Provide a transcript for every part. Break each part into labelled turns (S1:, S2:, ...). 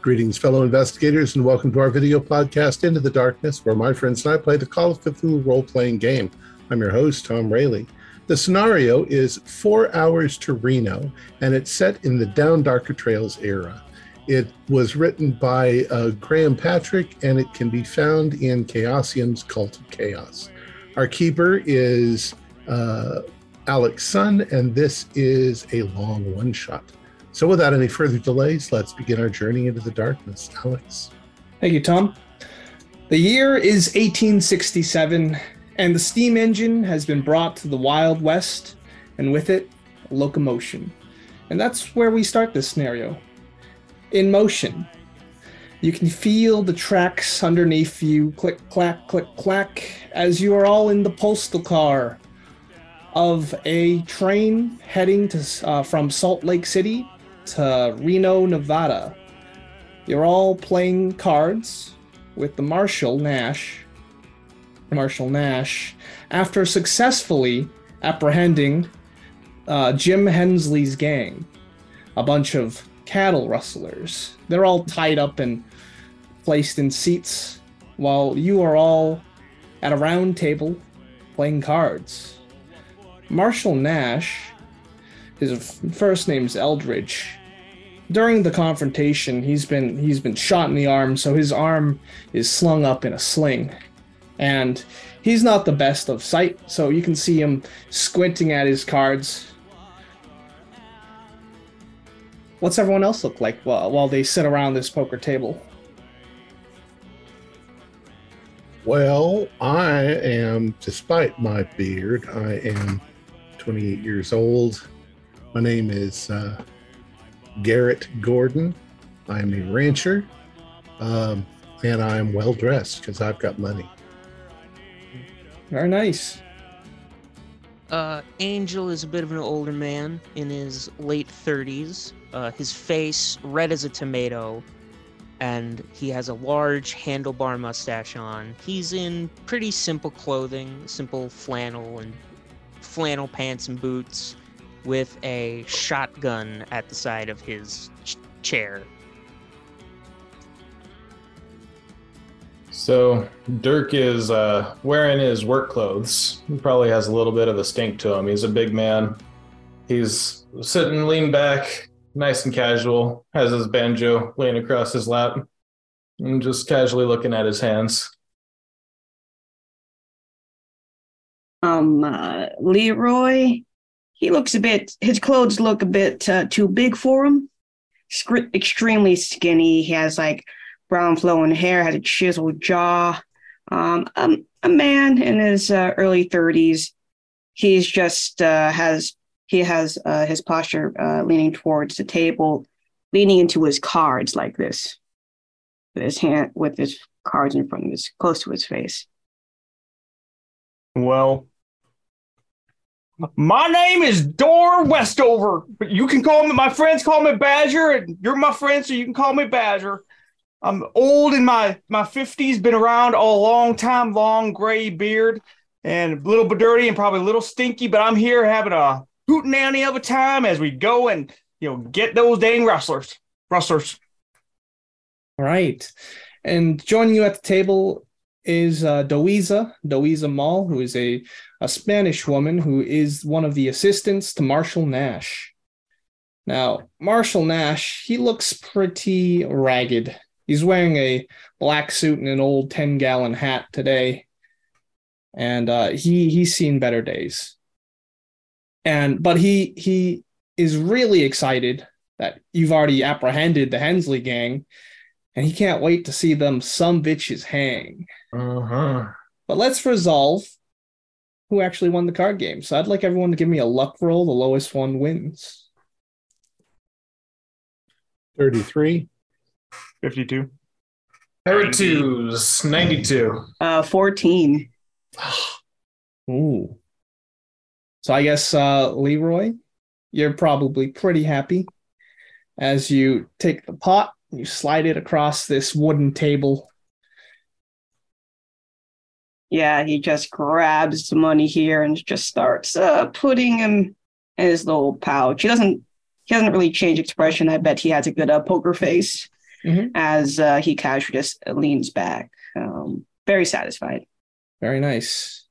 S1: Greetings, fellow investigators, and welcome to our video podcast, Into the Darkness, where my friends and I play the Call of Cthulhu role playing game. I'm your host, Tom Rayleigh. The scenario is Four Hours to Reno, and it's set in the Down Darker Trails era. It was written by uh, Graham Patrick, and it can be found in Chaosium's Cult of Chaos. Our keeper is uh, Alex Sun, and this is a long one shot. So, without any further delays, let's begin our journey into the darkness. Alex.
S2: Thank you, Tom. The year is 1867, and the steam engine has been brought to the Wild West, and with it, locomotion. And that's where we start this scenario. In motion. You can feel the tracks underneath you click, clack, click, clack, as you are all in the postal car of a train heading to, uh, from Salt Lake City to Reno, Nevada. You're all playing cards with the Marshal Nash. Marshal Nash, after successfully apprehending uh, Jim Hensley's gang, a bunch of cattle rustlers. They're all tied up and placed in seats, while you are all at a round table playing cards. Marshal Nash, his f- first name's Eldridge. During the confrontation, he's been he's been shot in the arm, so his arm is slung up in a sling. And he's not the best of sight, so you can see him squinting at his cards. What's everyone else look like while, while they sit around this poker table?
S1: Well, I am, despite my beard, I am 28 years old. My name is uh, Garrett Gordon. I am a rancher, um, and I am well dressed because I've got money.
S2: Very nice.
S3: Uh, Angel is a bit of an older man in his late 30s. Uh, his face red as a tomato, and he has a large handlebar mustache on. He's in pretty simple clothing, simple flannel and flannel pants and boots, with a shotgun at the side of his ch- chair.
S4: So Dirk is uh, wearing his work clothes. He probably has a little bit of a stink to him. He's a big man. He's sitting, lean back, nice and casual. Has his banjo laying across his lap, and just casually looking at his hands.
S5: um uh, Leroy. He looks a bit. His clothes look a bit uh, too big for him. Scr- extremely skinny. He has like brown flowing hair. Has a chiseled jaw. Um, um a man in his uh, early thirties. He's just uh, has he has uh, his posture uh, leaning towards the table, leaning into his cards like this, with his hand with his cards in front of his close to his face.
S6: Well, my name is Dor Westover. But you can call me, my friends call me Badger, and you're my friend, so you can call me Badger. I'm old in my, my 50s, been around a long time, long gray beard, and a little bit dirty and probably a little stinky, but I'm here having a hootin' nanny of a time as we go and, you know, get those dang rustlers. Rustlers.
S2: All right. And joining you at the table is uh, Doiza, Doiza Mall, who is a, a Spanish woman who is one of the assistants to Marshall Nash. Now, Marshall Nash, he looks pretty ragged. He's wearing a black suit and an old 10 gallon hat today. And uh, he he's seen better days. And but he he is really excited that you've already apprehended the Hensley gang, and he can't wait to see them some bitches hang.
S4: Uh huh.
S2: But let's resolve who actually won the card game. So I'd like everyone to give me a luck roll. The lowest one wins.
S1: 33.
S6: 52.
S4: Her twos, 92.
S5: Uh, fourteen.
S2: Ooh. So I guess uh, Leroy, you're probably pretty happy as you take the pot, you slide it across this wooden table.
S5: Yeah, he just grabs the money here and just starts uh, putting him in his little pouch. He doesn't. He doesn't really change expression. I bet he has a good uh, poker face.
S2: Mhm.
S5: as uh, he casually just leans back, um, very satisfied.
S2: Very nice.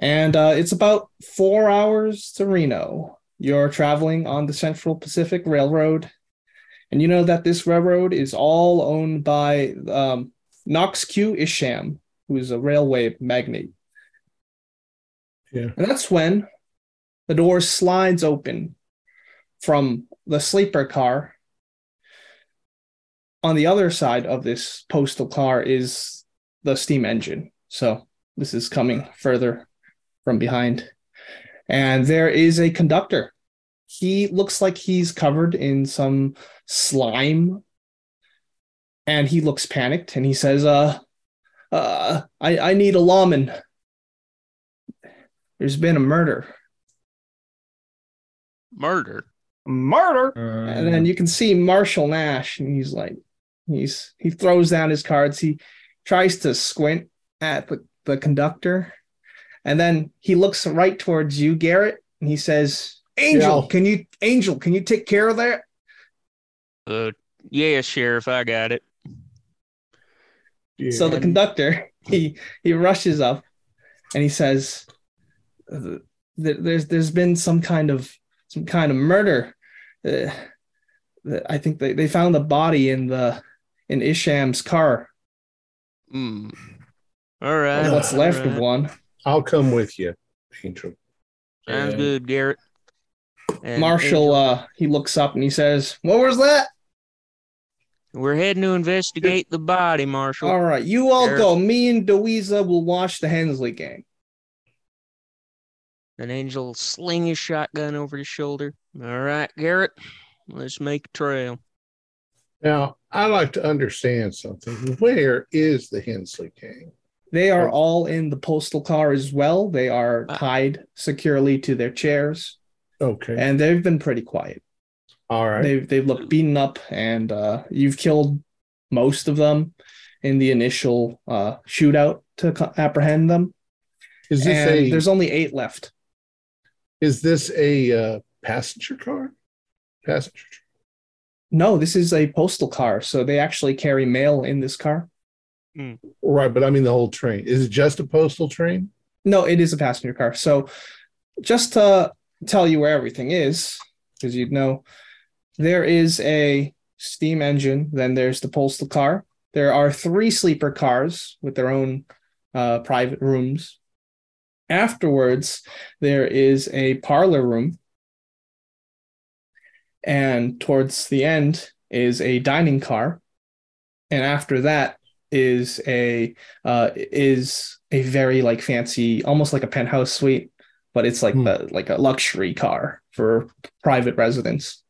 S2: And uh, it's about four hours to Reno. You're traveling on the Central Pacific Railroad. And you know that this railroad is all owned by um, Knox Q. Isham, who is a railway magnate.
S1: Yeah.
S2: And that's when the door slides open from the sleeper car. On the other side of this postal car is the steam engine. So this is coming further from behind. And there is a conductor. He looks like he's covered in some slime. And he looks panicked and he says, uh, uh, I, I need a lawman. There's been a murder.
S3: Murder.
S6: Murder.
S2: And then
S4: Mm.
S2: you can see Marshall Nash, and he's like, he's he throws down his cards. He tries to squint at the, the conductor, and then he looks right towards you, Garrett, and he says, "Angel,
S1: Yeah.
S2: can you, Angel, can you take care of that?"
S3: Uh, yeah, sheriff, I got it.
S2: So the conductor he he rushes up, and he says, "Th- "There's there's been some kind of some kind of murder. Uh, th- I think they, they found a body in the in Isham's car."
S3: Mm. All right.
S2: And what's
S3: all
S2: left
S3: right.
S2: of one.
S1: I'll come with you, Angel.
S3: Sounds
S4: Yeah.
S3: good, Garrett. And
S2: Marshall, uh, he looks up and he says, "What was that?"
S3: We're heading to investigate the body, Marshal.
S2: All right, you all
S3: Sure.
S2: go. Me and Deweeza will watch the Hensley gang.
S3: An angel sling his shotgun over his shoulder. All right, Garrett, let's make a trail.
S1: Now, I like to understand something. Where is the Hensley gang?
S2: They are
S1: Oh.
S2: all in the postal car as well. They are
S3: Ah.
S2: tied securely to their chairs,
S1: Okay.
S2: and they've been pretty quiet.
S1: All right.
S2: They've they've looked beaten up, and uh, you've killed most of them in the initial uh, shootout to co- apprehend them.
S1: Is this
S2: And
S1: a
S2: there's only eight left.
S1: is this a uh, passenger car? Passenger. tr-
S2: No, this is a postal car, so they actually carry mail in this car.
S1: Right, but I mean the whole train. Is it just a postal train?
S2: No, it is a passenger car. So just to tell you where everything is, because you'd know, there is a steam engine, then there's the postal car. There are three sleeper cars with their own uh, private rooms. Afterwards, there is a parlor room. And towards the end is a dining car. And after that is a uh, is a very like fancy, almost like a penthouse suite, but it's like
S1: Hmm.
S2: the like a luxury car for private residents.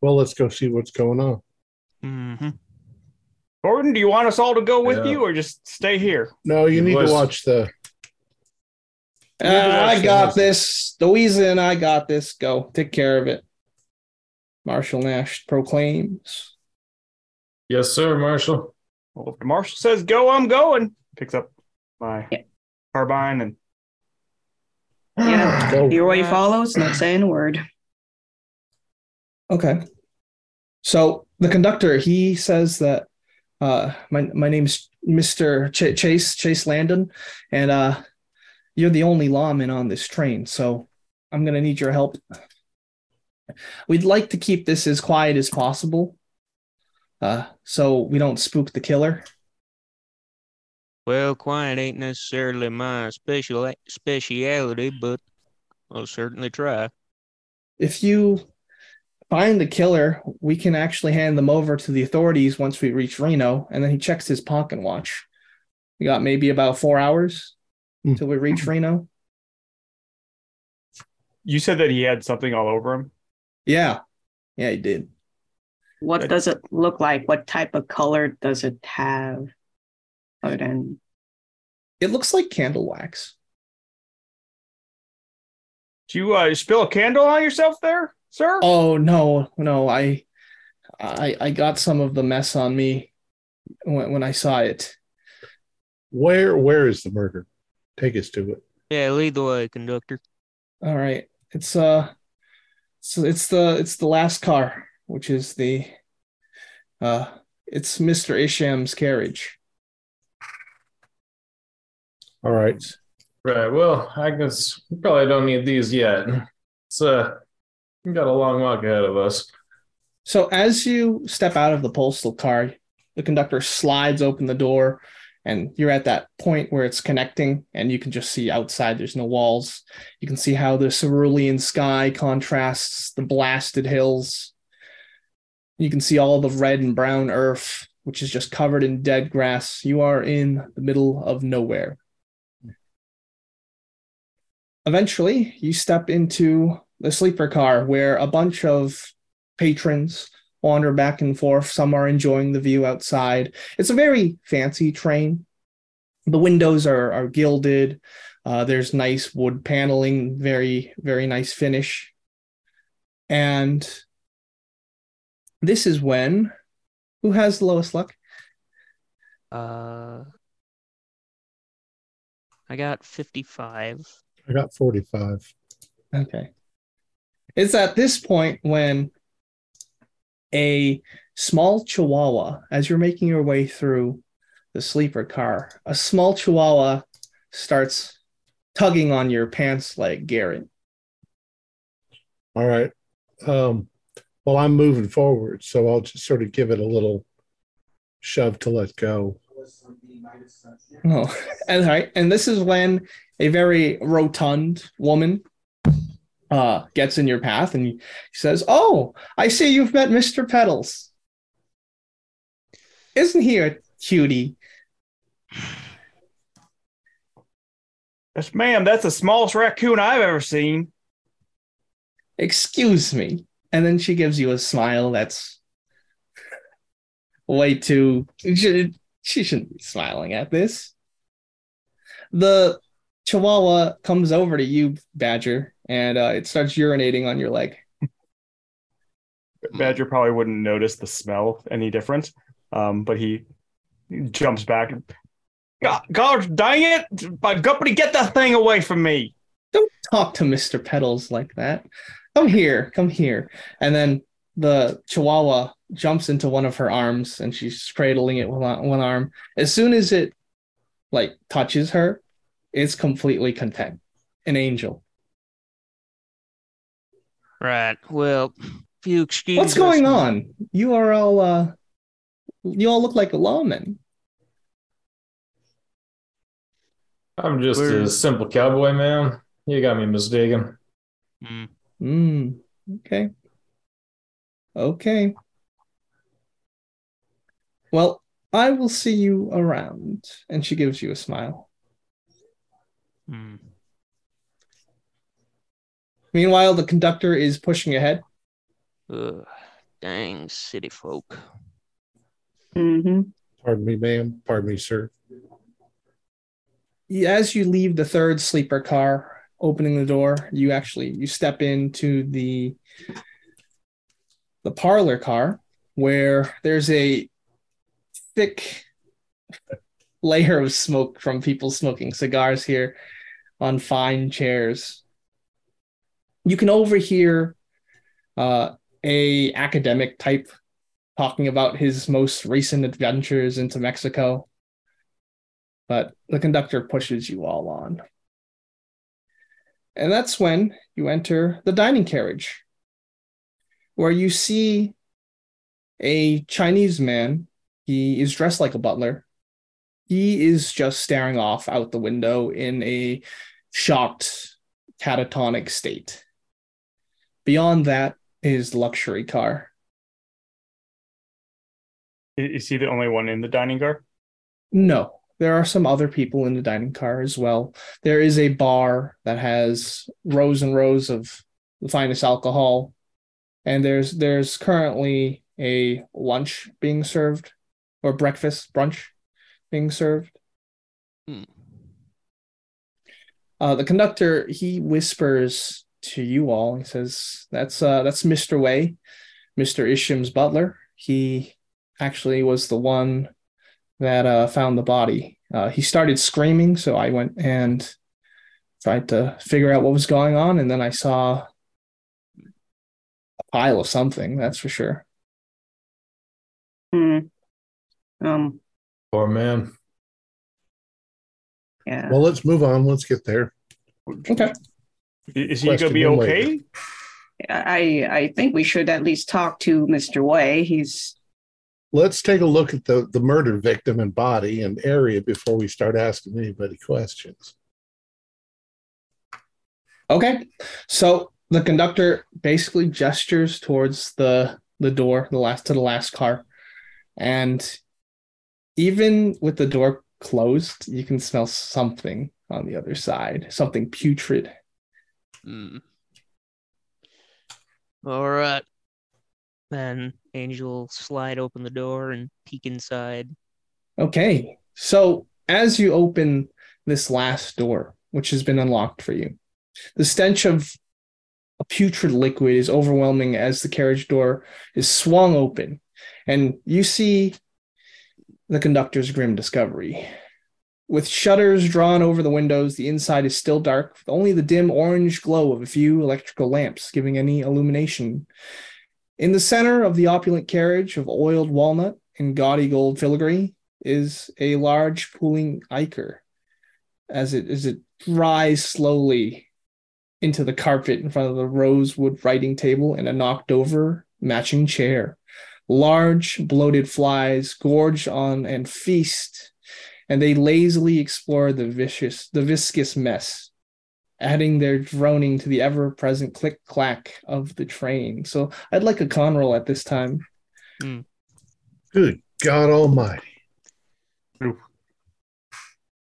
S1: Well, let's go see what's going on.
S3: Mm-hmm.
S6: Gordon, do you want us all to go with
S4: Yeah.
S6: you or just stay here?
S1: No, you
S4: It
S1: need
S4: was-
S1: to watch the.
S2: Uh,
S1: Maybe that's
S2: I
S1: the
S2: got
S1: most-
S2: this. Louisa and I got this. Go take care of it. Marshall Nash proclaims.
S4: yes, sir, Marshal.
S6: Well, if the marshal says go, I'm going. Picks up my
S5: Yeah.
S6: carbine and
S5: Yeah.
S1: Go.
S5: Leroy
S3: Right.
S5: follows, not saying a word.
S2: Okay. So the conductor he says that uh, my my name's Mister Ch- Chase Chase Landon, and uh, you're the only lawman on this train. So I'm gonna need your help. We'd like to keep this as quiet as possible, uh, so we don't spook the killer.
S3: Well, quiet ain't necessarily my special speciality, but I'll certainly try.
S2: if you find the killer, we can actually hand them over to the authorities once we reach Reno. And then he checks his pocket watch. We got maybe about four hours
S1: Hmm.
S2: till we reach Reno.
S6: you said that he had something all over him.
S2: Yeah. Yeah, he did.
S5: What
S6: Good.
S5: does it look like? What type of color does it have? Other than
S2: It looks like candle wax.
S6: Did you uh, spill a candle on yourself there, sir?
S2: Oh no, no, I I I got some of the mess on me when, when I saw it.
S1: Where where is the murder? Take us to it.
S3: Yeah, lead the way, conductor.
S2: All right. It's uh so it's the it's the last car. which is the uh it's Mr. Isham's carriage.
S1: All right.
S4: Right. Well, I guess we probably don't need these yet. It's uh, we got a long walk ahead of us.
S2: So as you step out of the postal car, the conductor slides open the door and you're at that point where it's connecting and you can just see outside there's no walls. You can see how the cerulean sky contrasts the blasted hills. You can see all the red and brown earth which is just covered in dead grass. You are in the middle of nowhere. Eventually, you step into the sleeper car where a bunch of patrons wander back and forth. Some are enjoying the view outside. It's a very fancy train. The windows are, are gilded. Uh, there's nice wood paneling, very, very nice finish. And this is when who has the lowest luck?
S3: Uh, I got 55.
S1: I got 45.
S2: Okay. It's at this point when a small chihuahua, as you're making your way through the sleeper car, a small chihuahua starts tugging on your pants leg, Garrett.
S1: All right. Um, well, I'm moving forward, so I'll just sort of give it a little shove to let go.
S2: Oh, and, all right. And this is when a very rotund woman uh, gets in your path and says, Oh, I see you've met Mr. Petals. Isn't he a cutie?
S6: Yes, ma'am. That's the smallest raccoon I've ever seen.
S2: Excuse me. And then she gives you a smile that's way too. She, she shouldn't be smiling at this. The chihuahua comes over to you, Badger, and uh, it starts urinating on your leg.
S6: Badger probably wouldn't notice the smell any different, um, but he jumps back. God, God dang it! My company, get that thing away from me!
S2: Don't talk to Mr. Petals like that. Come here, come here. And then the chihuahua jumps into one of her arms and she's cradling it with one arm. As soon as it like touches her, it's completely content. An angel.
S3: Right. Well, if you excuse
S2: What's
S3: us-
S2: going on? You are all uh you all look like lawmen.
S4: I'm just
S6: We're-
S4: a simple cowboy man. You got me mistaken.
S3: Mm,
S2: Mm, okay. Okay. Well, I will see you around. And she gives you a smile.
S3: mm.
S2: Meanwhile, the conductor is pushing ahead.
S3: Ugh, dang city folk.
S5: hmm
S1: Pardon me, ma'am. Pardon me, sir.
S2: as you leave the third sleeper car opening the door you actually you step into the the parlor car where there's a thick layer of smoke from people smoking cigars here on fine chairs you can overhear uh, a academic type talking about his most recent adventures into mexico but the conductor pushes you all on. And that's when you enter the dining carriage, where you see a Chinese man. He is dressed like a butler. He is just staring off out the window in a shocked, catatonic state. Beyond that is the luxury car.
S6: I- Is he the only one in the dining car?
S2: No, there are some other people in the dining car as well. There is a bar that has rows and rows of the finest alcohol, and there's there's currently a lunch being served, or breakfast brunch being served.
S3: Mm.
S2: Uh, the conductor he whispers to you all. He says, "That's uh, that's Mister Way, Mister Isham's butler. He actually was the one." that uh, found the body. Uh, he started screaming, so I went and tried to figure out what was going on, and then I saw a pile of something, that's for sure.
S5: Hmm. Um.
S4: Poor man.
S5: Yeah.
S1: Well, let's move on. Let's get there.
S2: Okay.
S6: Is he gonna
S1: Question
S6: be
S1: him
S6: okay?
S1: later.
S5: I I think we should at least talk to Mr. Way. He's
S1: Let's take a look at the, the murder victim and body and area before we start asking anybody questions.
S2: Okay. So the conductor basically gestures towards the the door, the last to the last car. And even with the door closed, you can smell something on the other side, something putrid.
S3: Mm. All right. Then Angel will slide open the door and peek inside.
S2: Okay. So as you open this last door, which has been unlocked for you, the stench of a putrid liquid is overwhelming as the carriage door is swung open. And you see the conductor's grim discovery. With shutters drawn over the windows, the inside is still dark, with only the dim orange glow of a few electrical lamps giving any illumination in the center of the opulent carriage of oiled walnut and gaudy gold filigree is a large pooling ichor as it as it rise slowly into the carpet in front of the rosewood writing table and a knocked over matching chair. Large bloated flies gorge on and feast, and they lazily explore the vicious the viscous mess, adding their droning to the ever-present click clack of the train. So I'd like a con roll at this time.
S1: Good God Almighty.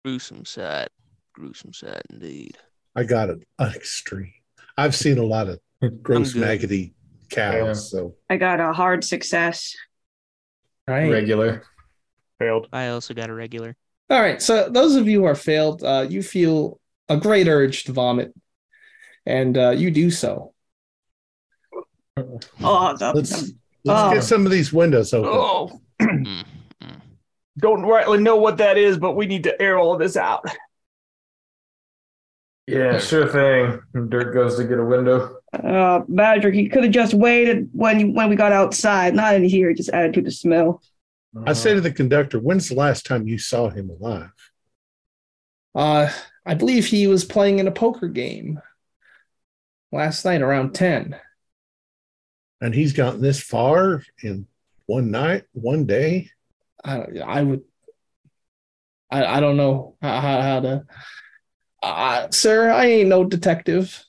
S3: Gruesome sight. Gruesome sight indeed.
S1: I got it. An extreme. I've seen a lot of gross,
S3: good.
S1: maggoty cows.
S4: Yeah.
S1: So
S5: I got a hard success.
S2: Right.
S4: Regular.
S6: Failed.
S3: I also got a regular.
S2: All right. So those of you who are failed, uh, you feel a great urge to vomit, and uh, you do so.
S5: Oh, the,
S1: let's
S5: the-
S1: let's
S5: Oh.
S1: get some of these windows open.
S6: Oh,
S3: Mm, mm.
S6: don't rightly know what that is, but we need to air all this out.
S4: Yeah, sure thing. Dirk goes to get a window.
S5: uh, Badger. He could have just waited when when we got outside, not in here. Just added to the smell.
S4: Uh,
S1: I say to the conductor, when's the last time you saw him alive?
S2: Uh, I believe he was playing in a poker game last night around ten.
S1: And he's gotten this far in one night, one day.
S2: I I would I I don't know how, how, how to. Uh, sir, I ain't no detective.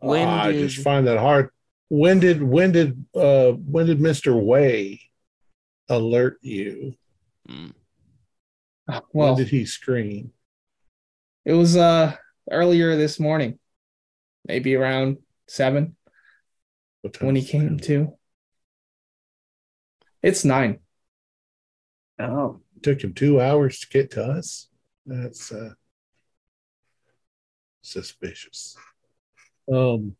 S3: When
S1: Ah, I just
S3: did-
S1: find that hard. When did when did uh when did Mr. Way alert you?
S3: Mm.
S2: Well,
S1: when did he scream?
S2: It was uh earlier this morning, maybe around seven
S1: What time
S2: when he
S1: is it
S2: came
S1: now?
S2: to. It's nine.
S5: Oh,
S1: took him two hours to get to us. That's uh, suspicious. Um,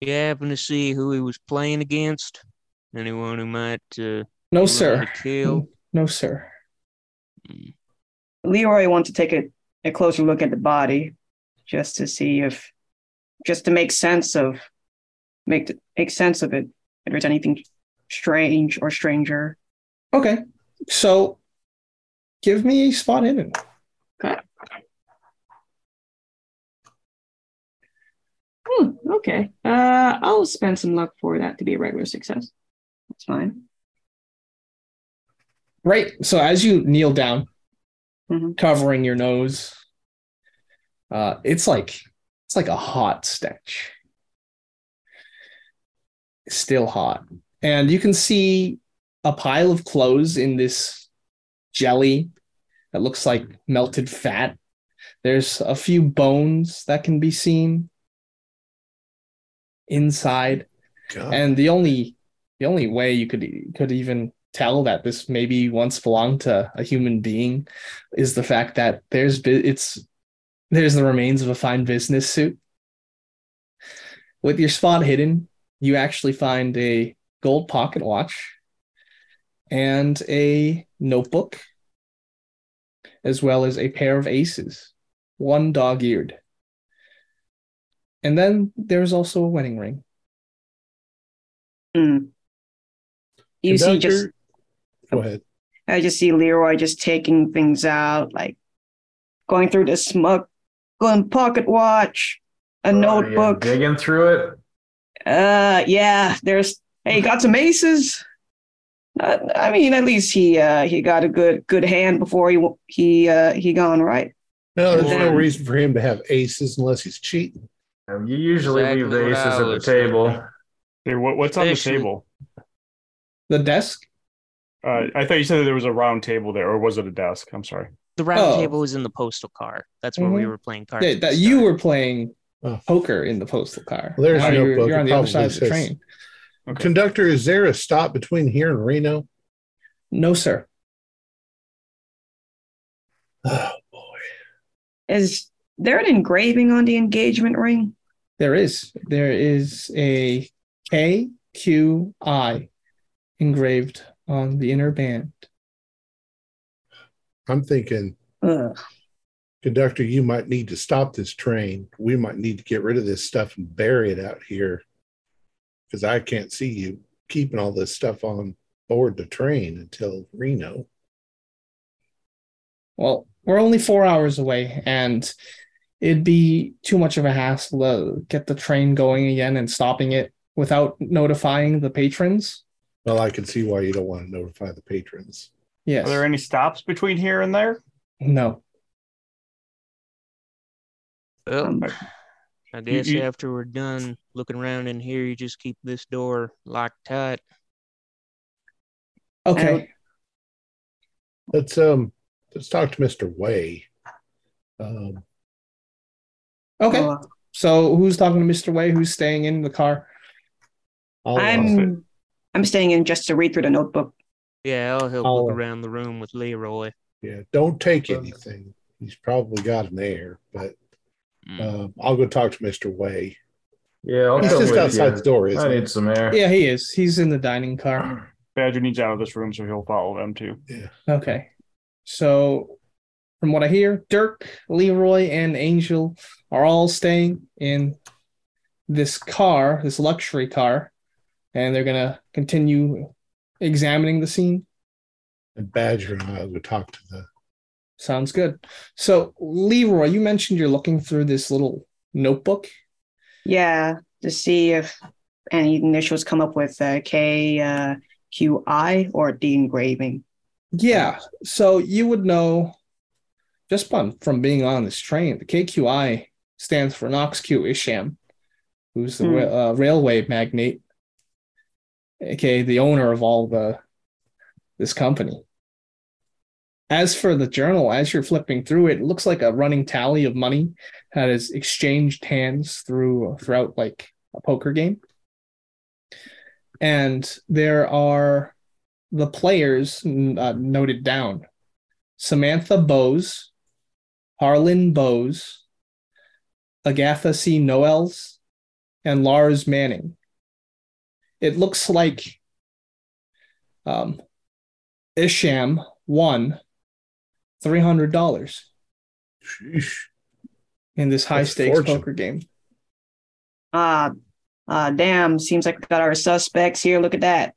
S3: You happen to see who he was playing against? Anyone who might uh,
S2: No,
S3: be
S2: sir.
S3: looking to kill?
S2: No, sir.
S3: Mm.
S5: Leroy wants to take a, a closer look at the body, just to see if, just to make sense of, make th- make sense of it. If there's anything strange or stranger.
S2: Okay. So give me a spot hidden.
S7: Hmm, okay. Uh, I'll spend some luck for that to be a regular success.
S5: That's fine.
S2: Right. So as you kneel down,
S5: Mhm.
S2: covering your nose, uh, it's like it's like a hot stench. It's still hot, and you can see a pile of clothes in this jelly that looks like melted fat. There's a few bones that can be seen inside
S1: God,
S2: and the only the only way you could could even tell that this maybe once belonged to a human being is the fact that there's bi- it's there's the remains of a fine business suit with your spot hidden you actually find a gold pocket watch and a notebook as well as a pair of aces one dog-eared And then there's also a wedding ring.
S5: Mm. You see,
S1: Conductor-
S5: just
S1: go ahead.
S5: I just see Leroy just taking things out, like going through the smug, going pocket watch, a
S4: Are you
S5: notebook.
S4: Digging through it.
S5: Uh, yeah. There's hey, he got some aces. Uh, I mean, at least he uh he got a good good hand before he w- he uh he gone right.
S1: No, there's no
S5: Then-
S1: reason for him to have aces unless he's cheating.
S4: Um, You usually leave the
S3: Exactly what
S4: aces
S3: I
S4: at the
S3: was
S4: table.
S8: Hey, what, what's on the
S3: Actually-
S8: table?
S2: The desk?
S8: Uh, I thought you said that there was a round table there, or was it a desk? I'm sorry.
S3: The round
S2: Oh.
S3: table is in the postal car. That's where we
S2: Mhm.
S3: were playing cards.
S2: Yeah,
S3: at
S2: that
S3: the
S2: you
S3: start.
S2: were playing
S1: Oh.
S2: poker in the postal car.
S1: Well, there's
S2: Now
S1: a
S2: you're,
S1: notebook.
S2: you're on
S1: It
S2: the other
S1: probably
S2: side of the
S1: says-
S2: train.
S8: Okay.
S1: Conductor, is there a stop between here and Reno?
S2: No, sir.
S1: Oh,
S5: Is there an engraving on the engagement ring?
S2: There is. There is a KQI engraved on the inner band.
S1: I'm thinking,
S5: Ugh.
S1: conductor, you might need to stop this train. We might need to get rid of this stuff and bury it out here because I can't see you keeping all this stuff on board the train until Reno.
S2: Well, we're only four hours away, and it'd be too much of a hassle to get the train going again and stopping it without notifying the patrons.
S1: Well, I can see why you don't want to notify the patrons.
S2: Yes.
S8: Are there any stops between here and there?
S2: no.
S3: Well,
S5: Um,
S3: I guess
S8: you-
S3: after we're done looking around in here, you just keep this door locked tight.
S2: Okay.
S5: would-
S1: Let's um, let's talk to Mister Way. Um,
S2: okay.
S5: uh,
S2: so who's talking to Mr. Way? Who's staying in the car?
S1: I'll, uh,
S5: I'm I'm staying in just to read through the notebook.
S3: Yeah, I'll help
S1: I'll-
S3: look around the room with Leroy.
S1: Yeah, don't take anything. He's probably got an air, but
S3: Mm.
S1: um, I'll go talk to Mr. Way.
S4: Yeah, I'll
S1: He's
S4: come
S1: just
S4: with
S1: outside
S4: you.
S1: the door,
S4: I
S1: isn't he?
S4: need some air.
S2: Yeah, he is. He's in the dining car.
S8: Badger needs out of this room, so he'll follow them too.
S2: Okay. So, from what I hear, Dirk, Leroy, and Angel are all staying in this car, this luxury car, and they're going to continue examining the scene.
S1: And Badger and I will go talk to the.
S2: Sounds good. So, Leroy, you mentioned you're looking through this little notebook.
S5: Yeah, to see if any initials come up with uh, K uh, Q I or the engraving.
S2: Yeah. So, you would know just from, from being on this train, the KQI stands for Knox Q Isham, who's the
S5: Hmm.
S2: ra- uh, railway magnate, aka the owner of all the this company. As for the journal, as you're flipping through it, it looks like a running tally of money that has exchanged hands through uh, throughout like a poker game. And there are the players n- uh, noted down: Samantha Bowes, Harlan Bowes, Agatha C. Noels, and Lars Manning. It looks like um, Isham won $300
S1: Sheesh.
S2: in this high
S1: That's a
S2: stakes
S1: fortune.
S2: poker game.
S5: Ah, ah, damn! Seems like we got our suspects here. Look at that.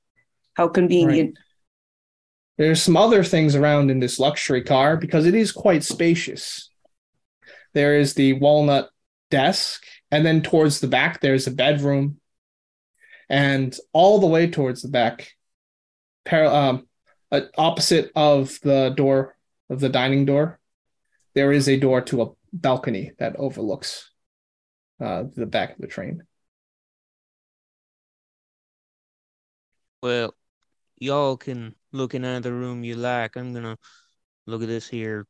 S5: How convenient.
S2: There's some other things around in this luxury car because it is quite spacious. There is the walnut desk, and then towards the back, there's a bedroom. And all the way towards the back, par- um, uh, opposite of the door of the dining door, there is a door to a balcony that overlooks uh, the back of the train.
S3: Well, y'all can look in either room you like. I'm gonna look at this here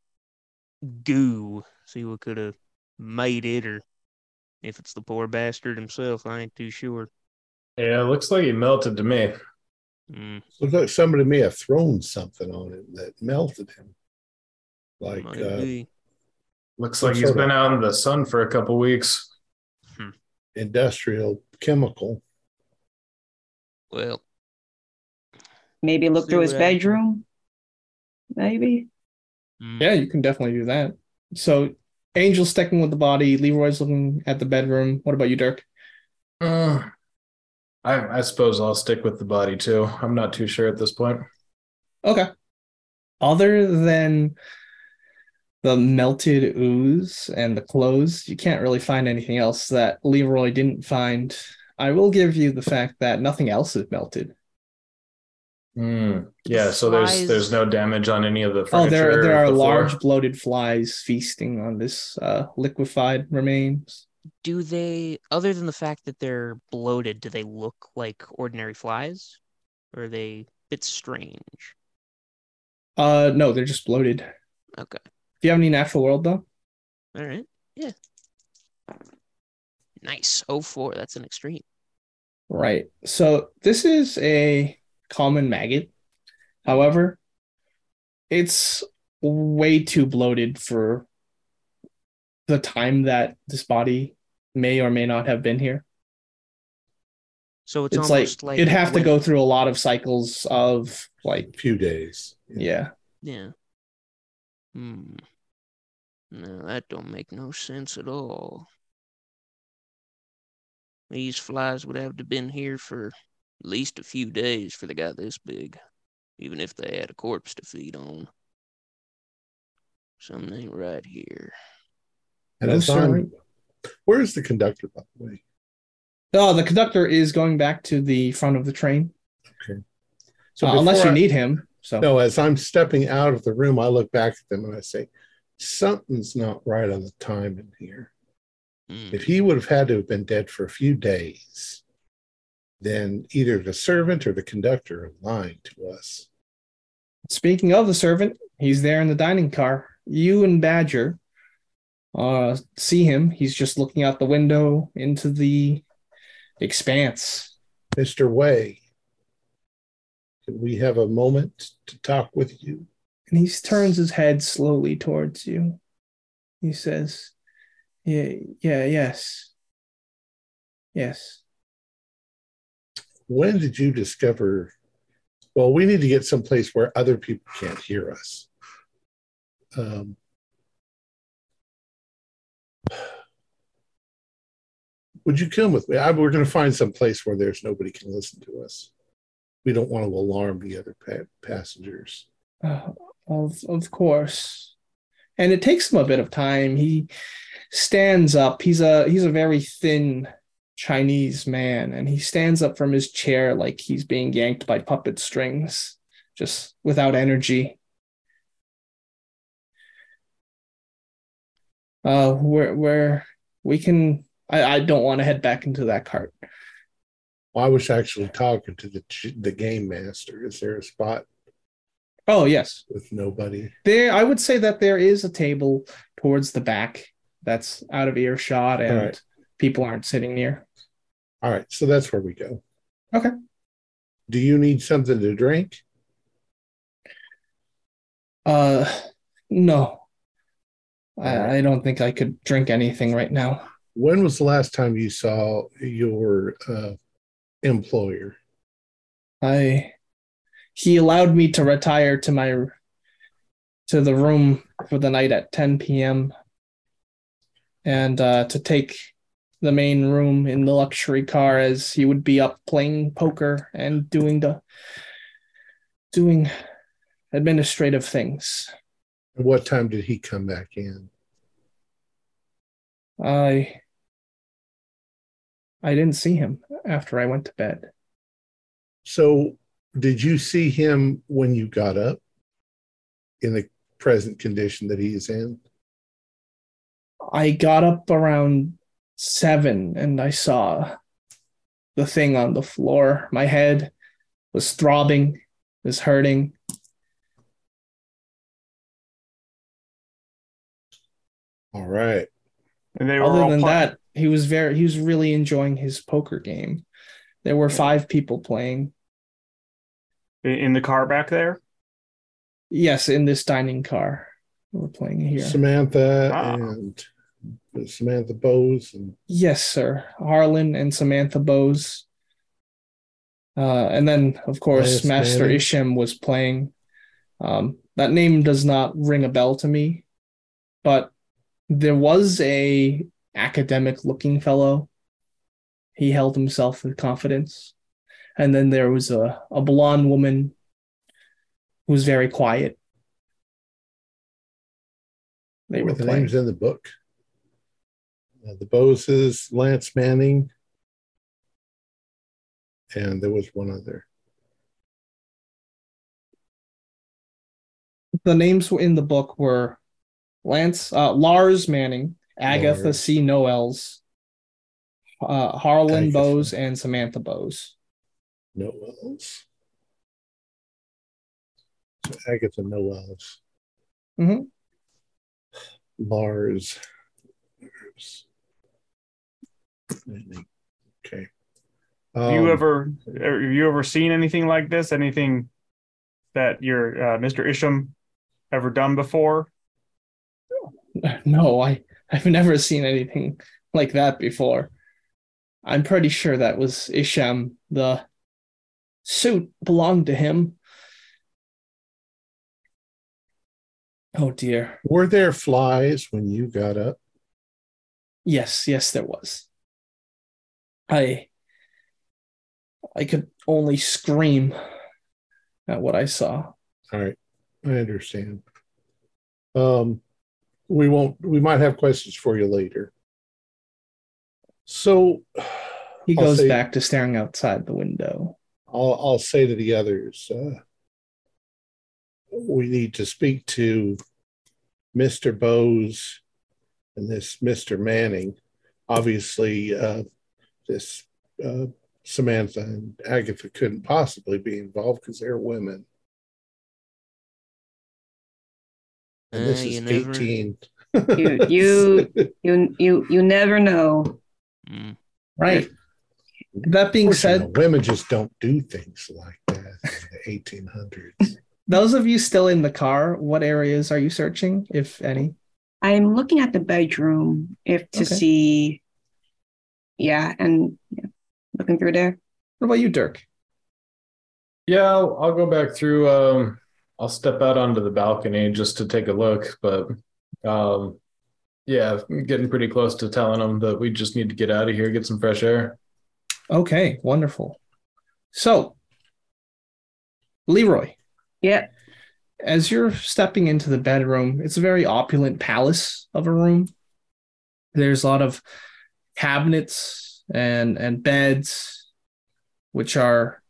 S3: goo, see what could have made it, or if it's the poor bastard himself. I ain't too sure.
S4: Yeah, it looks like he melted to me.
S3: Mm,
S1: Looks like somebody may have thrown something on it that melted him. Like,
S3: might
S1: uh,
S3: be.
S4: Looks
S1: Some
S4: like he's
S1: sort of-
S4: been out in the sun for a couple weeks.
S1: industrial chemical.
S3: Well,
S5: Maybe look
S3: See
S5: through his
S3: what happens.
S5: bedroom. Maybe.
S3: mm,
S2: Yeah, you can definitely do that. So Angel's sticking with the body. Leroy's looking at the bedroom. What about you, Dirk?
S4: Uh, I, I suppose I'll stick with the body too. I'm not too sure at this point.
S2: Okay. Other than the melted ooze and the clothes, you can't really find anything else that Leroy didn't find. I will give you the fact that nothing else is melted.
S4: Mm, yeah, so there's
S3: Flies.
S4: there's no damage on any of the furniture.
S2: Oh, there there
S4: or
S2: are
S4: the floor.
S2: large bloated flies feasting on this uh, liquefied remains.
S3: Do they, other than the fact that they're bloated, do they look like ordinary flies? Or are they a bit strange?
S2: Uh, no, they're just bloated.
S3: Okay.
S2: Do you have any natural world though?
S3: All right. Yeah. Nice. Oh four. That's an extreme.
S2: Right. So this is a common maggot. However, it's way too bloated for the time that this body may or may not have been here.
S3: So it's,
S2: It's, like,
S3: almost like
S2: it'd have to
S3: when-
S2: go through a lot of cycles of like
S1: few days.
S2: yeah.
S3: Yeah. Hmm. No, that don't make no sense at all. These flies would have to been here for at least a few days for they got this big, even if they had a corpse to feed on. Something ain't right here.
S1: And
S2: No
S1: as I'm,
S2: sign.
S1: where's the conductor, by the way?
S2: Oh, the conductor is going back to the front of the train.
S1: So
S2: Uh, unless
S1: before
S2: you
S1: I-
S2: need him. So
S1: No, as I'm stepping out of the room, I look back at them and I say, something's not right on the time in here.
S3: Hmm.
S1: If he would have had to have been dead for a few days, then either the servant or the conductor are lying to us.
S2: Speaking of the servant, he's there in the dining car. You and Badger uh, see him. He's just looking out the window into the expanse.
S1: Mr. Way, can we have a moment to talk with you?
S2: And he turns his head slowly towards you. He says, Yeah, yeah, yes. Yes.
S1: When did you discover? Well, we need to get someplace where other people can't hear us. Um, would you come with me? I, we're going to find some place where there's nobody can listen to us. We don't want to alarm the other pa- passengers.
S2: Uh, of of course. And it takes him a bit of time. He stands up. He's a he's a very thin Chinese man, and he stands up from his chair like he's being yanked by puppet strings, just without energy. Uh, where where we can I, I don't want to head back into that cart.
S1: Well, I was actually talking to the ch- the game master. Is there a spot
S2: Oh yes.
S1: with nobody?
S2: There, I would say that there is a table towards the back that's out of earshot and
S1: Alright.
S2: people aren't sitting near.
S1: All right, so that's where we go.
S2: Okay.
S1: Do you need something to drink?
S2: Uh, no.
S1: Alright.
S2: I, I don't think I could drink anything right now.
S1: When was the last time you saw your uh, employer?
S2: I he allowed me to retire to my to the room for the night at 10 p.m. and uh, to take the main room in the luxury car as he would be up playing poker and doing the doing administrative things.
S1: And what time did he come back in?
S2: I I didn't see him after I went to bed.
S1: So, did you see him when you got up in the present condition that he is in?
S2: I got up around seven and I saw the thing on the floor. My head was throbbing, was hurting.
S1: All right.
S8: And they were
S2: Other
S8: all
S2: than
S8: pla-
S2: that, he was very he was really enjoying his poker game. There were five people playing.
S8: in in the car back there.
S2: Yes, in this dining car. We're playing here.
S1: Samantha
S8: Ah.
S1: and Samantha Bowes and
S2: Yes, sir. Harlan and Samantha Bowes. Uh, and then, of course,
S1: Lance
S2: Master
S1: Manning.
S2: Isham was playing. Um, that name does not ring a bell to me, but There was a academic looking fellow. He held himself with confidence. And then there was a, a blonde woman who was very quiet. They were
S1: With the
S2: playing.
S1: names in the book. Uh, the Boses, Lance Manning, and there was one other.
S2: the names were in the book were Lance uh, Lars Manning, Agatha
S1: Lars.
S2: C. Noels, uh, Harlan
S1: Agatha.
S2: Bowes, and Samantha Bowes.
S1: Noel's. So Agatha Noel's.
S2: Mhm.
S1: Lars. Lars. Okay.
S8: Have you
S1: Um,
S8: ever er, have you ever seen anything like this? Anything that your uh, Mr. Isham ever done before?
S2: No, I I've never seen anything like that before. I'm pretty sure that was Isham. The suit belonged to him. Oh dear.
S1: Were there flies when you got up?
S2: Yes, yes, there was. I I could only scream at what I saw.
S1: All right, I understand. Um, we won't. We might have questions for you later. So
S2: He
S1: I'll
S2: goes
S1: say-
S2: back to staring outside the window.
S1: I'll, I'll say to the others, uh, we need to speak to Mr. Bowes and this Mr. Manning. Obviously, uh, this uh, Samantha and Agatha couldn't possibly be involved because they're women. And this
S3: Uh,
S1: is
S3: you never-
S1: 18.
S5: You- you- You you you never know.
S3: Mm.
S2: Right. That being said,
S1: Unfortunately, women just don't do things like that in the 1800s.
S2: those of you still in the car, what areas are you searching, if any?
S5: I'm looking at the bedroom if to
S2: Okay.
S5: see. Yeah, and yeah, looking through there.
S2: What about you, Dirk?
S4: Yeah, I'll, I'll go back through. Um, I'll step out onto the balcony just to take a look. But um, yeah, I'm getting pretty close to telling them that we just need to get out of here, get some fresh air.
S2: Okay, wonderful. So, Leroy,
S5: Yeah,
S2: as you're stepping into the bedroom, it's a very opulent palace of a room. There's a lot of cabinets and and beds which are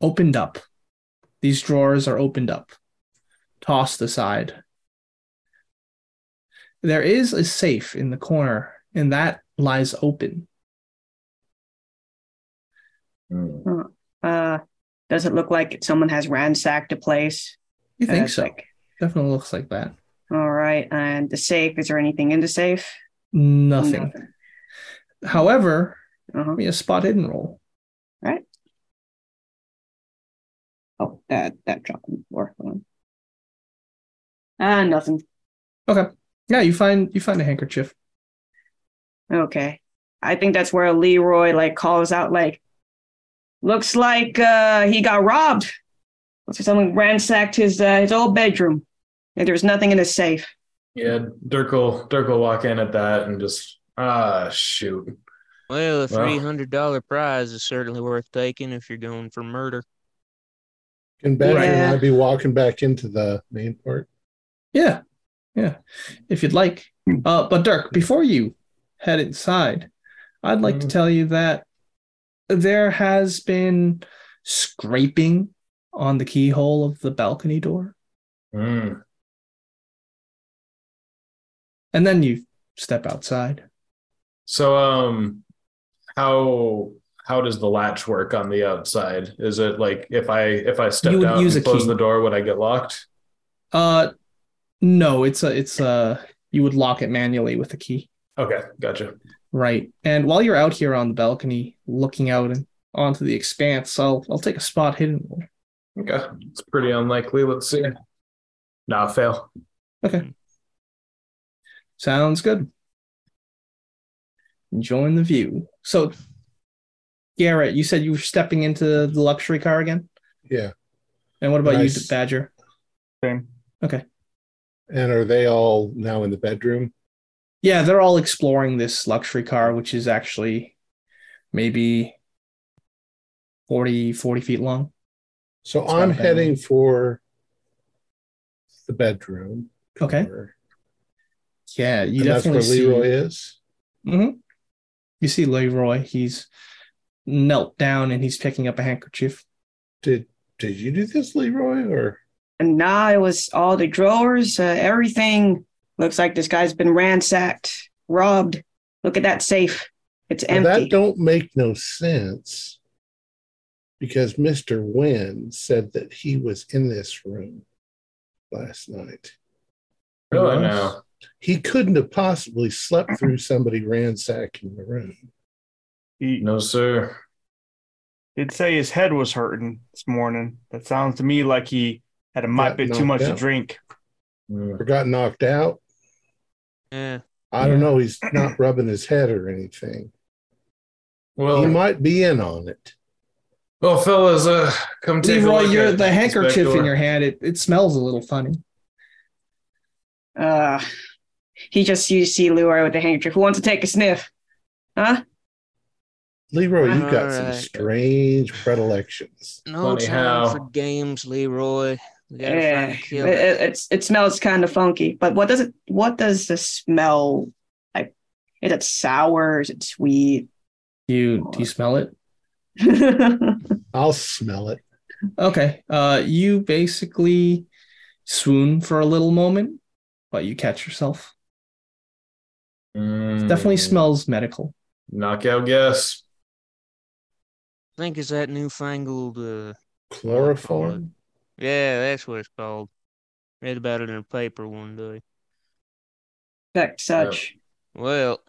S2: opened up. These drawers are opened up, tossed aside. There is a safe in the corner, and that lies open. Hmm.
S5: uh, does it look like someone has ransacked a place?
S2: You think
S5: That's
S2: so?
S5: Like,
S2: Definitely looks like that.
S5: all right, and the safe. Is there anything in the safe?
S2: Nothing. However,
S5: Uh-huh.
S2: give me a spot hidden roll.
S5: Oh, that that dropped on the floor. Hold on. Ah, nothing.
S2: Yeah, you find you find a handkerchief.
S5: Okay. I think that's where Leroy like calls out like looks like uh he got robbed. Looks like someone ransacked his uh, his old bedroom. And there's nothing in his safe.
S4: Yeah, Dirk will, Dirk will walk in at that and just, ah, shoot.
S3: Well, a
S4: Well.
S3: three hundred dollar prize is certainly worth taking if you're going for murder.
S1: Can Badger and
S5: Yeah.
S1: I be walking back into the main part?
S2: Yeah, yeah, if you'd like. Uh, but Dirk, before you head inside, I'd like to
S4: Mhm.
S2: tell you that there has been scraping on the keyhole of the balcony door,
S4: Mm.
S2: and then you step outside.
S4: So, um, how how does the latch work on the outside? Is it like if I if I
S2: You
S4: stepped
S2: would
S4: out
S2: use
S4: and
S2: a
S4: closed
S2: key.
S4: the door, would I get locked?
S2: Uh, no, it's a it's a you would lock it manually with a key.
S4: Okay, gotcha.
S2: Right. And while you're out here on the balcony looking out and onto the expanse, I'll I'll take a spot hidden. roll.
S4: Okay, it's pretty unlikely. Let's see. Nah, fail.
S2: Sounds good. Enjoying the view. So, Garrett, you said you were stepping into the luxury car again.
S1: Yeah.
S2: And what about
S1: Nice.
S2: you, Badger?
S8: Same.
S1: And are they all now in the bedroom?
S2: Yeah, they're all exploring this luxury car, which is actually maybe 40, 40 feet long.
S1: So
S2: It's
S1: I'm
S2: not bad.
S1: heading for the bedroom.
S2: Okay.
S1: door.
S2: Yeah, you
S1: and that's where
S2: definitely see.
S1: Leroy is.
S2: Mhm. You see Leroy. He's knelt down and he's picking up a handkerchief.
S1: Did did you do this, Leroy? Or
S5: And now it was all the drawers, uh, everything. Looks like this guy's been ransacked, robbed. Look at that safe. It's
S1: Now,
S5: empty.
S1: that don't make no sense. Because Mr. Wynn said that he was in this room last night.
S4: Really now.
S1: He couldn't have possibly slept through somebody ransacking the room.
S8: He
S4: No, sir.
S8: did say his head was hurting this morning. That sounds to me like he had a might
S1: Got
S8: bit too
S1: knocked
S8: much to
S1: out.
S8: drink.
S4: Mm.
S1: Or got knocked out.
S3: Eh.
S1: I don't know. He's not rubbing his head or anything.
S4: Well,
S1: he might be in on it.
S4: well, fellas, uh, come take a
S2: Leroy,
S4: look
S2: you're
S4: at
S2: the
S4: this back
S2: handkerchief in
S4: door.
S2: your hand. It, it smells a little funny.
S5: uh, he just you see Leroy with the handkerchief. Who wants to take a sniff? Huh?
S1: Leroy, you've got some
S3: Alright.
S1: strange predilections.
S3: No
S4: Funny
S3: time
S4: how-
S3: for games, Leroy. We gotta
S5: Yeah.
S3: find a
S5: It,
S3: killer.
S5: it- it's it smells kind of funky. But what does it? What does the smell like? Is it sour? Is it sweet?
S2: Do you do you smell it?
S1: I'll smell it.
S2: Okay. Uh, you basically swoon for a little moment, but you catch yourself.
S4: Mm.
S2: It definitely smells medical.
S4: Knockout guess.
S3: I think it's that newfangled. Uh,
S1: Chloroform.
S3: yeah, that's what it's called. Read about it in a paper one day.
S5: Like such.
S3: Well,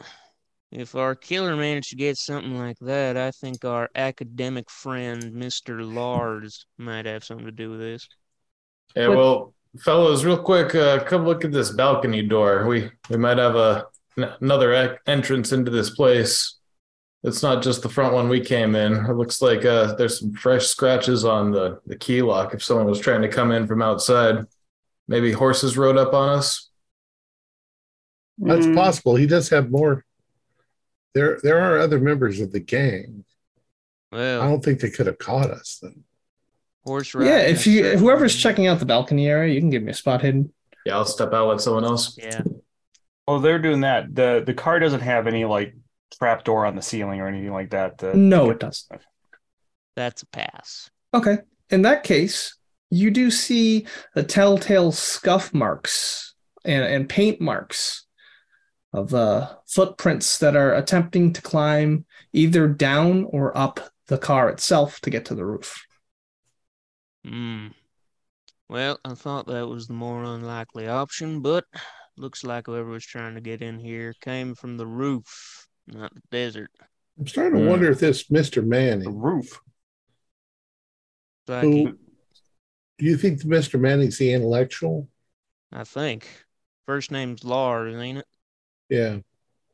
S3: if our killer managed to get something like that, I think our academic friend, Mr. Lars, might have something to do with this.
S4: Yeah,
S2: What-
S4: well, fellas, real quick, uh, come look at this balcony door. We we might have a n- another ec- entrance into this place. It's not just the front one we came in. It looks like uh, there's some fresh scratches on the, the key lock. If someone was trying to come in from outside, maybe horses rode up on us.
S1: That's
S5: Mm.
S1: possible. He does have more. There, there are other members of the gang. I
S3: Well,
S1: don't think they could have caught us then.
S3: horse
S2: yeah,
S3: riding
S2: if
S3: is
S2: you whoever's
S3: certainly-
S2: checking out the balcony area, you can give me a spot hidden.
S4: Yeah, I'll step out, let someone else.
S3: Yeah.
S8: Oh, they're doing that. the The car doesn't have any like trap door on the ceiling or anything like that. The-
S2: No, it doesn't.
S3: That's a pass.
S2: Okay. In that case, you do see the telltale scuff marks and, and paint marks of uh, footprints that are attempting to climb either down or up the car itself to get to the roof.
S3: Hmm. Well, I thought that was the more unlikely option, but looks like whoever was trying to get in here came from the roof, not the desert.
S1: I'm starting to
S4: Hmm.
S1: wonder if this Mr.
S8: the
S1: Manning,
S8: roof.
S3: Like,
S1: who, do you think Mr. Manning's the intellectual?
S3: I think. First name's Lars, ain't it?
S1: Yeah.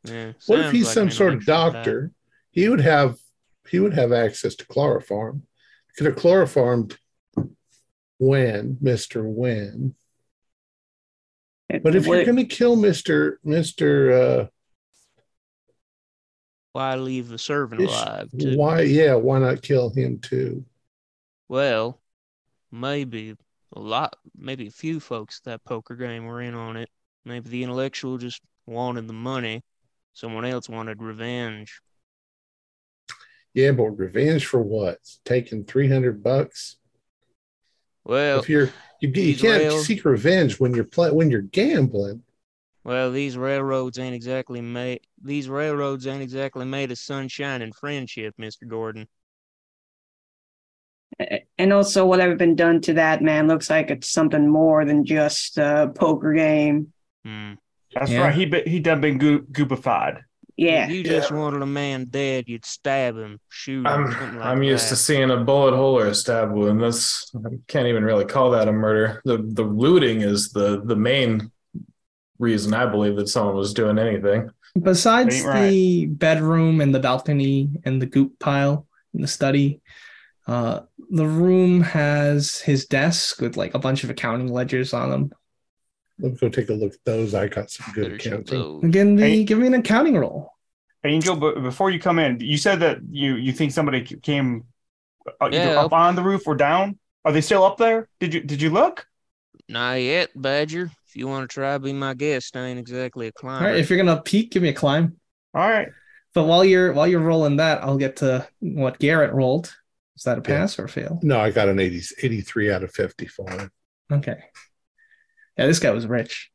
S3: Yeah.
S1: What if
S3: sounds
S1: he's
S3: like an
S1: some sort of
S3: intellectual guy.
S1: doctor? He would have he would have access to chloroform. Could have chloroformed when Mister Wynn.
S5: It-
S1: But if
S5: what-
S1: you're going to kill Mister Mister, uh,
S3: Why leave the servant
S1: It's-
S3: alive? too?
S1: why? Yeah, why not kill him too?
S3: Well, maybe a lot, maybe a few folks at that poker game were in on it. Maybe the intellectual just wanted the money. Someone else wanted revenge.
S1: Yeah, but revenge for what? Taking three hundred bucks.
S3: Well,
S1: if you're you, you
S3: he's
S1: can't
S3: real.
S1: seek revenge when you're play, when you're gambling.
S3: well, these railroads ain't exactly made. These railroads ain't exactly made of sunshine and friendship, Mister Gordon.
S5: And also, whatever been done to that man looks like it's something more than just a poker game.
S3: Hmm.
S8: That's
S2: Yeah.
S8: right. He be, he done been goo- goobified.
S5: Yeah,
S3: If you just wanted a man dead, you'd stab him, shoot him,
S4: I'm
S3: something like
S4: I'm used
S3: that.
S4: to seeing a bullet hole or a stab wound. That's I can't even really call that a murder. The the looting is the the main reason I believe that someone was doing anything.
S2: Besides
S8: Ain't right.
S2: the bedroom and the balcony and the goop pile in the study, uh, the room has his desk with like a bunch of accounting ledgers on them.
S1: Let me go take a look at those. I got some good
S9: Better check
S1: accounting.
S9: those.
S2: Again, the,
S8: Hey.
S2: give me an accounting roll.
S8: Angel, but before you come in, you said that you you think somebody c- came uh, either
S3: Yeah.
S8: up on the roof or down. Are they still up there? Did you did you look?
S3: Not yet, Badger. If you want to try, be my guest. I ain't exactly a
S2: All
S3: climber.
S2: right, if you're gonna peek, give me a climb.
S8: All right.
S2: But while you're while you're rolling that, I'll get to what Garrett rolled. Is that a
S1: Yeah.
S2: pass or a fail?
S1: No, I got an 80, 83 out of 50 for him.
S2: Okay. Yeah, this guy was rich.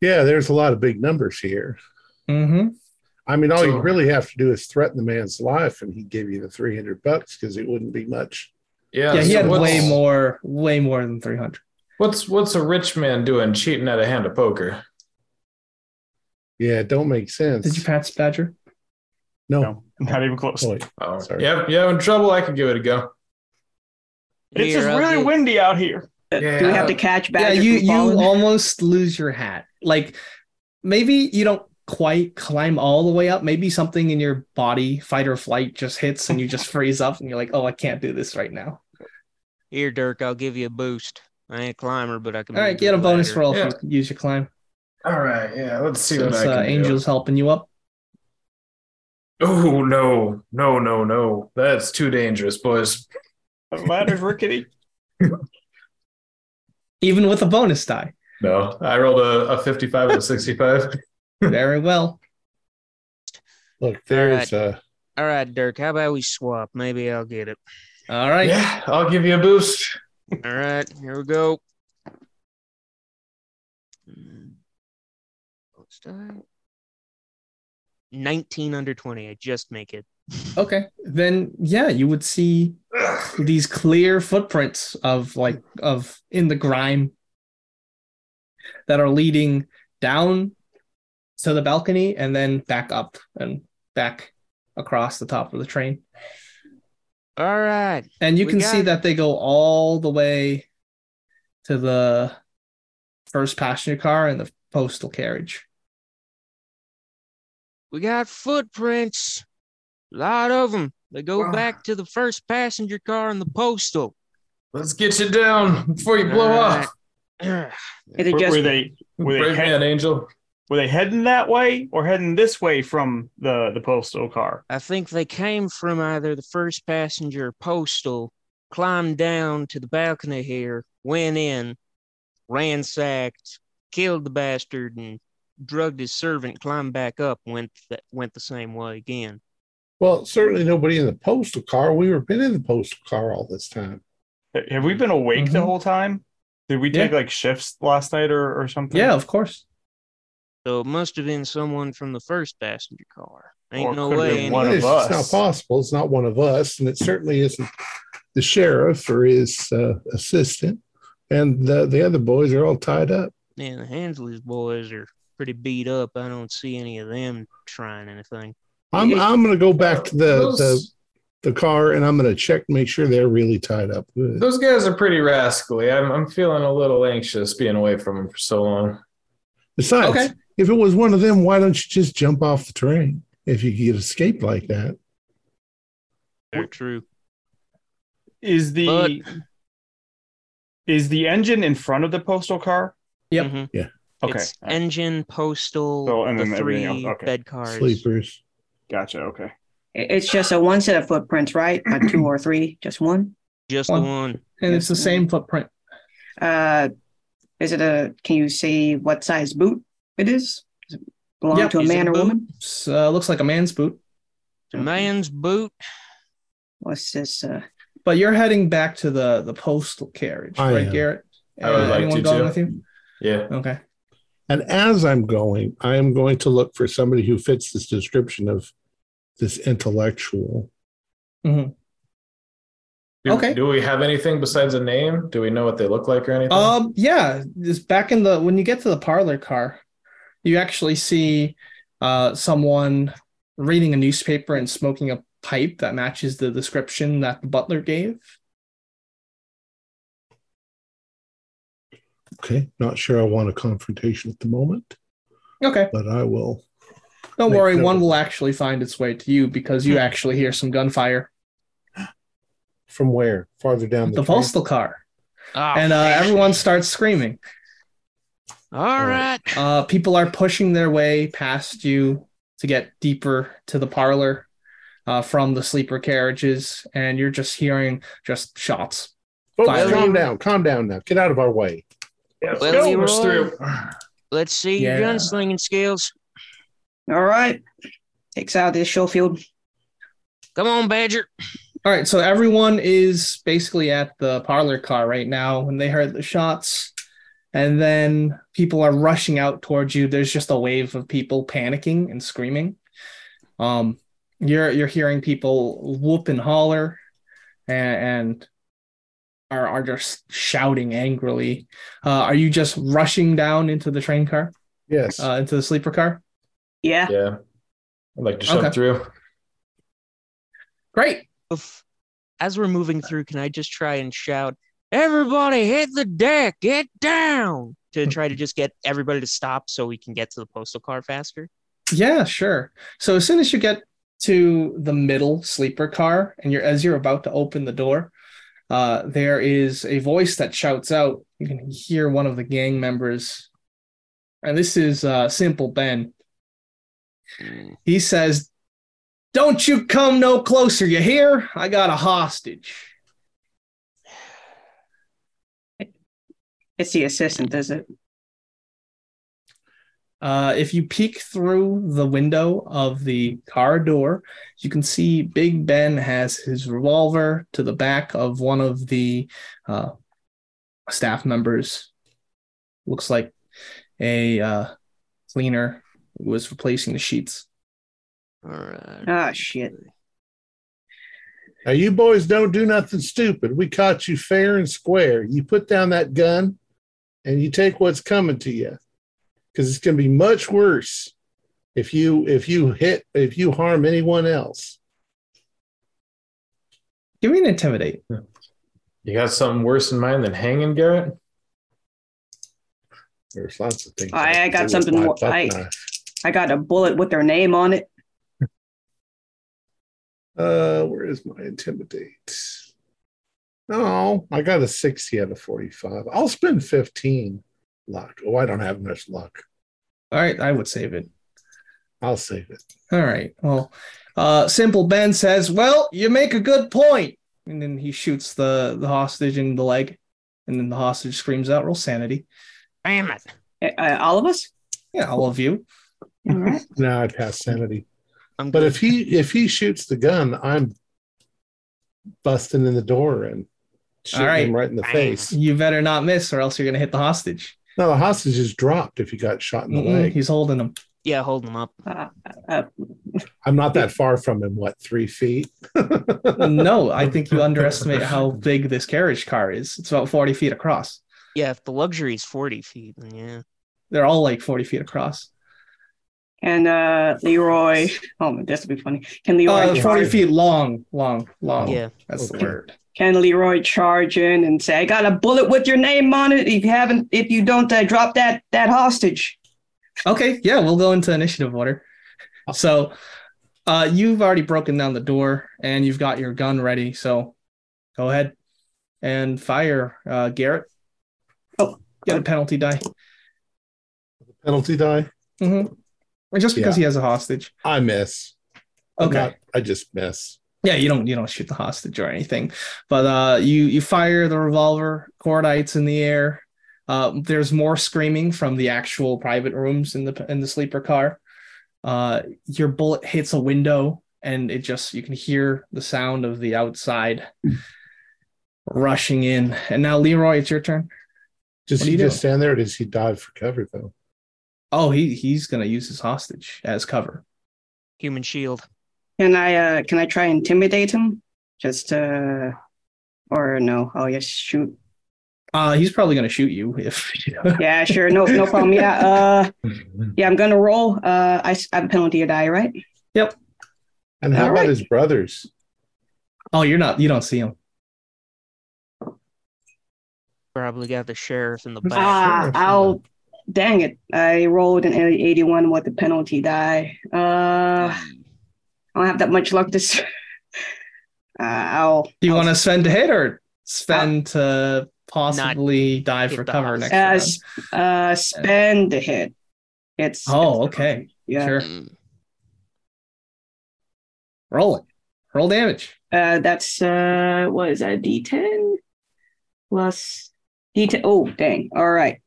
S1: Yeah, there's a lot of big numbers here.
S2: Mm-hmm.
S1: I mean, all you
S4: So-
S1: really have to do is threaten the man's life, and he'd give you the 300 bucks because it wouldn't be much.
S4: Yeah,
S2: Yeah, he
S4: so
S2: had
S4: what's-
S2: way more, way more than three hundred.
S4: What's what's a rich man doing cheating at a hand of poker?
S1: Yeah, it don't make sense.
S2: Did you pass Badger?
S1: no.
S8: No, not even close.
S1: Oh, wait.
S4: Oh,
S1: Sorry.
S4: yeah, yeah, in trouble. I could give it a go.
S8: It's just
S3: Here, I'll
S8: really
S3: get-
S8: windy out here.
S5: Do we have to catch
S2: Yeah,
S5: Badger?
S2: you
S5: from
S2: you
S5: falling?
S2: almost lose your hat. Like maybe you don't quite climb all the way up. Maybe something in your body, fight or flight, just hits and you just freeze up and you're like, oh, I can't do this right now.
S3: Here, Dirk, I'll give you a boost. I ain't a climber, but I can.
S2: All right,
S3: move
S2: get a
S3: the
S2: bonus
S3: ladder.
S2: roll
S4: Yeah.
S2: if you use your climb.
S4: All right, yeah. Let's see
S2: Since
S4: what I
S2: uh,
S4: can
S2: Angel's helping you up.
S4: do. Oh no, no, no, no! That's too dangerous, boys.
S8: The ladder's rickety.
S2: Even with a bonus die.
S4: No, I rolled a, a fifty-five and a sixty-five.
S2: Very well.
S1: Look, there's uh,
S3: All right, Dirk. How about we swap? Maybe I'll get it.
S2: All right.
S4: Yeah, I'll give you a boost.
S3: All right, here we go. Mm. Let's die. Nineteen under twenty. I just make it.
S2: Okay. Then yeah, you would see these clear footprints of like of in the grime that are leading down to the balcony and then back up and back across the top of the train.
S3: All right.
S2: And you
S3: We
S2: can
S3: got
S2: see
S3: it.
S2: that they go all the way to the first passenger car and the postal carriage.
S3: We got footprints, a lot of them. They go
S4: Wow.
S3: back to the first passenger car and the postal.
S4: Let's get you down before you blow up.
S3: Alright.
S5: Is it
S8: Were,
S5: just
S8: were they were they
S4: Brave
S8: head-
S4: man, Angel.
S8: were they heading that way or heading this way from the the postal car?
S3: I think they came from either the first passenger or postal, climbed down to the balcony here, went in, ransacked, killed the bastard, and drugged his servant. Climbed back up, went th- went the same way again.
S1: well, certainly nobody in the postal car. We were been in the postal car all this time.
S8: Have we been awake the
S2: Mhm.
S8: whole time? Did we
S2: Yeah.
S8: take like shifts last night or, or
S3: Hmm.
S8: something?
S2: Yeah, of course.
S3: So it must have been someone from the first passenger car. Ain't
S8: Or it
S3: no
S8: could've been
S3: way. any-
S8: One of
S1: it's
S8: us.
S1: not possible. It's not one of us, and it certainly isn't the sheriff or his uh, assistant. And the, the other boys are all tied up.
S3: Yeah, the Hansley's boys are pretty beat up. I don't see any of them trying anything.
S1: I'm
S5: Yeah.
S1: I'm gonna go back to the, the
S4: those,
S1: the car and I'm gonna check make sure they're really tied up. Good.
S4: those guys are pretty rascally. I'm I'm feeling a little anxious being away from them for so long.
S1: Besides,
S2: Okay.
S1: if it was one of them, why don't you just jump off the train if you could escape like that?
S3: They're true.
S8: Is the
S3: But-
S8: is the engine in front of the postal car?
S2: Yep.
S3: Mhm.
S8: Okay,
S3: It's engine, postal,
S8: So, and
S3: the
S8: then
S3: three
S8: everything else. Okay.
S3: bed cars.
S1: Sleepers.
S8: gotcha. Okay,
S5: It's just a one set of footprints, right? Not two or three, just one.
S3: Just
S2: One.
S3: the one.
S2: And it's the same footprint.
S5: Uh, is it a? Can you say what size boot it is? Does it belong
S2: Yep.
S5: to a
S3: Is it
S5: man
S3: a
S5: or
S3: boot?
S5: woman?
S2: So, uh, looks like a man's boot.
S3: The man's boot.
S5: What's this? Uh,
S2: But you're heading back to the the postal carriage,
S1: I
S2: right,
S1: am.
S2: Garrett?
S4: I would
S2: Uh,
S4: like
S2: anyone
S4: to,
S2: going
S4: too.
S2: with you?
S4: Yeah.
S2: Okay.
S1: And as I'm going, I am going to look for somebody who fits this description of this intellectual.
S4: Do,
S2: Okay.
S4: Do we have anything besides a name? Do we know what they look like or anything?
S2: Um. Yeah. This back in the when you get to the parlor car, you actually see uh someone reading a newspaper and smoking a pipe that matches the description that the butler gave.
S1: Okay. Not sure I want a confrontation at the moment,
S2: Okay.
S1: but I will.
S2: Don't
S1: Make
S2: worry.
S1: note.
S2: One will actually find its way to you because
S1: Hmm.
S2: you actually hear some gunfire.
S1: From where? Farther down the,
S2: The
S1: train?
S2: postal car.
S3: Oh,
S2: and uh,
S1: Ah.
S2: everyone starts screaming.
S3: all right.
S2: Uh, people are pushing their way past you to get deeper to the parlor uh, from the sleeper carriages, and you're just hearing just shots.
S1: Folks,
S2: Fire.
S1: calm down. Calm down now. Get out of our way.
S4: Yes,
S3: Well,
S4: go,
S3: Leroy.
S4: push through.
S3: Let's see
S2: Yeah.
S3: your gunslinging skills.
S5: All right. Takes out this Schofield.
S3: Come on, Badger.
S2: All right, so everyone is basically at the parlor car right now when they heard the shots. And then people are rushing out towards you. There's just a wave of people panicking and screaming. Um, you're you're hearing people whoop and holler and, and are, are just shouting angrily. Uh, are you just rushing down into the train car,
S1: Yes.
S2: uh, into the sleeper car?
S5: Yeah.
S4: Yeah. I'd like to shove
S2: Okay.
S4: through.
S2: Great.
S3: Bef- As we're moving through, can I just try and shout, "Everybody, hit the deck! Get down!" To try to just get everybody to stop so we can get to the postal car faster.
S2: Yeah, sure. So as soon as you get to the middle sleeper car and you're as you're about to open the door, uh, there is a voice that shouts out. You can hear one of the gang members, and this is uh, Simple Ben. He says, "Don't you come no closer. You hear? I got a hostage."
S5: It's the assistant, is it?
S2: Uh, if you peek through the window of the car door, you can see Big Ben has his revolver to the back of one of the uh, staff members. Looks like a uh, cleaner who was replacing the sheets.
S3: All right.
S5: Ah, shit.
S1: Now, you boys don't do nothing stupid. We caught you fair and square. You put down that gun and you take what's coming to you because it's going to be much worse if you if you hit if you harm anyone else.
S2: Give me an intimidate.
S4: You got something worse in mind than hanging, Garrett?
S1: There's lots of things.
S5: I- I
S1: can
S5: got
S1: do with
S5: something
S1: my
S5: more-
S1: buck
S5: I-
S1: knife.
S5: I got a bullet with their name on it.
S1: Uh, where is my intimidate? No, I got a sixty out of forty-five. I'll spend fifteen luck. Oh, I don't have much luck.
S2: All right, I would save it.
S1: I'll save it.
S2: All right. Well, uh, Simple Ben says, "Well, you make a good point," and then he shoots the the hostage in the leg, and then the hostage screams out, "Roll sanity."
S3: Damn it.
S5: Uh, Uh, all of us?
S2: Yeah, all of you.
S7: All right.
S1: No, I passed sanity.
S3: I'm
S1: But
S3: good.
S1: if he if he shoots the gun, I'm busting in the door and shooting
S2: All right.
S1: him right in the
S3: Bang.
S1: face.
S2: You better not miss, or else you're gonna hit the hostage.
S1: No, the hostage is dropped if he got shot in the
S2: Mm-mm,
S1: leg.
S2: he's holding him.
S3: yeah, hold them up.
S5: Uh, uh,
S1: I'm not that far from him. What three feet?
S2: no, I think you underestimate how big this carriage car is. It's about 40 feet across.
S3: Yeah, if the luxury is 40 feet, then yeah.
S2: They're all like 40 feet across.
S5: and uh, Leroy. Oh, this will be funny. Can Leroy?
S2: Uh, 40
S5: charge,
S2: feet long, long, long.
S3: Yeah.
S2: That's the
S1: Okay.
S2: word.
S5: can Leroy charge in and say, "I got a bullet with your name on it. If you haven't, if you don't uh, drop that that hostage."
S2: Okay, yeah, we'll go into initiative order. So, uh, you've already broken down the door and you've got your gun ready. So, go ahead and fire, uh, Garrett.
S5: Oh.
S2: get a penalty die.
S1: Penalty die.
S2: hmm Just because he has a hostage.
S1: I miss. I'm
S2: Okay.
S1: not- I just miss.
S2: yeah you don't you don't shoot the hostage or anything but uh you you fire the revolver cordites in the air uh, there's more screaming from the actual private rooms in the in the sleeper car uh your bullet hits a window and it just you can hear the sound of the outside rushing in and now leroy it's your turn
S1: Does
S2: What do
S1: he
S2: you
S1: just
S2: do?
S1: stand there? or Does he dive for cover though?
S2: oh he he's gonna use his hostage as cover
S3: Human shield.
S5: Can I? Uh, can I try and intimidate him? Just uh, or no? Oh yes, shoot.
S2: uh he's probably gonna shoot you if
S5: Yeah, sure. No, no problem. Yeah. Uh, yeah. I'm gonna roll. Uh, I s- I'm penalty or die, right?
S1: And how
S5: All
S1: about
S5: right.
S1: his brothers?
S2: oh you're not you don't see him
S3: Probably got the sheriff in the
S1: Who's-
S3: back.
S5: Ah,
S1: Sure.
S5: I'll. Dang it! I rolled an 81 with the penalty die. Uh, I don't have that much luck this. Uh, I'll.
S2: Do you
S5: I'll-
S2: want to spend to hit or spend to possibly dive
S3: hit
S2: for
S3: the
S2: cover
S3: house.
S2: next round.
S5: As uh, spend the hit. It's
S2: Oh, okay.
S5: yeah.
S2: Sure.
S3: Mm,
S2: Roll it. Roll damage.
S5: Uh, that's
S7: It's, uh, what is that? D10 plus.
S5: detail. Oh, dang! All right,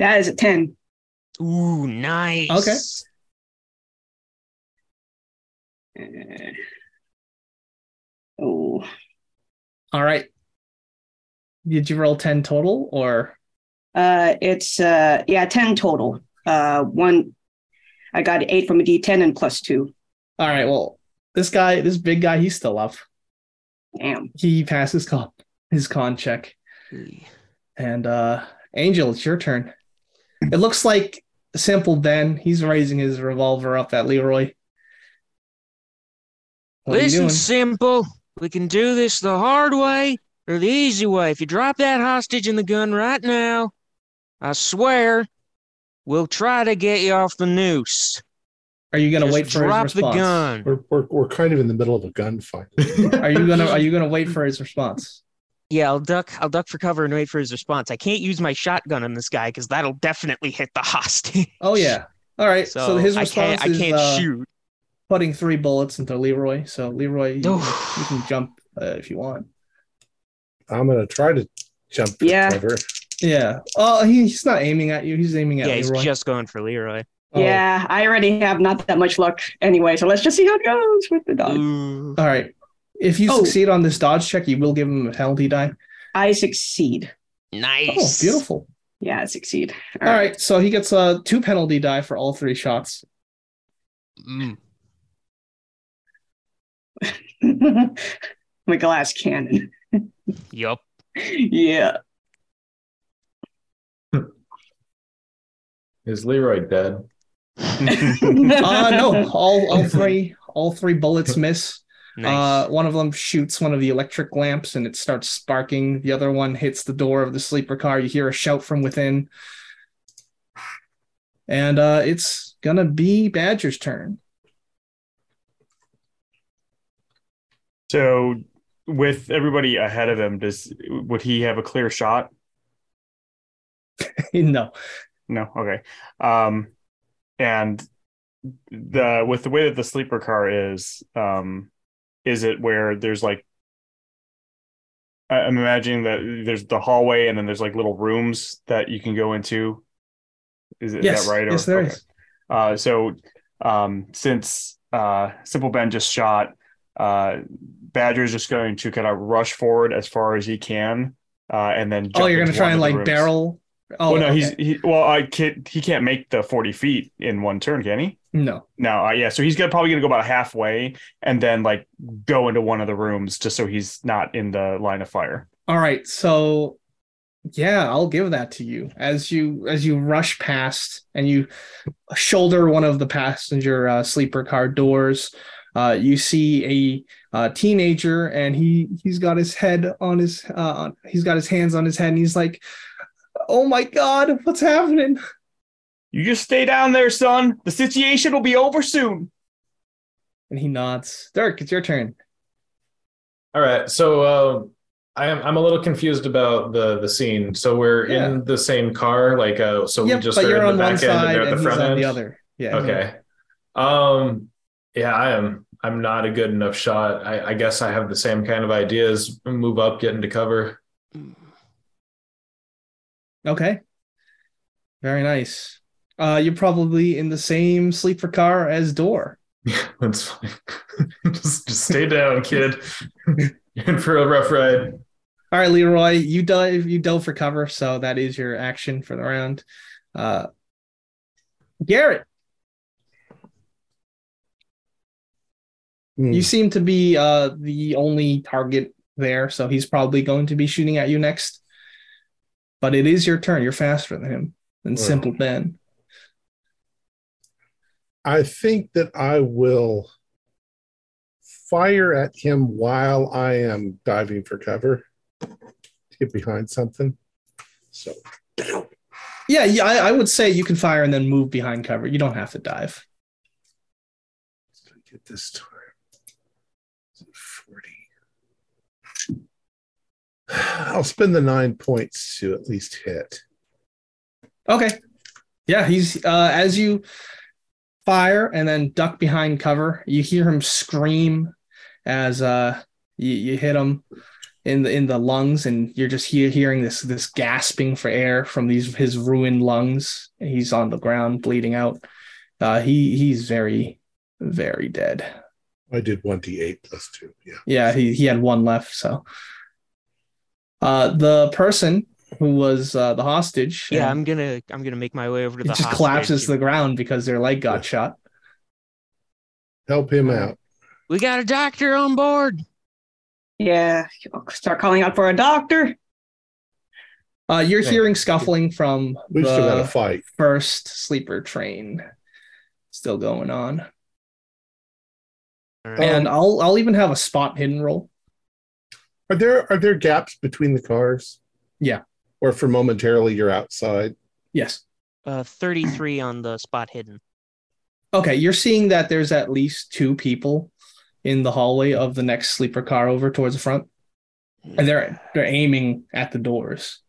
S5: that is a ten.
S3: Ooh, nice.
S5: Uh, oh,
S2: All right. Did you roll 10 total or
S5: uh, it's uh, yeah, ten total. Uh, one, I got eight from a D10 and plus two.
S2: All right, well, this guy, this big guy, he's still up.
S5: Damn.
S2: He passes con his con check.
S3: Okay.
S2: And uh Angel, it's your turn. It looks like Simple Ben, he's raising his revolver up at Leroy. What are you
S3: Listen,
S2: doing?
S3: simple. We can do this the hard way or the easy way. If you drop that hostage and the gun right now, I swear we'll try to get you off the noose.
S2: Are you gonna
S3: Just
S2: wait for
S3: drop
S2: his
S3: the
S2: response?
S3: gun.
S1: We're, we're, we're kind of in the middle of a gunfight.
S2: Are you gonna are you gonna wait for his response?
S3: Yeah, I'll duck. I'll duck for cover and wait for his response. I can't use my shotgun on this guy because that'll definitely hit the hostage.
S2: Oh yeah. All right.
S3: So,
S2: So, his
S3: I
S2: response
S3: can't. I can't
S2: is uh,
S3: shoot.
S2: putting three bullets into Leroy. So Leroy, you, can-
S3: Oof.
S2: you can jump uh, if you want.
S1: I'm going to try to jump for
S5: Yeah.
S1: cover.
S2: Yeah. Oh, he, he's not aiming at you. He's aiming
S3: Yeah,
S2: at
S3: he's
S2: Leroy.
S3: just going for Leroy.
S2: Oh.
S5: Yeah, I already have not that much luck anyway, so let's just see how it goes with the
S2: Uh,
S5: dog.
S2: Mm.
S3: Ooh.
S2: All right. If you
S5: Oh.
S2: succeed on this dodge check, you will give him a penalty die.
S5: I succeed.
S2: Oh,
S3: Nice.
S2: beautiful.
S5: Yeah, I succeed.
S2: All right. So he gets uh, two penalty die for all three shots.
S3: Mm.
S5: My glass cannon.
S3: Yup.
S5: Yeah.
S4: Is Leroy dead?
S2: Uh, no, all, all three all three bullets miss.
S3: Nice.
S2: Uh, one of them shoots one of the electric lamps and it starts sparking. The other one hits the door of the sleeper car. You hear a shout from within. And uh, it's gonna be Badger's turn.
S8: So, with everybody ahead of him, does would he have a clear shot?
S2: no.
S8: No. Okay. Um, and the with the way that the sleeper car is, um, is it where there's like I- I'm imagining that there's the hallway and then there's like little rooms that you can go into. Is, is
S2: yes.
S8: that right?
S2: yes, there
S8: okay.
S2: is.
S8: Uh, so, um, since uh, Simple Ben just shot, uh, Badger's just going to kind of rush forward as far as he can, uh, and then.
S2: Oh,
S8: jump
S2: you're
S8: into
S2: gonna try
S8: one
S2: and
S8: of the
S2: like
S8: rooms.
S2: barrel. Oh
S8: well, no,
S2: okay.
S8: he's he, well. I can't. He can't make the forty feet in one turn, can he?
S2: no.
S8: No. Uh, yeah. So he's gonna probably gonna go about halfway and then like go into one of the rooms just so he's not in the line of fire.
S2: All right, so yeah, I'll give that to you as you as you rush past and you shoulder one of the passenger uh, sleeper car doors. Uh, you see a uh, teenager and he he's got his head on his uh, on- he's got his hands on his head and he's like, "Oh my god, what's happening?"
S8: You just stay down there, son. The situation will be over soon.
S2: And he nods. Dirk, it's your turn.
S4: All right. So uh, I'm I'm a little confused about the the scene. So we're
S2: Yeah.
S4: in the same car, like uh, so we
S2: yep,
S4: just
S2: but
S4: are
S2: you're
S4: in
S2: on
S4: the
S2: one
S4: back end and
S2: side
S4: they're
S2: and
S4: at the
S2: he's
S4: front
S2: on
S4: end.
S2: the other. Yeah.
S4: Okay. Um. Yeah, I am. I'm not a good enough shot. I, I guess I have the same kind of ideas. Move up, get into cover.
S2: Okay. Very nice. Uh, you're probably in the same sleeper car as Door.
S4: That's fine. just, just stay down, kid. You're in for a rough ride.
S2: All right, Leroy, you dive, you dove for cover, so that is your action for the round. Uh, Garrett,
S1: Hmm.
S2: you seem to be uh, the only target there, so he's probably going to be shooting at you next. But it is your turn. You're faster than him, than
S1: Right.
S2: Simple Ben.
S1: I think that I will fire at him while I am diving for cover to get behind something. So
S2: Yeah, yeah, I, I would say you can fire and then move behind cover. You don't have to dive.
S1: let's get this time. Is it 40? I'll spend the nine points to at least hit.
S2: Okay. Yeah, he's uh, as you fire and then duck behind cover. You hear him scream as uh, you, you hit him in the in the lungs, and you're just hear, hearing this this gasping for air from these his ruined lungs. He's on the ground, bleeding out. Uh, he he's very very dead.
S1: I did 1d8 plus two. Yeah.
S2: Yeah, he, he had one left. So, uh, the person who was uh, the hostage,
S3: Yeah,
S2: uh,
S3: I'm gonna I'm gonna make my way over to
S2: he
S3: the.
S2: just
S3: hostage.
S2: collapses to the ground because their leg got shot.
S1: Help him out.
S3: We got a doctor on board.
S5: Yeah, start calling out for a doctor.
S2: Uh, you're
S1: Yeah.
S2: hearing scuffling from
S1: We've still got a
S2: the
S1: fight.
S2: first sleeper train still going on,
S3: All right.
S1: Um,
S2: and I'll I'll even have a spot hidden roll.
S1: Are there are there gaps between the cars?
S2: Yeah.
S1: Or for momentarily you're outside.
S2: Yes.
S3: Uh, 33 on the spot hidden.
S2: Okay, you're seeing that there's at least two people in the hallway of the next sleeper car over towards the front, and they're they're aiming at the doors.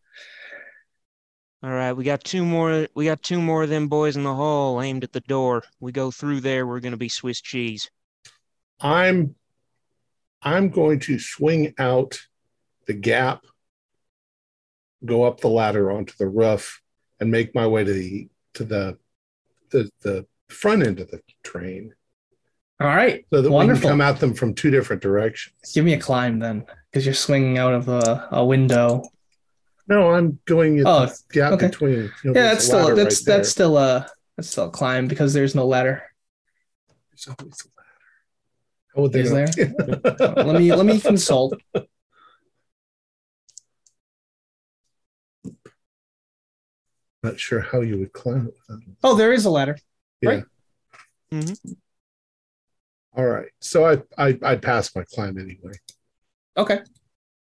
S3: All right, we got two more. We got two more of them boys in the hall aimed at the door. We go through there, we're gonna be Swiss cheese.
S1: I'm I'm going to swing out the gap, go up the ladder onto the roof, and make my way to the to the the, the front end of the train
S2: All right,
S1: so that we
S2: Wonderful.
S1: can come at them from two different directions.
S2: give me a climb then, because you're swinging out of a, a window.
S1: No, I'm going at
S2: Oh,
S1: the gap
S2: okay.
S1: between. you know,
S2: yeah,
S1: there's
S2: that's
S1: a
S2: still
S1: ladder
S2: that's
S1: right there.
S2: that's still a that's still a climb because there's no ladder.
S1: There's always a ladder. Oh, would they
S2: Is
S1: not-
S2: let me let me consult.
S1: Not sure how you would climb it without. it.
S2: Oh, there is a ladder.
S1: All right, so I I I passed my climb anyway.
S2: Okay.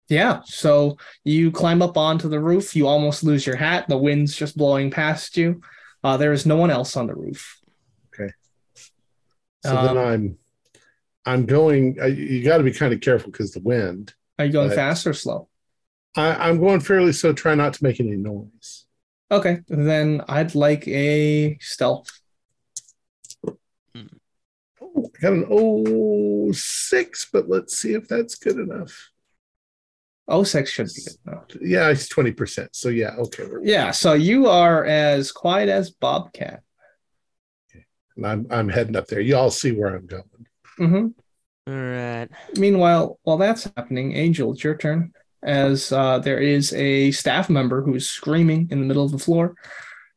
S2: Yeah. So you climb up onto the roof. You almost lose your hat. The wind's just blowing past you. Uh, there is no one else on the roof.
S1: So then
S2: Um,
S1: I'm I'm going. I, you got to be kind of careful because the wind.
S2: Are you going
S1: Right.
S2: fast or slow?
S1: I, I'm going fairly so. Try not to make any noise.
S2: Okay. Then I'd like a stealth.
S1: Oh, I got an oh six, but let's see if that's good enough.
S2: Oh, six should be good. No.
S1: Yeah, it's twenty percent. So yeah, okay. we're-
S2: Yeah. So you are as quiet as Bobcat.
S1: and I'm I'm heading up there. Y'all see where I'm going.
S2: hmm
S3: All right.
S2: Meanwhile, while that's happening, Angel, it's your turn. As uh, there is a staff member who is screaming in the middle of the floor,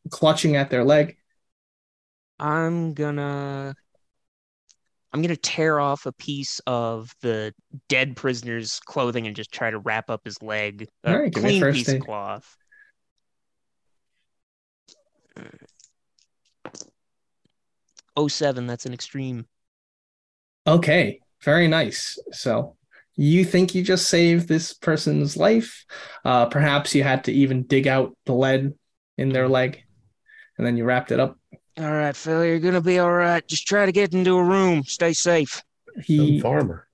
S2: clutching at their leg.
S3: I'm gonna I'm gonna tear off a piece of the dead prisoner's clothing and just try to wrap up his leg. A
S2: All right, give me
S3: clean
S2: first
S3: piece of
S2: aid.
S3: cloth. Oh seven, that's an extreme.
S2: Okay, very nice. So you think you just saved this person's life? Uh, perhaps you had to even dig out the lead in their leg, and then you wrapped it up.
S3: All right, fella, you're gonna be all right. Just try to get into a room. Stay safe.
S1: Some
S2: He
S1: farmer.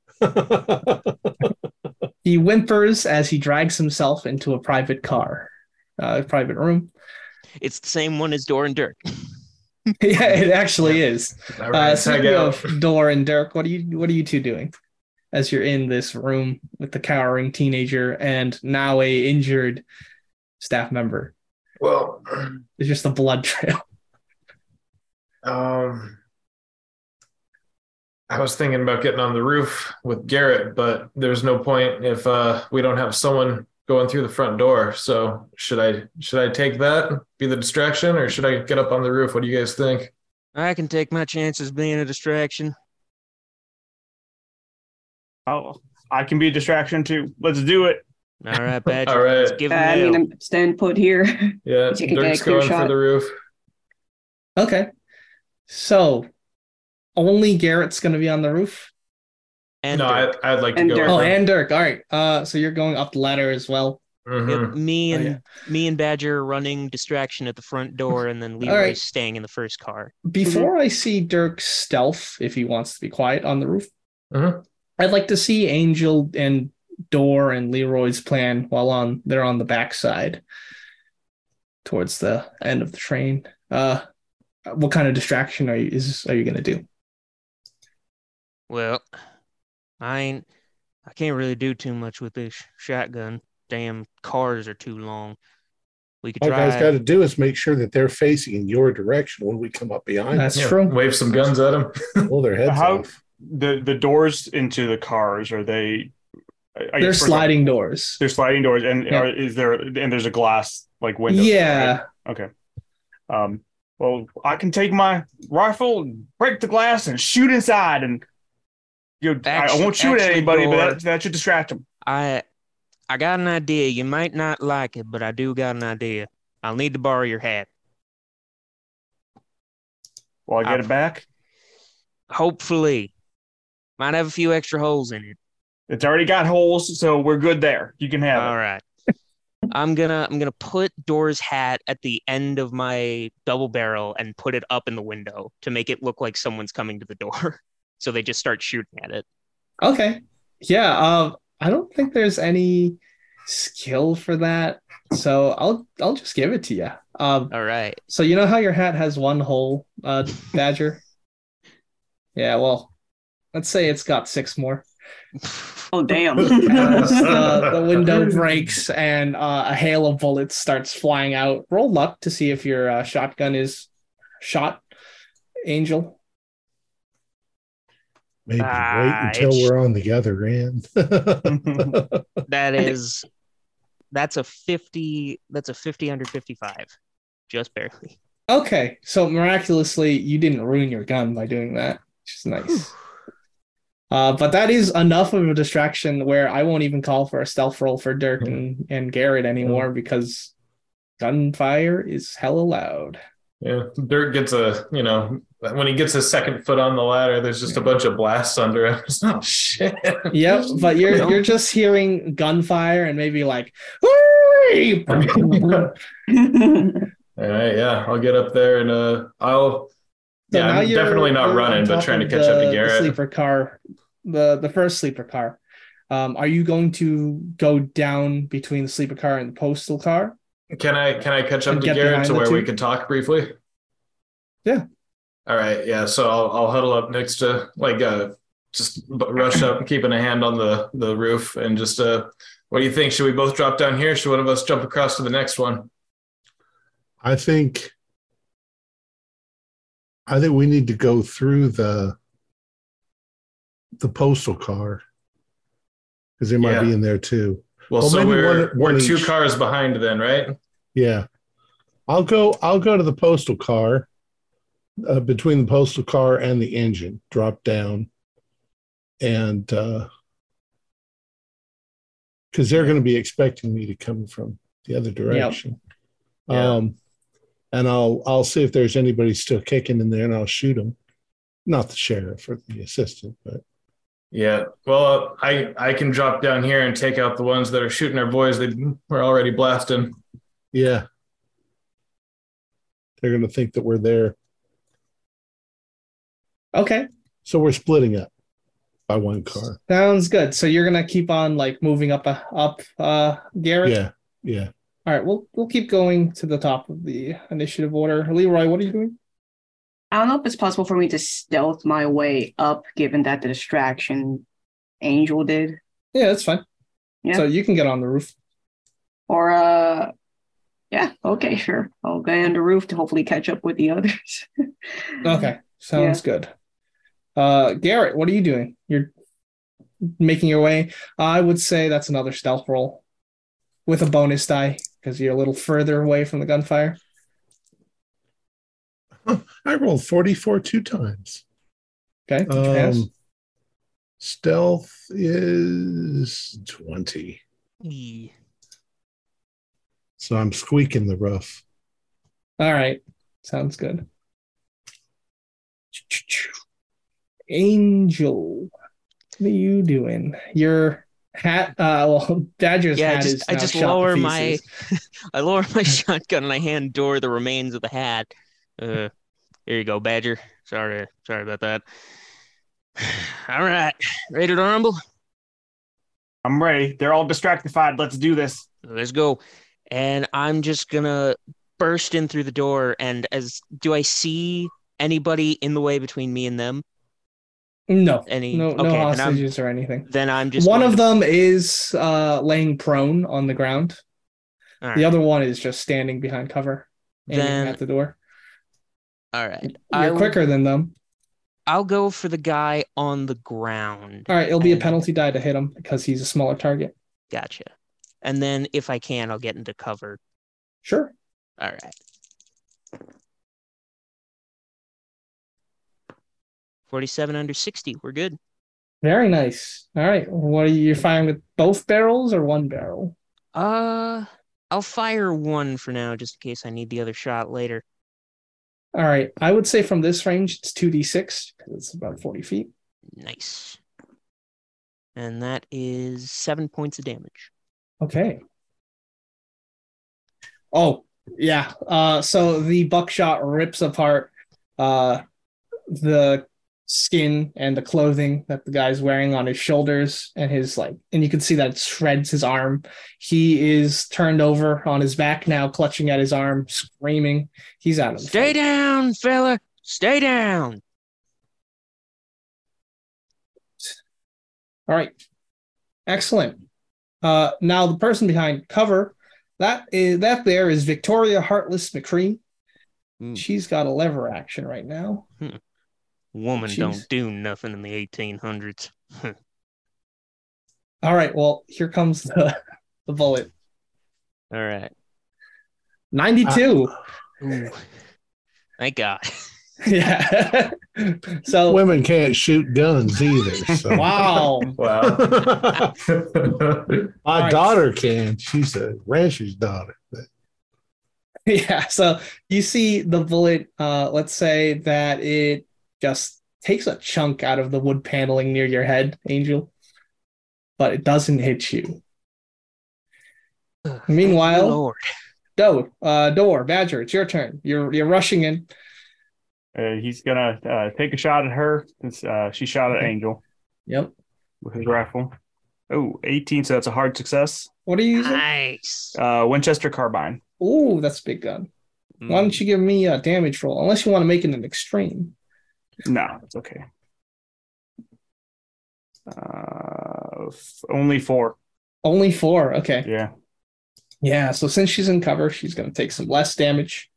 S2: he whimpers as he drags himself into a private car, uh, a private room.
S3: It's the same one as Doran Dirk.
S2: yeah, it actually is.
S4: All
S2: Uh,
S4: right, tag
S2: speaking
S4: out.
S2: of Dor and Dirk, what are you what are you two doing as you're in this room with the cowering teenager and now a injured staff member?
S4: Well,
S2: It's just a blood trail.
S4: um, I was thinking about getting on the roof with Garrett, but there's no point if uh, we don't have someone going through the front door. So should I should I take that be the distraction, or should I get up on the roof? What do you guys think?
S3: I can take my chances being a distraction.
S8: Oh, I can be a distraction too. Let's do it.
S3: All right, Badger.
S4: All
S3: Let's
S4: right.
S3: give
S5: Uh,
S3: him
S5: I
S3: hell.
S5: mean, I'm staying put here.
S4: Yeah,
S5: You can get a
S4: Dirk's
S5: clear
S4: going for
S5: shot.
S4: the roof.
S2: Okay. So only Garrett's gonna be on the roof.
S3: and
S4: no,
S3: Dirk.
S4: I, I'd like to
S5: And
S4: go.
S5: Dirk.
S2: Oh,
S4: with him.
S2: and Dirk. All right. Uh so you're going up the ladder as well.
S4: Mhm.
S3: Yep, me
S2: Oh,
S3: and
S2: yeah.
S3: me and Badger are running distraction at the front door, and then Leroy's
S2: right.
S3: staying in the first car.
S8: Mm-hmm.
S2: Before I see Dirk's
S8: Uh-huh.
S2: stealth, if he wants to be quiet on the roof,
S4: Mhm.
S2: I'd like to see Angel and door and Leroy's plan while on they're on the backside towards the end of the train. Uh, what kind of distraction are you is are you gonna do?
S3: Well, I ain't. I can't really do too much with this shotgun. Damn cars are too long. We could
S1: All
S3: try.
S1: guys got to do is make sure that they're facing in your direction when we come up behind them.
S2: That's true.
S4: Wave some guns at him.
S1: Pull their heads
S8: How-
S1: off.
S8: the the doors into the cars are they? I- I-
S2: They're
S8: first of all,
S2: sliding doors.
S8: They're sliding doors, and
S2: Yeah.
S8: are, is there and there's a glass like window?
S2: Yeah.
S8: Okay. Um.
S6: Well, I can take my rifle, and break the glass, and shoot inside. And
S8: You.
S6: I, I
S3: Actu-
S6: won't shoot at
S3: actually,
S6: anybody, but
S3: Lord.
S6: that, that should distract them.
S3: I I got an idea. You might not like it, but I do got an idea. I'll need to borrow your hat.
S8: Well, I get
S3: I-
S8: it back.
S3: Hopefully. Might have a few extra holes in it.
S6: It's already got holes, so we're good there. You can have
S3: All right. I'm gonna I'm gonna put Dora's hat at the end of my double barrel and put it up in the window to make it look like someone's coming to the door. So they just start shooting at it.
S2: Okay. Yeah. Um. I don't think there's any skill for that, so I'll I'll just give it to you. Um.
S3: All right.
S2: So you know how your hat has one hole, uh, Badger? yeah, well, let's say it's got six more.
S5: Oh damn.
S2: As the, the window breaks and uh, a hail of bullets starts flying out. Roll luck to see if your uh, shotgun is shot, Angel.
S1: Maybe
S3: Ah,
S1: wait until
S3: it's-
S1: we're on the other end.
S3: That is that's a fifty that's a fifty under fifty five. Just barely.
S2: Okay, so miraculously, you didn't ruin your gun by doing that, which is nice. Uh, but that is enough of a distraction where I won't even call for a stealth roll for Dirk and, and Garrett anymore because gunfire is hella loud.
S4: Yeah, Dirk gets a you know when he gets his second foot on the ladder, there's just a bunch of blasts under him. It's not shit.
S2: Yep, but you're
S4: Yeah.
S2: you're just hearing gunfire and maybe like, "Hooray!" so
S4: All right, yeah, I'll get up there and uh, I'll Yeah, I'm
S2: you're-
S4: definitely not
S2: you're on
S4: running, but
S2: top
S4: trying to
S2: of
S4: catch up to
S2: the- the
S4: Garrett.
S2: sleeper car, the the first sleeper car. Um, are you going to go down between the sleeper car and the postal car?
S4: can I can I catch up
S2: And
S4: to
S2: get
S4: Garrett
S2: behind
S4: to
S2: the
S4: where we
S2: two?
S4: could talk briefly?
S2: Yeah.
S4: All right, yeah. So I'll I'll huddle up next to like uh just b- rush up, keeping a hand on the the roof, and just uh, what do you think? Should we both drop down here? Should one of us jump across to the next one?
S1: I think I think we need to go through the the postal car because they might be
S4: Yeah.
S1: in there too.
S4: Well,
S1: Well,
S4: so
S1: maybe
S4: we're
S1: one- one
S4: we're two
S1: each.
S4: cars behind then, right?
S1: Yeah, I'll go. I'll go to the postal car uh, between the postal car and the engine. Drop down, and because they're going to be expecting me to come from the other direction.
S4: Yeah.
S1: Um, and I'll I'll see if there's anybody still kicking in there, and I'll shoot them. Not the sheriff or the assistant, but
S4: Yeah. Well, I I can drop down here and take out the ones that are shooting our boys. They were already blasting.
S1: yeah, they're going to think that we're there.
S2: Okay,
S1: So we're splitting up by one car.
S2: sounds good. So you're gonna keep on like moving up uh, up uh Garrett.
S1: Yeah, yeah.
S2: All right, we'll we'll keep going to the top of the initiative order. Leroy, what are you doing?
S5: I don't know if it's possible for me to stealth my way up, given that the distraction Angel did,
S2: Yeah, that's fine.
S5: Yeah.
S2: So you can get on the roof.
S5: or uh, yeah, okay, sure. I'll go on the roof to hopefully catch up with the others. Uh,
S2: Okay, sounds good. Uh, Garrett, what are you doing? You're making your way. I would say that's another stealth roll with a bonus die because you're a little further away from the gunfire.
S1: I rolled 44 two times.
S2: Okay, did you pass?
S1: Um, stealth is 20.
S3: Yee.
S1: So I'm squeaking the rough.
S2: All right, sounds good. Angel, what are you doing? Your hat, uh, well, Badger's
S3: Yeah, I
S2: hat
S3: just-
S2: is.
S3: I
S2: now
S3: just
S2: shot to
S3: lower my-
S2: pieces.
S3: I lower my shotgun and I hand Dora the remains of the hat. Uh, here you go, Badger. Sorry, sorry about that. All right, ready to rumble?
S6: I'm ready. They're all distractified. Let's do this.
S3: Let's go. And I'm just gonna burst in through the door. And as do I see anybody in the way between me and them?
S2: No,
S3: Any?
S2: no, no
S3: okay. and I'm-
S2: hostages or anything.
S3: then I'm just
S2: one
S3: going
S2: of
S3: to-
S2: them is uh, laying prone on the ground.
S3: All right.
S2: The other one is just standing behind cover, aiming
S3: Then
S2: at the door.
S3: All right. I
S2: You're
S3: will-
S2: quicker than them.
S3: I'll go for the guy on the ground.
S2: All right, it'll be a
S3: And-
S2: penalty die to hit him because he's a smaller target.
S3: Gotcha. And then if I can, I'll get into cover.
S2: Sure.
S3: All right. 47 under 60. We're good.
S2: Very nice. All right. What are you you're firing with both barrels or one barrel?
S3: Uh, I'll fire one for now just in case I need the other shot later.
S2: All right. I would say from this range, it's 2d6 because it's about 40 feet.
S3: Nice. And that is seven points of damage.
S2: Okay. Oh, yeah. Uh, so the buckshot rips apart uh, the skin and the clothing that the guy's wearing on his shoulders and his like and you can see that it shreds his arm he is turned over on his back now clutching at his arm screaming he's out of the
S3: Stay
S2: fight.
S3: down, fella. Stay down.
S2: All right. Excellent. Uh, now the person behind cover, that is that there is Victoria Heartless McCree.
S3: Hmm.
S2: She's got a lever action right now.
S3: Woman
S2: Jeez.
S3: don't do nothing in the 1800s.
S2: All right. Well, here comes the, the bullet.
S3: All right.
S2: Ninety-two.
S3: Ooh. Thank God.
S2: yeah. so
S1: Women can't shoot guns either. So.
S2: Oh. wow.
S4: Wow.
S1: My
S2: Alright.
S1: daughter can. She's a rancher's daughter.
S2: yeah. So you see the bullet. Uh, let's say that it just takes a chunk out of the wood paneling near your head, Angel, but it doesn't hit you.
S3: Thank you,
S2: Meanwhile-
S3: Lord.
S2: Door, uh, door, Badger, it's your turn. You're you're rushing in.
S8: Uh, he's gonna uh, take a shot at her since uh, she shot at
S2: Okay.
S8: Angel
S2: Yep.
S8: with his rifle. Oh, 18, so that's a hard success.
S2: What are you using?
S3: Nice.
S8: Uh, Winchester carbine.
S2: Ooh, that's a big gun. Why don't you give me a damage roll? Unless you want to make it an extreme.
S8: No, it's okay. Uh, f- only four.
S2: Only four. Okay.
S8: Yeah.
S2: Yeah. So since she's in cover, she's going to take some less damage.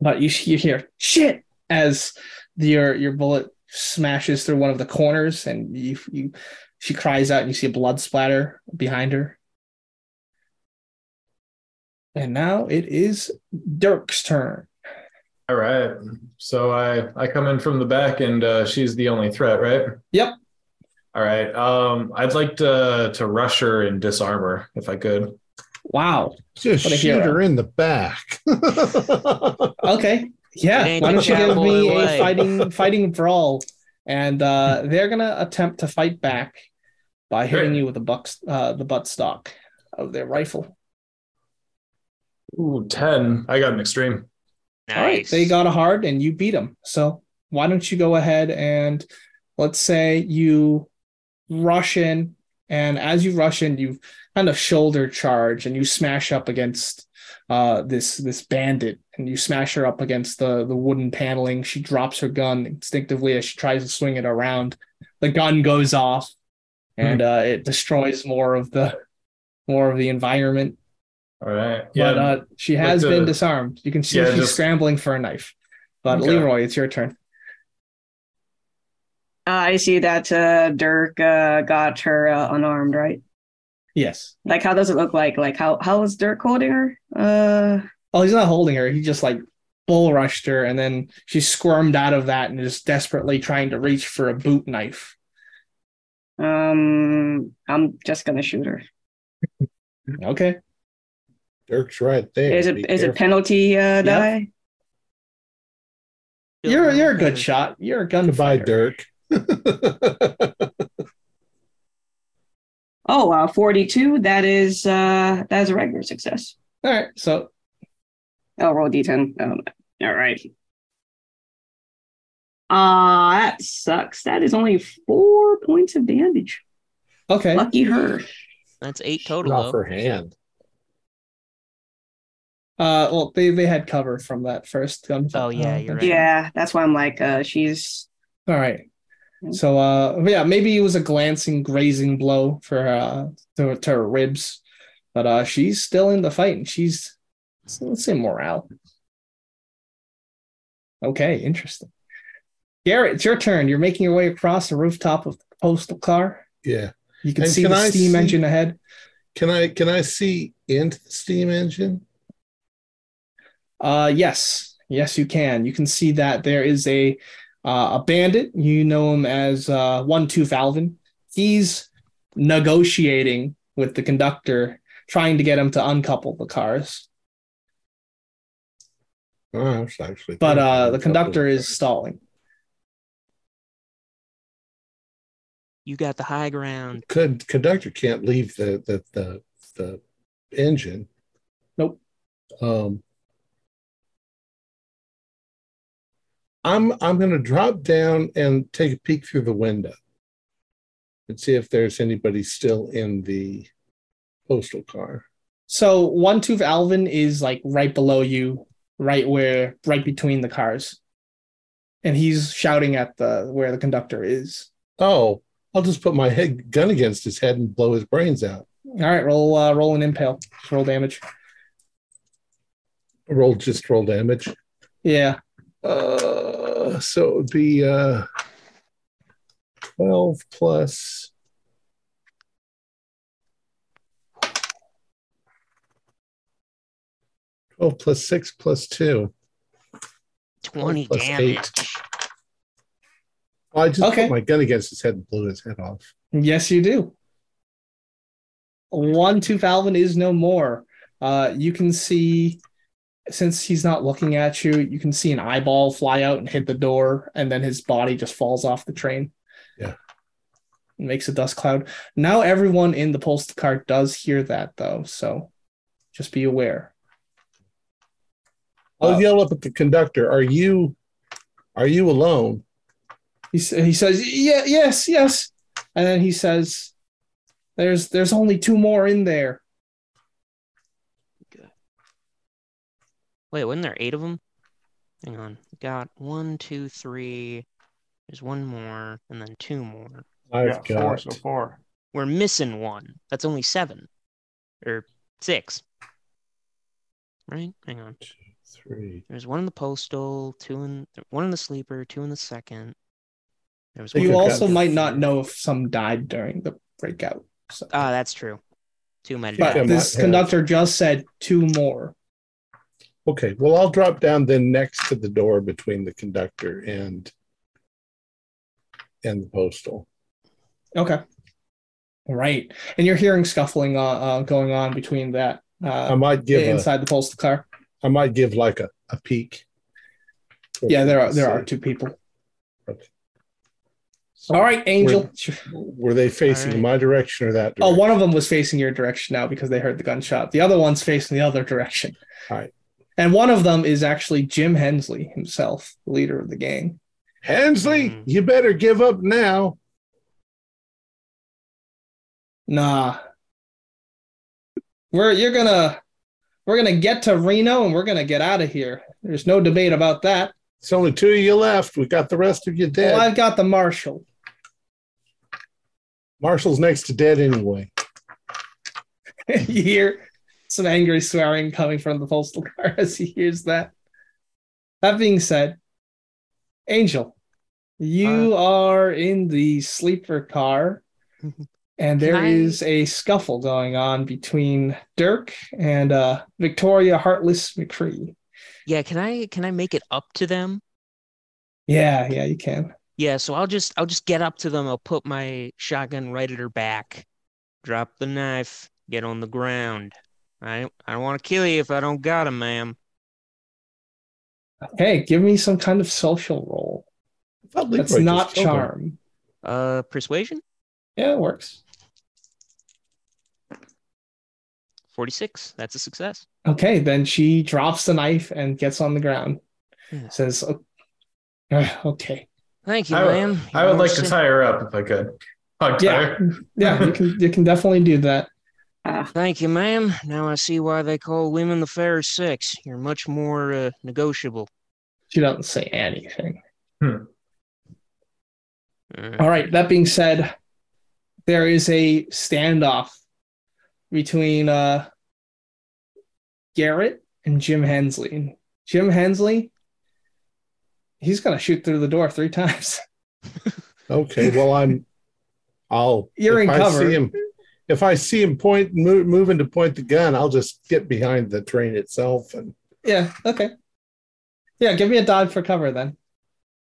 S2: But you you hear shit as your your bullet smashes through one of the corners, and you you she cries out, and you see a blood splatter behind her. And now it is Dirk's turn.
S4: All right. So I I come in from the back, and uh, she's the only threat, right?
S2: Yep.
S4: All right. Um, I'd like to to rush her and disarm her if I could.
S2: Wow.
S1: Just
S2: What a
S1: shoot
S2: hero.
S1: her in the back.
S2: Okay.
S3: It
S2: Yeah.
S3: ain't
S2: Why
S3: the
S2: don't you give
S3: chapel
S2: me
S3: in
S2: a
S3: LA.
S2: fighting fighting brawl? And uh,
S3: Hmm.
S2: they're gonna attempt to fight back by hitting
S4: Great.
S2: you with the buck uh, the butt stock of their rifle.
S4: Ooh, ten. I got an extreme.
S3: Nice.
S2: All right, they got a hard and you beat them. So why don't you go ahead and let's say you rush in, and as you rush in, you kind of shoulder charge and you smash up against uh, this this bandit, and you smash her up against the the wooden paneling. She drops her gun instinctively as she tries to swing it around. The gun goes off, and uh, it destroys more of the more of the environment.
S4: All right.
S2: But uh, she
S4: like
S2: has been
S4: the-
S2: disarmed. You can see
S4: Yeah,
S2: she's
S4: just-
S2: scrambling for a knife. But
S4: Okay.
S2: Leroy, it's your turn.
S5: I see that uh, Dirk uh, got her uh, unarmed, right?
S2: Yes.
S5: Like, how does it look like? Like, how how is Dirk holding her? Uh,
S2: Oh, he's not holding her. He just like bull rushed her, and then she squirmed out of that and is desperately trying to reach for a boot knife.
S5: um, I'm just gonna shoot her.
S2: Okay.
S1: Dirk's right there.
S5: Is
S1: Be
S5: it is it
S1: careful.
S5: penalty uh, die?
S3: Still
S2: You're
S3: no
S2: you're a good
S3: cover.
S2: shot. You're a gun
S1: Goodbye,
S2: fighter.
S1: Dirk.
S5: Oh, uh, 42. That is uh, that is a regular success.
S2: All right. So
S5: Oh, roll d10. Um, all right. Uh, Ah, that sucks. That is only four points of damage.
S2: Okay.
S5: Lucky her.
S3: That's eight total.
S1: Off
S3: though.
S1: her hand.
S2: Uh, well, they they had cover from that first gun.
S3: Oh, yeah,
S2: uh,
S3: you're right.
S5: Yeah, that's why I'm like, uh, she's
S2: All right. So, uh, yeah, maybe it was a glancing, grazing blow for uh to, to her ribs, but uh, she's still in the fight, and she's so let's say morale. Okay, interesting. Garrett, it's your turn. You're making your way across the rooftop of the postal car.
S1: Yeah.
S2: You can
S1: And
S2: see
S1: can
S2: the
S1: I
S2: steam
S1: see-
S2: engine ahead.
S1: Can I can I see into the steam engine?
S2: Uh, yes, yes, you can. You can see that there is a uh, a bandit. You know him as uh, One Two Valvin. He's negotiating with the conductor, trying to get him to uncouple the cars.
S1: Oh, that's actually.
S2: But uh, the conductor is stalling.
S3: You got the high ground.
S1: Could conductor can't leave the the the, the engine.
S2: Nope.
S1: Um. I'm I'm going to drop down and take a peek through the window and see if there's anybody still in the postal car.
S2: So One Two Valvin is like right below you, right where, right between the cars, and he's shouting at the where the conductor is.
S1: Oh, I'll just put my head gun against his head and blow his brains out.
S2: All right, roll uh, roll an impale, roll damage.
S1: Roll just roll damage.
S2: Yeah.
S1: Uh, so it would be uh, 12 plus. Twelve plus six plus two.
S3: 20
S1: plus
S3: damage.
S1: Well, I just
S2: Okay.
S1: put my gun against his head and blew his head off.
S2: Yes, you do. One two Falvin is no more. Uh, you can see, since he's not looking at you, you can see an eyeball fly out and hit the door, and then his body just falls off the train.
S1: Yeah.
S2: Makes a dust cloud. Now everyone in the postal car does hear that, though, so just be aware.
S1: I'll
S2: Uh,
S1: yell up at the conductor. Are you are you alone?
S2: He, s- he says, "Yeah, yes, yes," and then he says, "There's there's only two more in there."
S3: Wait, wasn't there eight of them? Hang on. Got one, two, three. There's one more, and then two more.
S1: I've
S8: yeah,
S1: got
S8: four so far.
S3: We're missing one. That's only seven or six. Right? Hang on.
S1: three.
S3: There's one in the postal, two in one in the sleeper, two in the second. There was
S1: They
S3: one.
S2: you
S1: could
S2: also
S1: cut-
S2: might not know if some died during the breakout. So.
S3: Ah, that's true. Two might have
S1: Yeah,
S2: but
S3: died.
S1: might
S2: this
S1: have.
S2: conductor just said two more.
S1: Okay, well, I'll drop down then next to the door between the conductor and and the postal.
S2: Okay. Right. And you're hearing scuffling uh, uh, going on between that
S1: I
S2: uh,
S1: might give a,
S2: inside the postal car.
S1: I might give like a, a peek.
S2: Yeah, there are there are two people. All right, Angel.
S1: Were they facing
S3: All right.
S1: my direction or that
S2: Oh,
S1: direction?
S2: one of them was facing your direction now because they heard the gunshot. The other one's facing the other direction.
S1: All right.
S2: And one of them is actually Jim Hensley himself, the leader of the gang.
S1: Hensley,
S3: Hmm.
S1: you better give up now.
S2: Nah. We're you're gonna we're gonna get to Reno and we're gonna get out of here. There's no debate about that.
S1: It's only two of you left. We got the rest of you dead.
S2: Well, I've got the marshal.
S1: Marshall's next to dead anyway.
S2: you hear some angry swearing coming from the postal car as he hears that. That being said, Angel, you are in the sleeper car,
S3: Mhm.
S2: and there
S3: Can I-
S2: is a scuffle going on between Dirk and uh, Victoria Heartless McCree.
S3: Yeah, can I can I make it up to them?
S2: Yeah, yeah, you can.
S3: Yeah, so I'll just I'll just get up to them. I'll put my shotgun right at her back, drop the knife, get on the ground. I I don't want to kill you if I don't got 'em, ma'am.
S2: Hey, give me some kind of social role.
S1: I thought
S2: That's
S1: Leroy just
S2: not
S1: killed him.
S2: charm.
S3: Uh, persuasion,
S2: Yeah, it works.
S3: forty six. That's a success.
S2: Okay, then she drops the knife and gets on the ground.
S3: Yeah.
S2: Says, "Oh, ah, "Okay,
S3: Thank you,
S4: I would-
S3: ma'am. You
S4: I would like to
S3: understand-
S4: tie her up if I could. Hog
S2: Yeah.
S4: tire.
S2: Yeah, you can you can definitely do that.
S3: Thank you, ma'am. Now I see why they call women the fair six. You're much more uh, negotiable.
S2: She doesn't say anything.
S3: Uh,
S2: All right. That being said, there is a standoff between uh, Garrett and Jim Hensley. Jim Hensley, he's gonna shoot through the door three times.
S1: Okay, well I'm I'll
S2: You're
S1: if
S2: in
S1: I
S2: cover.
S1: See him, if I see him point move, moving to point the gun, I'll just get behind the train itself and
S2: Yeah. Okay. Yeah. Give me a dodge for cover then,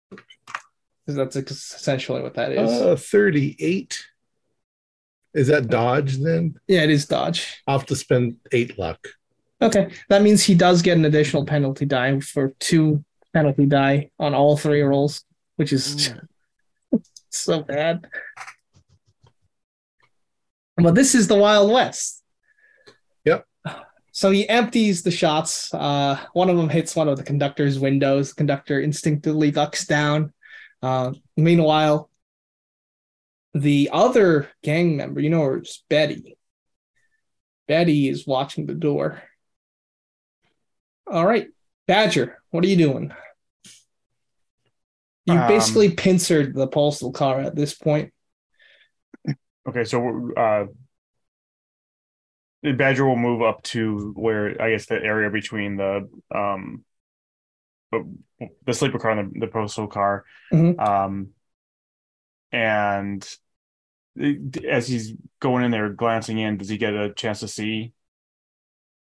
S2: because that's essentially what that is.
S1: uh, 38. Is that dodge then?
S2: yeah, it is dodge.
S1: I'll have to spend eight luck.
S2: Okay, that means he does get an additional penalty die for two penalty die on all three rolls, which is
S3: mm.
S2: so bad. But this is the Wild West.
S1: Yep.
S2: So he empties the shots. Uh, one of them hits one of the conductor's windows. The conductor instinctively ducks down. Uh, meanwhile, the other gang member, you know, her as Betty. Betty is watching the door. All right, Badger, what are you doing? You
S8: Um,
S2: basically pincered the postal car at this point.
S8: Okay, so we're, uh, Badger will move up to where I guess the area between the um, the, the sleeper car and the, the postal car,
S1: Mm-hmm.
S2: Mhm.
S8: um, and it- as he's going in there, glancing in, does he get a chance to see?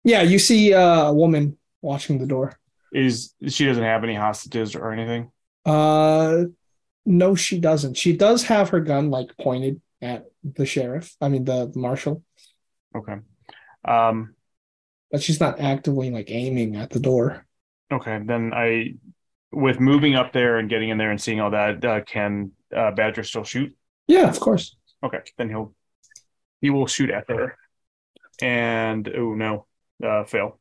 S2: Yeah, you see uh, a woman watching the door.
S8: Is she doesn't have any hostages or anything?
S2: Uh, no, she doesn't. She does have her gun like pointed at the sheriff. I mean the, the marshal,
S8: Okay, um,
S2: but she's not actively like aiming at the door.
S8: okay. Then I, with moving up there and getting in there and seeing all that, uh, can uh, Badger still shoot?
S2: Yeah, of course.
S8: Okay, then he'll he will shoot at her. And oh no, uh fail.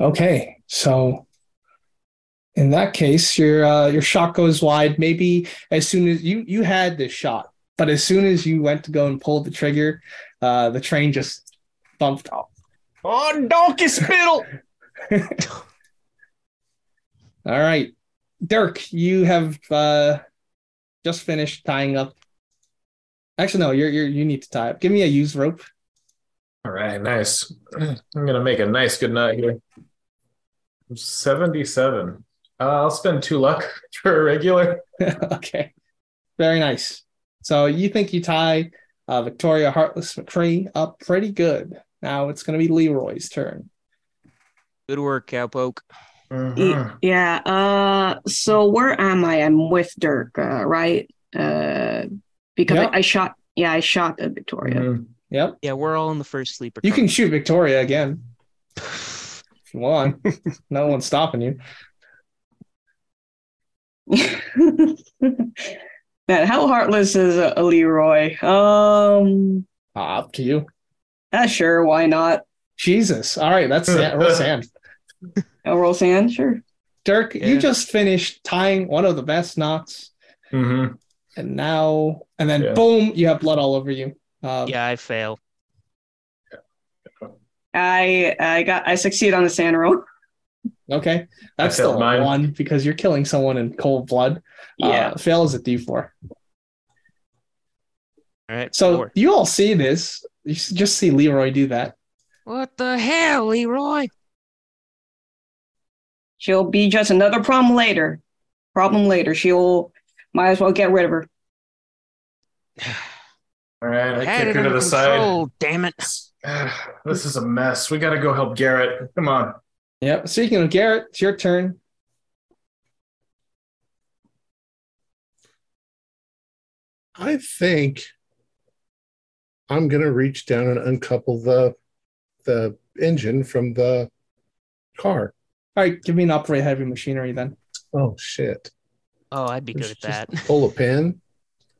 S2: Okay, so in that case, your uh, your shot goes wide. Maybe as soon as you you had this shot, but as soon as you went to go and pull the trigger, uh, the train just bumped off.
S6: Oh, donkey spittle!
S2: All right, Dirk, you have uh, just finished tying up. Actually, no, you're, you're you need to tie up. Give me a used rope.
S4: All right, nice. I'm gonna make a nice good night here. Seventy-seven. Uh, I'll spend two luck for a regular.
S2: okay, very nice. So you think you tie uh, Victoria Heartless McCree up pretty good. Now it's going to be Leroy's turn.
S3: Good work, cowpoke.
S4: Mhm.
S5: Yeah. Uh, so where am I? I'm with Dirk, uh, right? Uh, because
S2: Yeah.
S5: I, I shot. Yeah, I shot at Victoria.
S4: Mhm.
S2: Yep.
S3: Yeah, we're all in the first sleeper.
S2: You
S3: car.
S2: can shoot Victoria again if you want. no one's stopping you. Mm-hmm.
S5: Man, how heartless is a, a Leroy? Um,
S2: Uh, up to you.
S5: uh, sure, why not?
S2: Jesus. All right, that's Sam. Roll Sam.
S5: A roll sand, sure.
S2: Dirk, you
S3: Yeah.
S2: just finished tying one of the best knots,
S4: Mhm.
S2: and now and then
S4: Yeah.
S2: boom, you have blood all over you. Uh,
S3: Yeah, I fail.
S5: I I got I succeed on the sand roll.
S2: Okay, that's still
S4: failed
S2: a
S4: mine.
S2: one because you're killing someone in cold blood.
S5: Yeah.
S2: uh, fail is a D4.
S3: All right.
S2: So
S3: four.
S2: you all see this. You s- just see Leroy do that.
S3: what the hell, Leroy?
S5: She'll be just another problem later. Problem later. She'll might as well get rid of her.
S4: All right, I
S3: Had
S4: kick
S3: it
S4: her to
S3: under
S4: the side.
S3: control, Damn it.
S4: Ah, This is a mess. We gotta go help Garrett. Come on.
S2: Yep. Speaking of Garrett, it's your turn.
S1: I think I'm gonna reach down and uncouple the the engine from the car.
S2: All right, give me an operate heavy machinery then.
S1: Oh shit.
S3: Oh, I'd be good
S1: Just-
S3: at that.
S1: Pull a pin.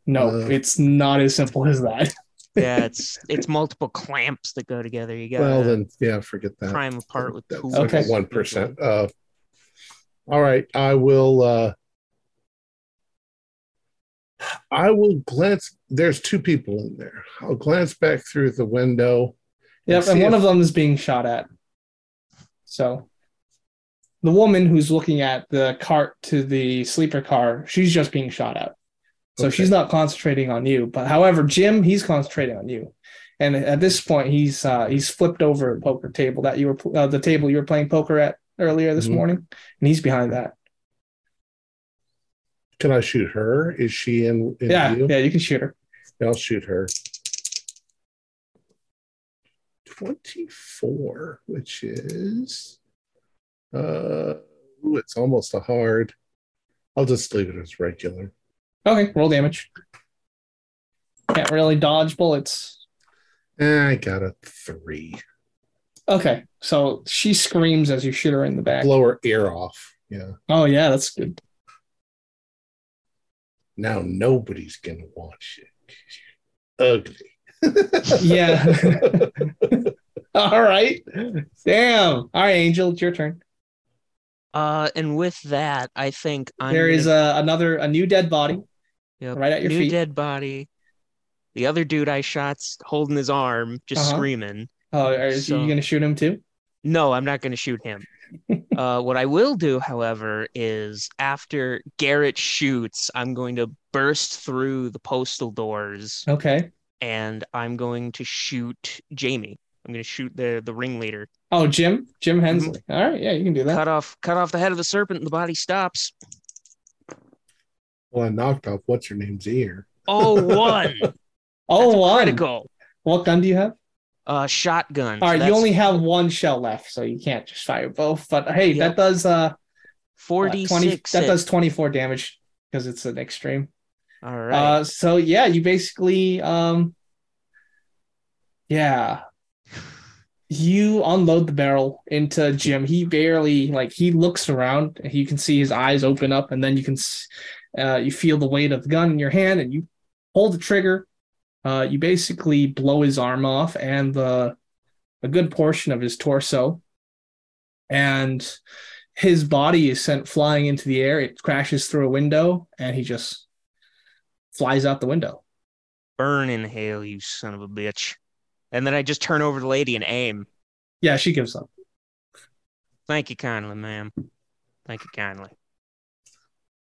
S2: No,
S1: Uh,
S2: it's not as simple as that.
S3: yeah, it's it's multiple clamps that go together. You got
S1: Well
S3: to
S1: then yeah, forget that.
S3: pry 'em apart with
S1: That's
S3: tools.
S1: like
S2: Okay.
S1: one percent. Uh, all right, I will. Uh, I will glance. There's two people in there. I'll glance back through the window.
S2: Yep,
S1: See
S2: and one
S1: if-
S2: of them is being shot at. So the woman who's looking at the cart to the sleeper car, she's just being shot at. So
S1: Okay.
S2: she's not concentrating on you. But however, Jim, he's concentrating on you. And at this point, he's uh, he's flipped over a poker table that you were uh, the table you were playing poker at earlier this
S1: Mhm.
S2: morning, and he's behind that.
S1: Can I shoot her? Is she in? in
S2: yeah,
S1: view?
S2: yeah, you can shoot her.
S1: I'll shoot her. 24, which is uh ooh, it's almost a hard. I'll just leave it as regular.
S2: Okay, roll damage. Can't really dodge bullets.
S1: Eh, I got a three.
S2: Okay, so she screams as you shoot her in the back.
S1: Blow her ear off. Yeah.
S2: Oh yeah, that's good.
S1: Now nobody's gonna watch it. Ugly.
S2: Yeah. All right. Damn. All right, Angel, it's your turn.
S3: Uh, and with that, I think I'm
S2: there is
S3: gonna-
S2: a, another a new dead body
S3: Yep.
S2: right at your
S3: new
S2: feet.
S3: dead body. The other dude I shot's holding his arm, just
S2: Uh-huh.
S3: screaming.
S2: Oh, are so
S3: So-
S2: you gonna shoot him too?
S3: No, I'm not going to shoot him. uh, what I will do, however, is after Garrett shoots, I'm going to burst through the postal doors
S2: Okay.
S3: and I'm going to shoot Jamie. I'm going to shoot the the ringleader.
S2: Oh, Jim, Jim Hensley. All right, yeah, you can do that.
S3: Mm-hmm. Cut off, cut off the head of the serpent, and the body stops.
S1: well, I knocked off what's her name's ear.
S3: Oh, one.
S2: Oh,
S3: That's
S2: one.
S3: critical.
S2: What gun do you have?
S3: Uh, shotgun.
S2: All right,
S3: So
S2: you
S3: that's
S2: only have one shell left, so you can't just fire both. But hey,
S3: Yep.
S2: that does uh what,
S3: 46.
S2: that
S3: hit.
S2: does twenty four damage because it's an extreme.
S3: All right.
S2: Uh, so yeah, you basically, um, yeah, you unload the barrel into Jim. He barely like he looks around. and You can see his eyes open up, and then you can, s- uh, you feel the weight of the gun in your hand, and you pull the trigger. Uh, you basically blow his arm off and the a good portion of his torso, and his body is sent flying into the air. It crashes through a window, and he just flies out the window.
S3: burn in hell, you son of a bitch. And then I just turn over to the lady and aim.
S2: Yeah, she gives up.
S3: Thank you kindly, ma'am. Thank you kindly.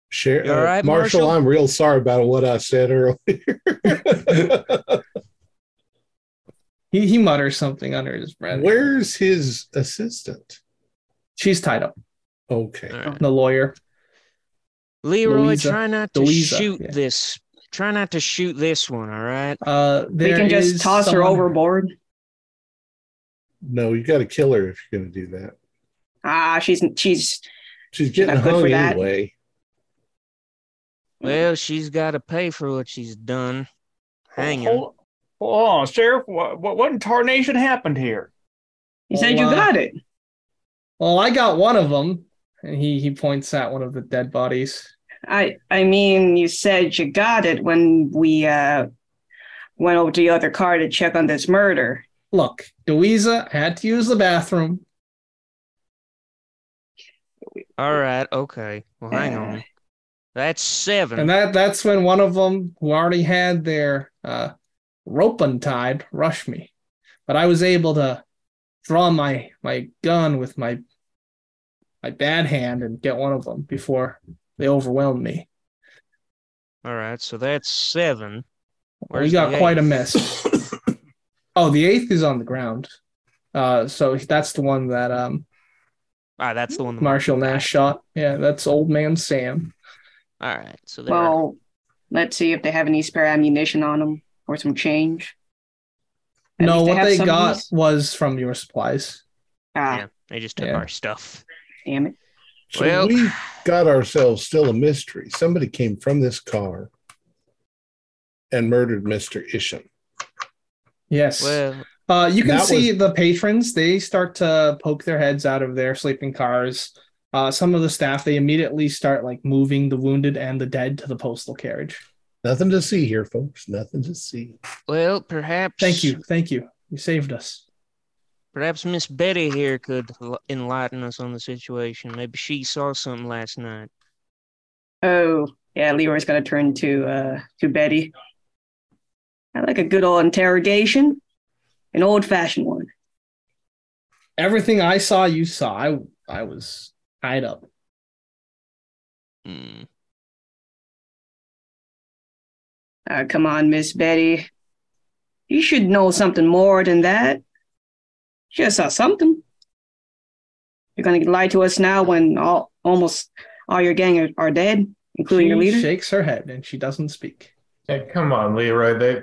S1: Share,
S3: You all right,
S1: uh, Marshall,
S3: Marshall?
S1: I'm real sorry about what I said earlier.
S2: He he mutters something under his breath.
S1: Where's his assistant?
S2: She's tied up.
S1: Okay.
S3: All right.
S2: The lawyer.
S3: Leroy,
S2: Louisa-
S3: try not to
S2: Louisa,
S3: shoot
S2: yeah.
S3: this. Try not to shoot this one, all right?
S2: Uh,
S5: We
S2: there
S5: can just
S2: is
S5: toss her
S2: someone-
S5: overboard.
S1: No, you got to kill her if you're going to do that.
S5: Ah, she's she's
S1: She's getting
S5: Not good
S1: hung
S5: for that.
S1: anyway.
S3: Well, she's got to pay for what she's done. Hang on.
S8: Hold, hold on, Sheriff. What, what, what in tarnation happened here?
S5: you said
S2: Well,
S5: you
S2: uh,
S5: got it.
S2: Well, I got one of them, and he he points at one of the dead bodies.
S5: I I mean you said you got it when we uh went over to the other car to check on this murder.
S2: Look, Louisa had to use the bathroom.
S3: All right, okay. Well, hang
S5: Uh,
S3: on. That's seven.
S2: And that that's when one of them, who already had their uh, rope untied, rushed me. But I was able to draw my my gun with my my bad hand and get one of them before they overwhelmed me.
S3: all right, so that's seven.
S2: we
S3: Where's
S2: got
S3: the
S2: quite a
S3: eighth?
S2: mess. oh, the eighth is on the ground. Uh, so that's the one that um,
S3: Ah, that's the one. that-
S2: Marshall Nash shot. Yeah, that's old man Sam.
S3: All right, so there.
S5: Well, let's see if they have any spare ammunition on them or some change. At
S2: no,
S5: least
S2: what
S5: have
S2: they
S5: some of
S2: got
S5: these.
S2: was from your supplies.
S5: Ah,
S3: yeah, they just took
S2: yeah.
S3: our stuff.
S5: damn it.
S1: So
S3: Well-
S1: we got ourselves still a mystery. Somebody came from this car and murdered Mr. Isham.
S2: Yes.
S3: Well,
S2: uh, you can
S1: that
S2: see the patrons, they start to poke their heads out of their sleeping cars. Uh, some of the staff, they immediately start like moving the wounded and the dead to the postal carriage.
S1: Nothing to see here, folks. Nothing to see.
S3: well, perhaps.
S2: Thank you. Thank you. You saved us.
S3: Perhaps Miss Betty here could l- enlighten us on the situation. Maybe she saw something last night.
S5: Oh, Yeah, Leroy's gonna turn to uh to Betty. I like a good old interrogation, an old fashioned one.
S2: Everything I saw, you saw. I I was tied up.
S3: Hmm.
S5: Uh, come on, Miss Betty. You should know something more than that. Just saw something. You're gonna lie to us now when all almost all your gang are, are dead, including your
S2: She
S5: leader.
S2: shakes her head and she doesn't speak.
S4: Hey, come on, Leroy. They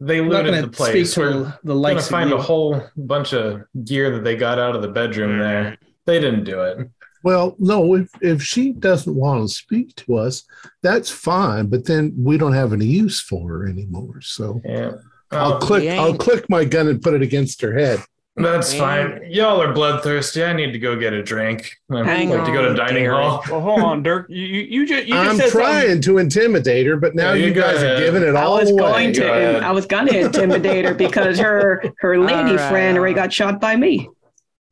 S4: they
S2: I'm not
S4: looted
S2: going
S4: the
S2: to speak
S4: place.
S2: to
S4: We're
S2: the- the
S4: gonna
S2: likes of
S4: find
S2: you.
S4: a whole bunch of gear that they got out of the bedroom there. They didn't do it.
S1: Well, no, if, if she doesn't want to speak to us, that's fine, but then we don't have any use for her anymore. So
S4: Yeah.
S1: I'll
S4: Oh,
S1: click
S3: yeah.
S1: I'll click my gun and put it against her head.
S4: that's
S3: Yeah.
S4: fine. Y'all are bloodthirsty. I need to go get a drink. I
S3: Hang
S4: like to go to
S3: on,
S4: dining
S3: Derek.
S4: hall.
S6: Well, hold on, Dirk. You you, you just you just
S1: I'm
S6: said something.
S1: trying to intimidate her, but now
S4: Yeah, you
S1: you,
S4: go
S1: guys
S4: ahead.
S1: are giving it
S5: I
S1: all
S5: was
S1: away.
S5: going to
S4: Go ahead.
S5: I was gonna intimidate her because her her lady
S3: Alright,
S5: friend already
S3: alright.
S5: got shot by me.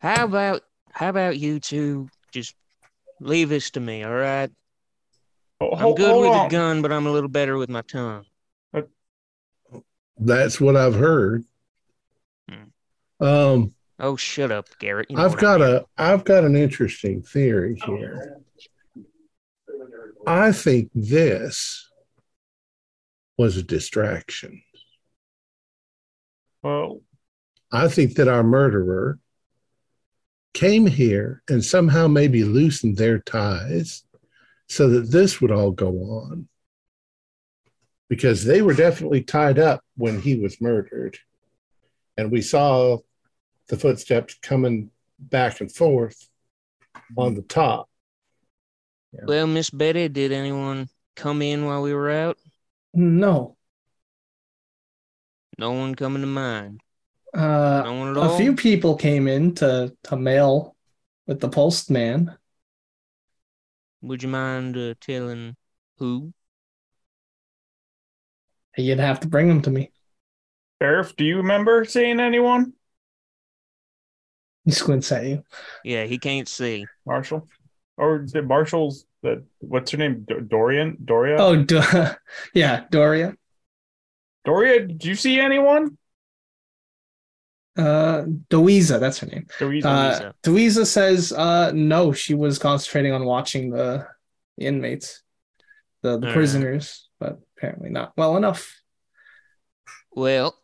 S3: How about how about you two just leave this to me, all right?
S6: Ho-
S3: I'm
S6: ho-
S3: good
S6: hold
S3: with
S6: on.
S3: a gun, but I'm a little better with my tongue.
S1: That's what I've heard.
S6: Hmm.
S1: Um,
S3: Oh, shut up, Garrett. You know
S1: I've
S3: what I
S1: got
S3: mean. Oh,
S1: a I've got an interesting theory here. I think this was a distraction.
S8: Well,
S1: I think that our murderer came here and somehow maybe loosened their ties so that this would all go on because they were definitely tied up when he was murdered. And we saw the footsteps coming back and forth on the top.
S3: Well, Miss Betty, did anyone come in while we were out?
S2: No,
S3: No one coming to mind.
S2: uh,
S3: No one at all.
S2: a few people came in to to mail with the postman.
S3: Would you mind uh, telling who?
S2: You'd have to bring them to me.
S8: Arif, do you remember seeing anyone?
S2: He squints at you.
S3: Yeah, he can't see.
S8: Marshall, or is it Marshall's? The what's her name? Do- Dorian, Doria,
S2: Oh, d- yeah, Doria.
S8: Doria. Did you see anyone?
S2: Uh, Doiza, that's her name.
S8: Doria.
S2: Uh, Doiza says, uh, no, she was concentrating on watching the inmates, the, the
S4: Oh,
S3: Alright.
S2: prisoners, but apparently not well enough.
S3: Well,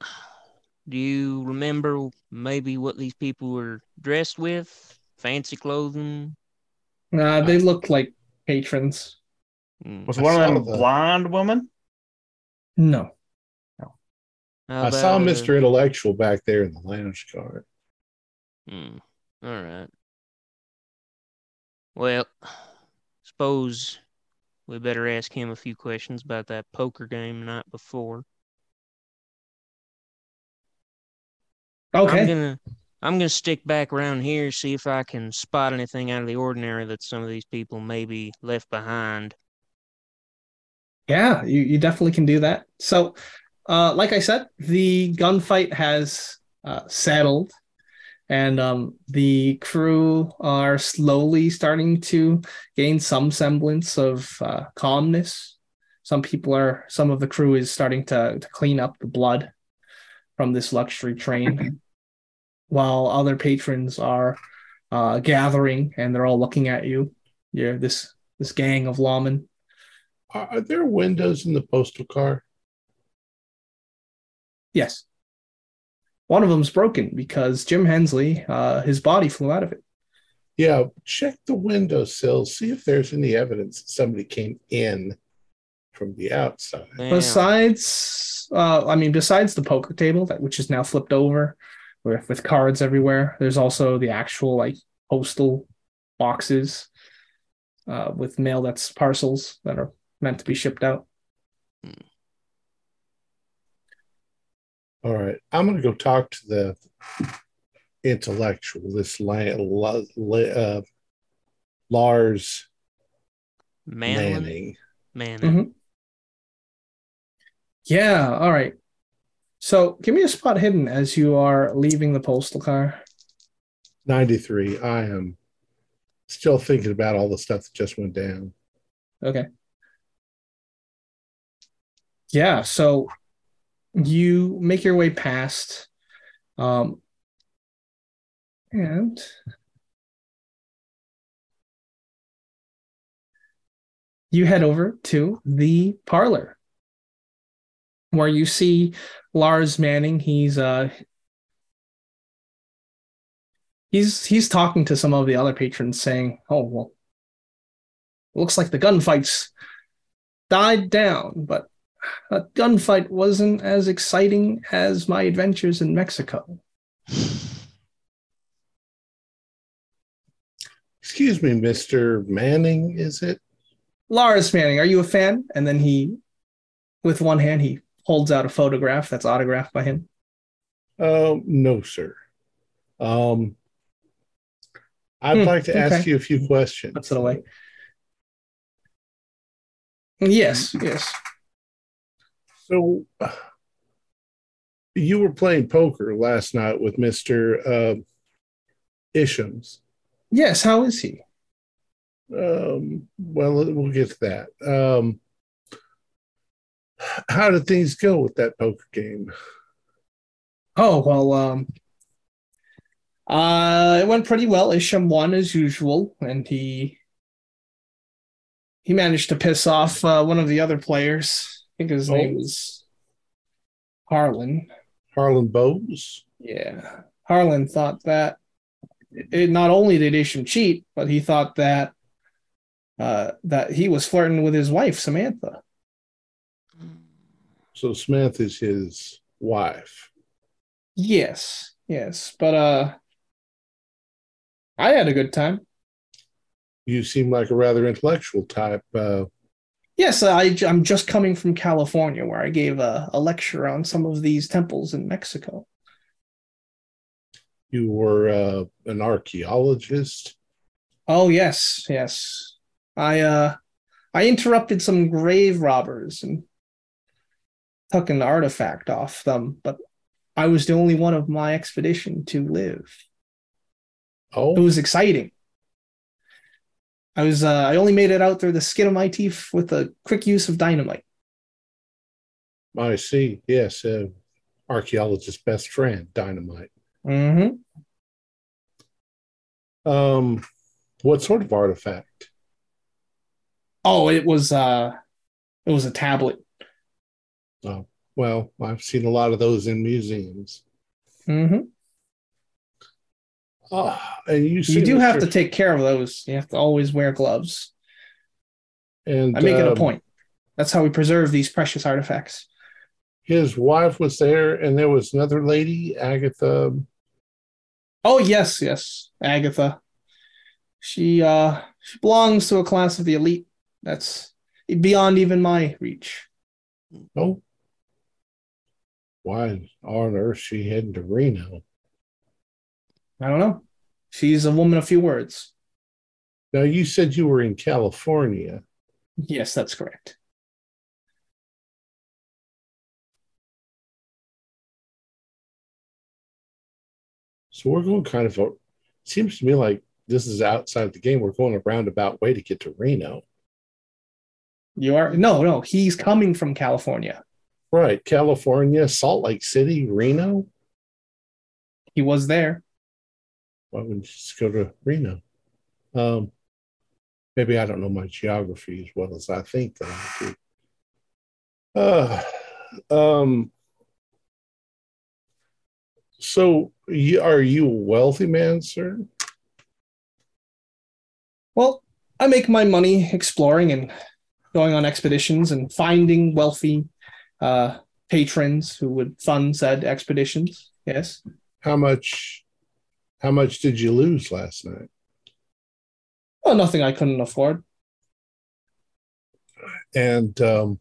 S3: do you remember maybe what these people were dressed with? Fancy clothing?
S2: Uh, they looked like patrons.
S3: Mm.
S8: was
S1: I
S8: one of
S1: saw
S8: them a
S1: the-
S8: blonde woman?
S2: No.
S3: How
S1: I saw
S3: about, uh,
S1: Mr. Intellectual back there in the lounge car.
S3: Mm, all right. Well, suppose we better ask him a few questions about that poker game night before. I'm
S2: Okay.
S3: gonna I'm gonna stick back around here, see if I can spot anything out of the ordinary that some of these people maybe left behind.
S2: Yeah, you, you definitely can do that. So, uh, like I said, the gunfight has uh, settled, and um, the crew are slowly starting to gain some semblance of uh, calmness. Some people are, some of the crew is starting to, to clean up the blood from this luxury train, while other patrons are uh, gathering and they're all looking at you. You're this this gang of lawmen.
S1: Are, are there windows in the postal car?
S2: Yes. One of them's broken because Jim Hensley, uh, his body flew out of it.
S1: Yeah, check the windowsills, see if there's any evidence that somebody came in from the outside.
S3: Damn.
S2: Besides, uh, I mean, besides the poker table that which is now flipped over, with, with cards everywhere. There's also the actual like postal boxes uh, with mail that's parcels that are meant to be shipped out.
S1: All right, I'm going to go talk to the intellectual, this la- la- la- uh, Lars
S3: Manlin,
S1: Manning. Mm-hmm.
S3: Manning.
S2: Mhm. Yeah. All right. So give me a spot hidden as you are leaving the postal car.
S1: 93. I am still thinking about all the stuff that just went down.
S2: Okay. yeah so you make your way past um and you head over to the parlor where you see Lars Manning he's uh he's he's talking to some of the other patrons saying oh well looks like the gunfights died down but a gunfight wasn't as exciting as my adventures in Mexico.
S1: Excuse me, Mr. Manning, is it?
S2: Lars Manning, are you a fan? And then he, with one hand, he holds out a photograph that's autographed by him.
S1: Oh, no, sir. Um, I'd
S2: Hmm,
S1: like to ask
S2: okay.
S1: you a few questions.
S2: Puts it away. Yes, yes.
S1: So you were playing poker last night with Mr. Uh, Ishams.
S2: Yes, how is he?
S1: Um, well, we'll get to that. Um, how did things go with that poker game?
S2: Oh, well, um, uh, it went pretty well. Isham won as usual, and he he managed to piss off uh, one of the other players. I think his
S1: Oh.
S2: name was Harlan.
S1: Harlan Bowes?
S2: Yeah. Harlan thought that it, not only did Isham cheat, but he thought that uh, that he was flirting with his wife, Samantha.
S1: So Samantha's his wife.
S2: Yes, yes. But uh, I had a good time.
S1: You seem like a rather intellectual type. Uh,
S2: Yes, I, am just coming from California where I gave a, a lecture on some of these temples in Mexico.
S1: you were uh, an archaeologist.
S2: Oh, yes, yes. I uh, I interrupted some grave robbers and took an artifact off them, but I was the only one of my expedition to live. It
S1: Oh,
S2: was exciting. I was uh, I only made it out through the skin of my teeth with a quick use of dynamite.
S1: I see. Yes, uh, archaeologist's best friend, dynamite.
S2: hmm
S1: Um, what sort of artifact?
S2: Oh, it was uh, it was a tablet.
S1: Well, I've seen a lot of those in museums.
S2: hmm
S1: Ah, and you,
S2: you
S1: see
S2: do have
S1: Mr.
S2: to take care of those. You have to always wear gloves.
S1: And
S2: I make it a
S1: um,
S2: point. That's how we preserve these precious artifacts.
S1: His wife was there, and there was another lady, Agatha. um,
S2: Oh yes, yes, Agatha. She uh she belongs to a class of the elite. That's beyond even my reach.
S1: Oh, why on earth she heading to Reno?
S2: I don't know. She's a woman of few words.
S1: Now you said you were in California.
S2: Yes, that's correct.
S1: So we're going kind of a seems to me like this is outside the game. We're going a roundabout way to get to Reno.
S2: You are no, no. He's coming from California.
S1: Right. California, Salt Lake City, Reno.
S2: He was there.
S1: Why wouldn't you just go to Reno? Um, maybe I don't know my geography as well as I think that I do. Uh, um, so you, are you a wealthy man, sir?
S2: Well, I make my money exploring and going on expeditions and finding wealthy uh, patrons who would fund said expeditions. Yes.
S1: How much how much did you lose last night?
S2: Well, nothing I couldn't afford.
S1: and um,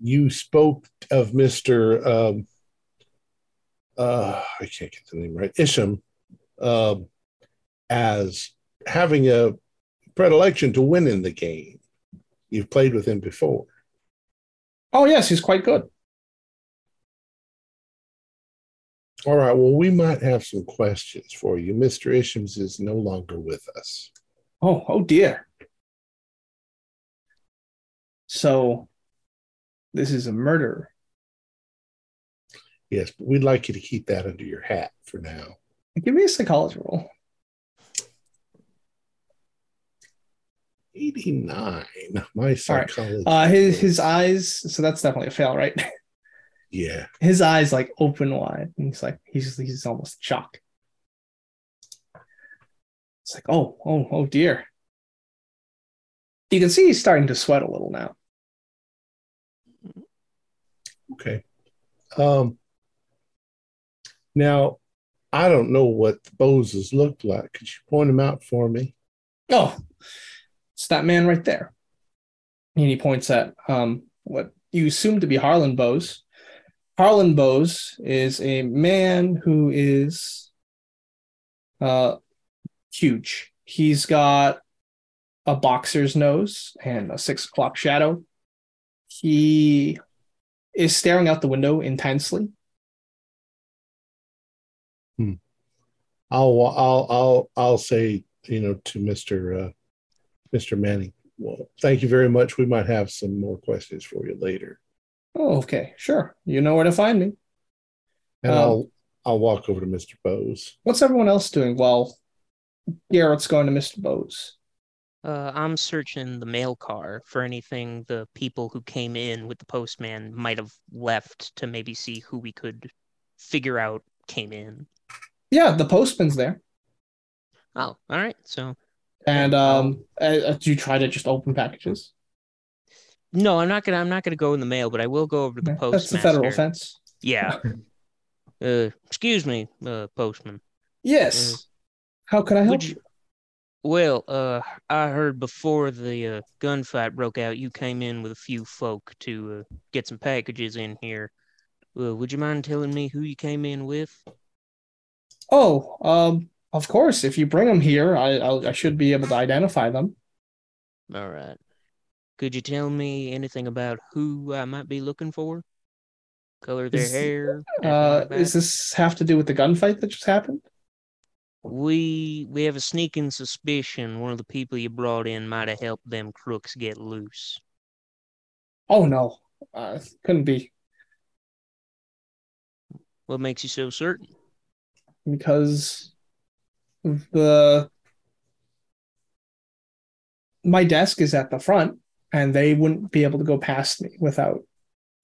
S1: you spoke of Mr. Um, uh, I can't get the name right, Isham, um, as having a predilection to win in the game. You've played with him before.
S2: Oh, yes, he's quite good.
S1: All right, well, we might have some questions for you. Mr. Ishams is no longer with us.
S2: Oh, oh dear. So, This is a murder.
S1: Yes, but we'd like you to keep that under your hat for now.
S2: Give me a psychology roll.
S1: 89. My psychology.
S2: Uh, his his eyes. So that's definitely a fail, right?
S1: yeah.
S2: His eyes like open wide, and he's like he's he's almost shocked. It's like oh oh oh dear. You can see he's starting to sweat a little now.
S1: Okay. Um, now, I don't know what the Boses looked like. Could you point them out for me?
S2: Oh, it's that man right there. And he points at um, what you assume to be Harlan Bose. Harlan Bose is a man who is uh, huge. He's got a boxer's nose and a six o'clock shadow. He is staring out the window intensely.
S1: I'll I'll I'll I'll say you know to Mister uh, Mister Manning. Well, thank you very much. We might have some more questions for you later,
S2: Oh, okay, sure. You know where to find me.
S1: and
S2: Um,
S1: I'll I'll walk over to Mister Bose.
S2: What's everyone else doing while Garrett's going to Mr. Bose?
S3: Uh, I'm searching the mail car for anything the people who came in with the postman might have left to maybe see who we could figure out came in.
S2: Yeah, the postman's there.
S3: Oh, all right. So,
S2: And um, uh, uh, do you try to just open packages?
S3: no, I'm not gonna. I'm not gonna go in the mail, but I will go over to the
S2: That's the
S3: postmaster.
S2: federal offense.
S3: Yeah. Uh, excuse me, uh, postman.
S2: Yes. How can I help
S3: Would
S2: you?
S3: you? Well, uh, I heard before the uh, gunfight broke out, you came in with a few folk to uh, get some packages in here. Uh, would you mind telling me who you came in with?
S2: Oh, um, of course. If you bring them here, I I'll, I should be able to identify them.
S3: All right. Could you tell me anything about who I might be looking for? Color of their
S2: Is-
S3: hair? anything
S2: Uh,
S3: like
S2: does
S3: that?
S2: this have to do with the gunfight that just happened?
S3: We we have a sneaking suspicion one of the people you brought in might have helped them crooks get loose.
S2: Oh no, uh, couldn't be
S3: What makes you so certain?
S2: because the my desk is at the front, and they wouldn't be able to go past me without.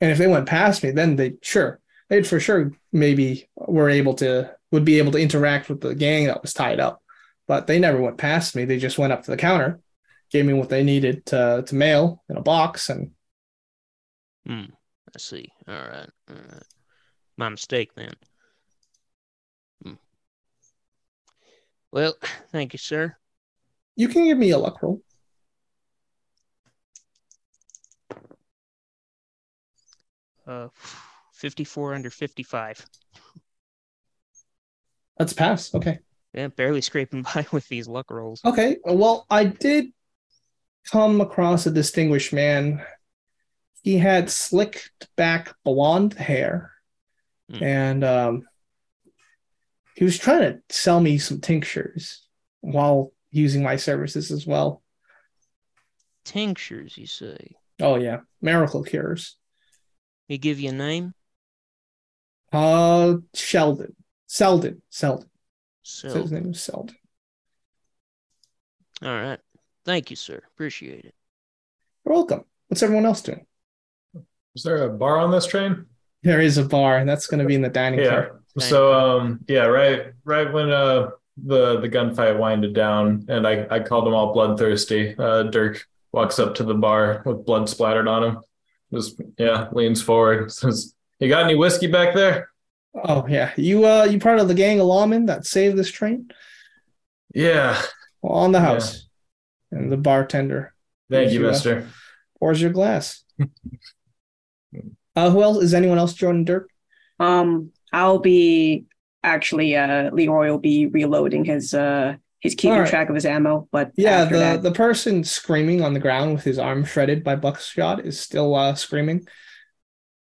S2: And if they went past me, then they sure they'd for sure maybe were able to would be able to interact with the gang that was tied up. But they never went past me. They just went up to the counter, gave me what they needed to to mail in a box, and
S3: Hmm. I see. All right. All right. My mistake then. Hmm. Well, thank you, sir.
S2: you can give me a luck roll.
S3: Uh, fifty-four under fifty-five.
S2: That's a pass. Okay.
S3: Yeah, barely scraping by with these luck rolls.
S2: Okay, well, I did come across a distinguished man. He had slicked back blonde hair,
S3: Hmm.
S2: and um, he was trying to sell me some tinctures while using my services as well.
S3: Tinctures, you say?
S2: Oh yeah, miracle cures.
S3: He give you a name?
S2: Uh, Sheldon, Selden, Selden. So
S3: So,
S2: his name was Selden.
S3: all right. Thank you, sir. Appreciate it.
S2: You're welcome. What's everyone else doing?
S4: Is there a bar on this train?
S2: There is a bar, and that's going to be in the dining
S4: Yeah.
S2: car.
S4: So um yeah, right right when uh the the gunfight winded down and I I called them all bloodthirsty. Uh Dirk walks up to the bar with blood splattered on him. Just yeah, leans forward. Says, "You got any whiskey back there?"
S2: Oh yeah, you uh, you part of the gang of lawmen that saved this train?
S4: Yeah.
S2: Well, on the
S4: Yeah.
S2: house. And the bartender
S4: Thank you,
S2: Yeah.
S4: mister.
S2: pours your glass. uh, who else is anyone else joining Dirk?
S5: Um, I'll be actually uh Leroy will be reloading his uh he's keeping
S2: Alright.
S5: track of his ammo, but
S2: Yeah,
S5: after
S2: the,
S5: that,
S2: the person screaming on the ground with his arm shredded by buckshot is still uh, screaming.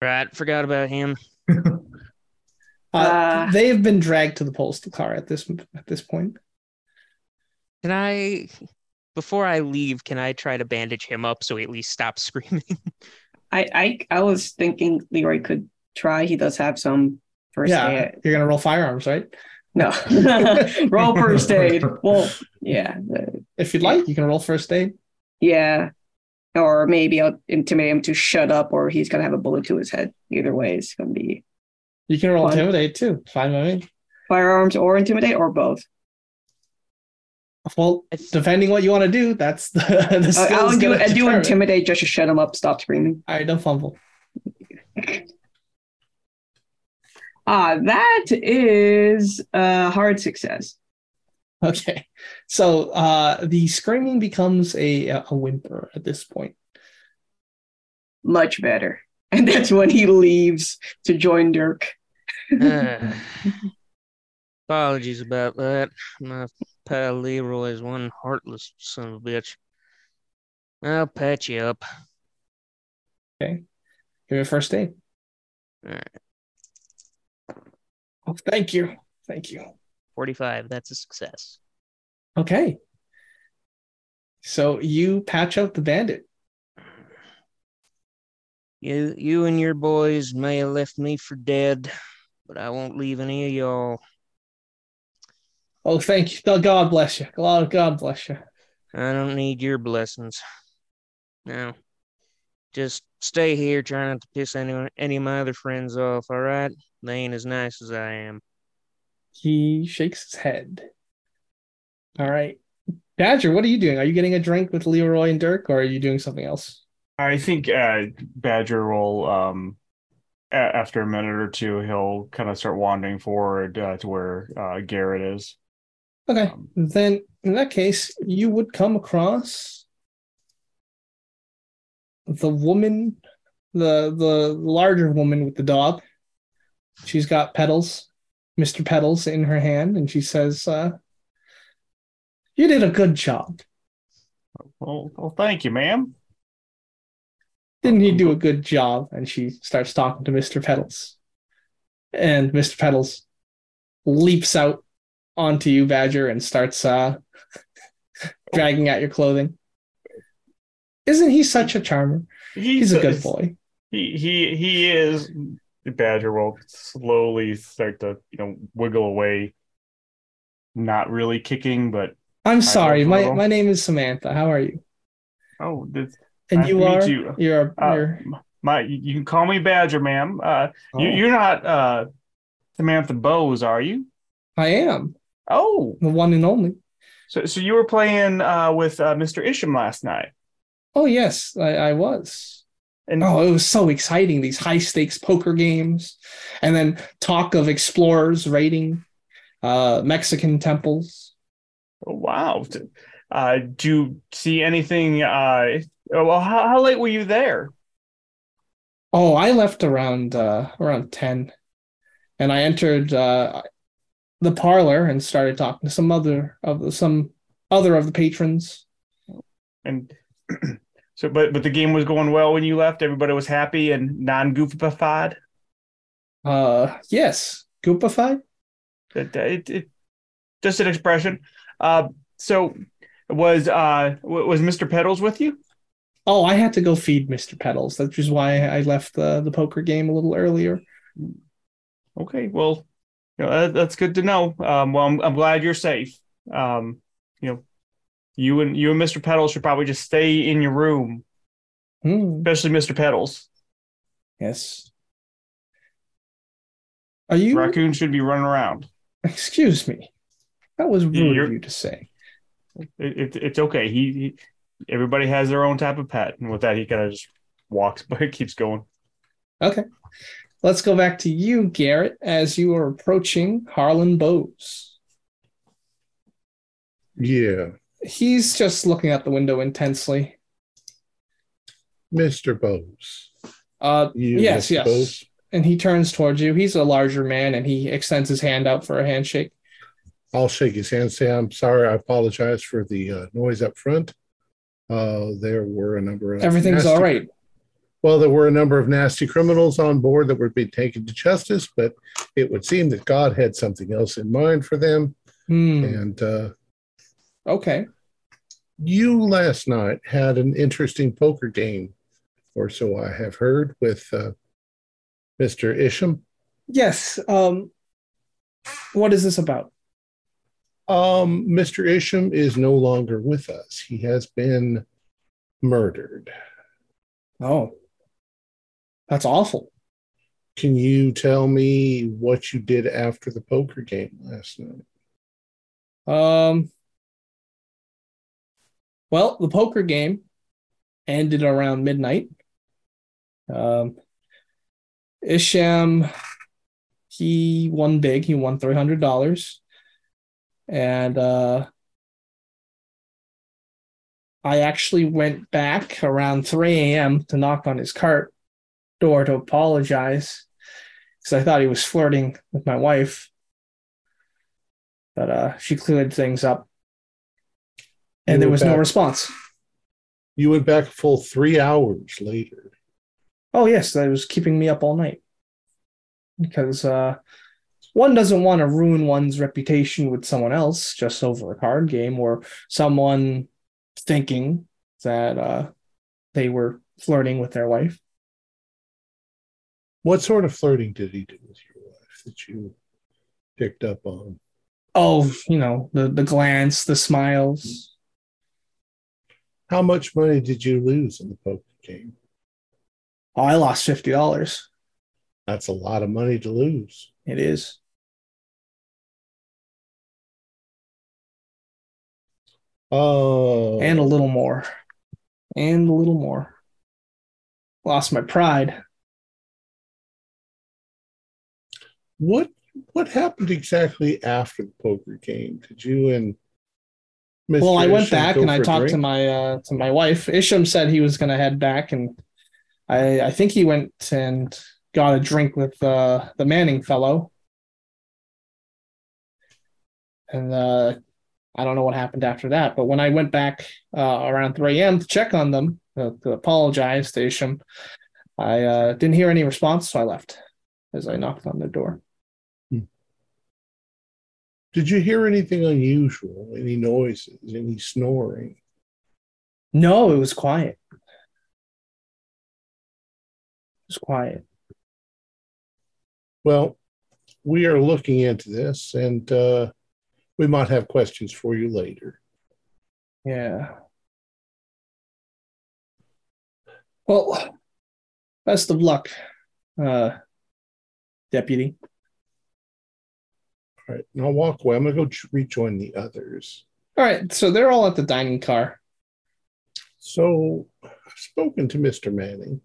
S3: Right. Forgot about him.
S2: Uh,
S5: Uh.
S2: they have been dragged to the postal car at this at this point.
S3: Can I, before I leave, can I try to bandage him up so he at least stops screaming?
S5: I I I was thinking Leroy could try. He does have some first
S2: yeah,
S5: aid.
S2: you're gonna roll firearms, right?
S5: No, roll first aid. Well, yeah, the-
S2: If you'd like, you can roll first aid.
S5: yeah, or maybe I'll intimidate him to shut up, or he's gonna have a bullet to his head. Either way, it's gonna be
S2: You can roll
S5: Fine.
S2: intimidate too. Fine by me.
S5: firearms or intimidate or both.
S2: Well, depending what you want to do, that's the, the
S5: I-
S2: skill's
S5: Uh, I'll do
S2: gonna
S5: I do
S2: determine.
S5: intimidate just to shut him up, stop screaming.
S2: All right, don't fumble.
S5: Ah, that is a hard success.
S2: Okay. So uh, the screaming becomes a, a whimper at this point.
S5: Much better. And that's when he leaves to join Dirk.
S3: Ah. Apologies about that. My pal Leroy is one heartless son of a bitch. I'll patch you up.
S2: Give me a first aid.
S3: All right.
S2: Oh, thank you. Thank you.
S3: 45, that's a success.
S2: Okay. So you patch up the bandit.
S3: You you and your boys may have left me for dead, but I won't leave any of y'all.
S2: Oh, thank you. Oh, God bless you. God, God bless you.
S3: I don't need your blessings. Now, just stay here, try not to piss any, any of my other friends off, all right? They ain't as nice as I am.
S2: He shakes his head. All right. Badger, what are you doing? Are you getting a drink with Leroy and Dirk, or are you doing something else?
S8: I think uh, Badger will, um, a- after a minute or two, he'll kind of start wandering forward uh, to where uh, Garrett is.
S2: Okay.
S8: Um,
S2: Then, in that case, you would come across the woman, the the larger woman with the dog. She's got petals, Mister Petals, in her hand, and she says, uh, "You did a good job.
S8: well, well, thank you, ma'am.
S2: Didn't you do a good job?" And she starts talking to Mister Petals, and Mister Petals leaps out onto you, Badger, and starts uh, dragging out your clothing. Isn't he such a charmer? He's a good boy.
S8: He he he is. Badger will slowly start to you know wiggle away, not really kicking, but
S2: I'm sorry.
S8: love
S2: My
S8: Rudolph.
S2: my name is Samantha. How are you?
S8: oh, this,
S2: And
S8: Nice
S2: you
S8: to meet
S2: are
S8: you.
S2: are
S8: Uh,
S2: you're
S8: my you can call me Badger, ma'am. Uh, you,
S2: Oh,
S8: you're not uh, Samantha Bowes, are you?
S2: I am
S8: Oh,
S2: the one and only.
S8: so so you were playing uh, with uh, Mr. Isham last night,
S2: Oh yes, I, I was.
S8: and
S2: Oh, it was so exciting, these high stakes poker games. And then talk of explorers raiding uh Mexican temples.
S8: oh, wow. D- Uh, do you see anything? Uh, oh, well, how, how late were you there?
S2: Oh, I left around uh around 10 and I entered uh the parlor and started talking to some other of the, some other of the patrons.
S8: And so, but but the game was going well when you left. Everybody was happy and non-goofified.
S2: Uh yes, goopified.
S8: It, uh, it, it just an expression. Uh, so was uh w- was Mr. Petals with you?
S2: Oh, I had to go feed Mr. Petals. That's just why I left the, the poker game a little earlier.
S8: Okay, well, you know, that, that's good to know. Um, well, I'm, I'm glad you're safe. Um, you know, you and you and Mr. Petals should probably just stay in your room,
S2: Hmm.
S8: especially Mr. Petals.
S2: Yes. Are you?
S8: Raccoons should be running around.
S2: Excuse me. That was rude of
S8: You're-
S2: you to say.
S8: It, it, it's okay. He, he, everybody has their own type of pet, and with that, he kind of just walks, but it keeps going.
S2: Let's go back to you, Garrett, as you are approaching Harlan Bowes.
S1: Yeah.
S2: He's just looking out the window intensely.
S1: Mr. Bose.
S2: Uh,
S1: You,
S2: Yes,
S1: Mr.
S2: yes.
S1: Bose.
S2: and he turns towards you. He's a larger man, and he extends his hand out for a handshake.
S1: I'll shake his hand, say, I'm sorry. I apologize for the uh, noise up front. Uh, there were a number of.
S2: Everything's
S1: nasty-
S2: all right.
S1: Well, there were a number of nasty criminals on board that were being taken to justice, but it would seem that God had something else in mind for them.
S2: Hmm.
S1: And uh,
S2: Okay.
S1: you last night had an interesting poker game or so I have heard, with uh, Mr. Isham.
S2: Yes. Um, what is this about?
S1: Um, Mr. Isham is no longer with us. He has been murdered.
S2: Oh, that's awful.
S1: Can you tell me what you did after the poker game last night?
S2: Um, well, the poker game ended around midnight. Um, Isham, he won big. He won three hundred dollars, and uh, I actually went back around three a.m. to knock on his cart door to apologize because I thought he was flirting with my wife, but uh, she cleared things up, and
S1: You
S2: there
S1: were
S2: was no
S1: back-
S2: response.
S1: You went back a full three hours later.
S2: Oh yes, that was keeping me up all night. Because uh, one doesn't want to ruin one's reputation with someone else just over a card game or someone thinking that uh, they were flirting with their wife.
S1: What sort of flirting did he do with your wife that you picked up on?
S2: Oh, you know, the the glance, the smiles.
S1: How much money did you lose in the poker game?
S2: Oh, I lost fifty dollars.
S1: That's a lot of money to lose.
S2: It is.
S1: Oh,
S2: And a little more. And a little more. Lost my pride.
S1: what what happened exactly after the poker game? Did you and Mr.
S2: Well, I went
S1: Isham
S2: back
S1: go
S2: and I
S1: for a
S2: talked to
S1: drink?
S2: my uh, to my wife. Isham said he was going to head back, and I I think he went and got a drink with uh, the Manning fellow. And uh, I don't know what happened after that, but when I went back uh, around 3 a.m. to check on them, uh, to apologize to Isham, I uh, didn't hear any response, so I left as I knocked on their door.
S1: Did you hear anything unusual? Any noises? Any snoring?
S2: No, it was quiet. It was quiet.
S1: Well, we are looking into this, and uh, we might have questions for you later.
S2: Yeah. Well, best of luck, uh, deputy.
S1: All right, and I'll walk away. I'm gonna go j- rejoin the others.
S2: All right, so they're all at the dining car.
S1: So I've spoken to Mr. Manning,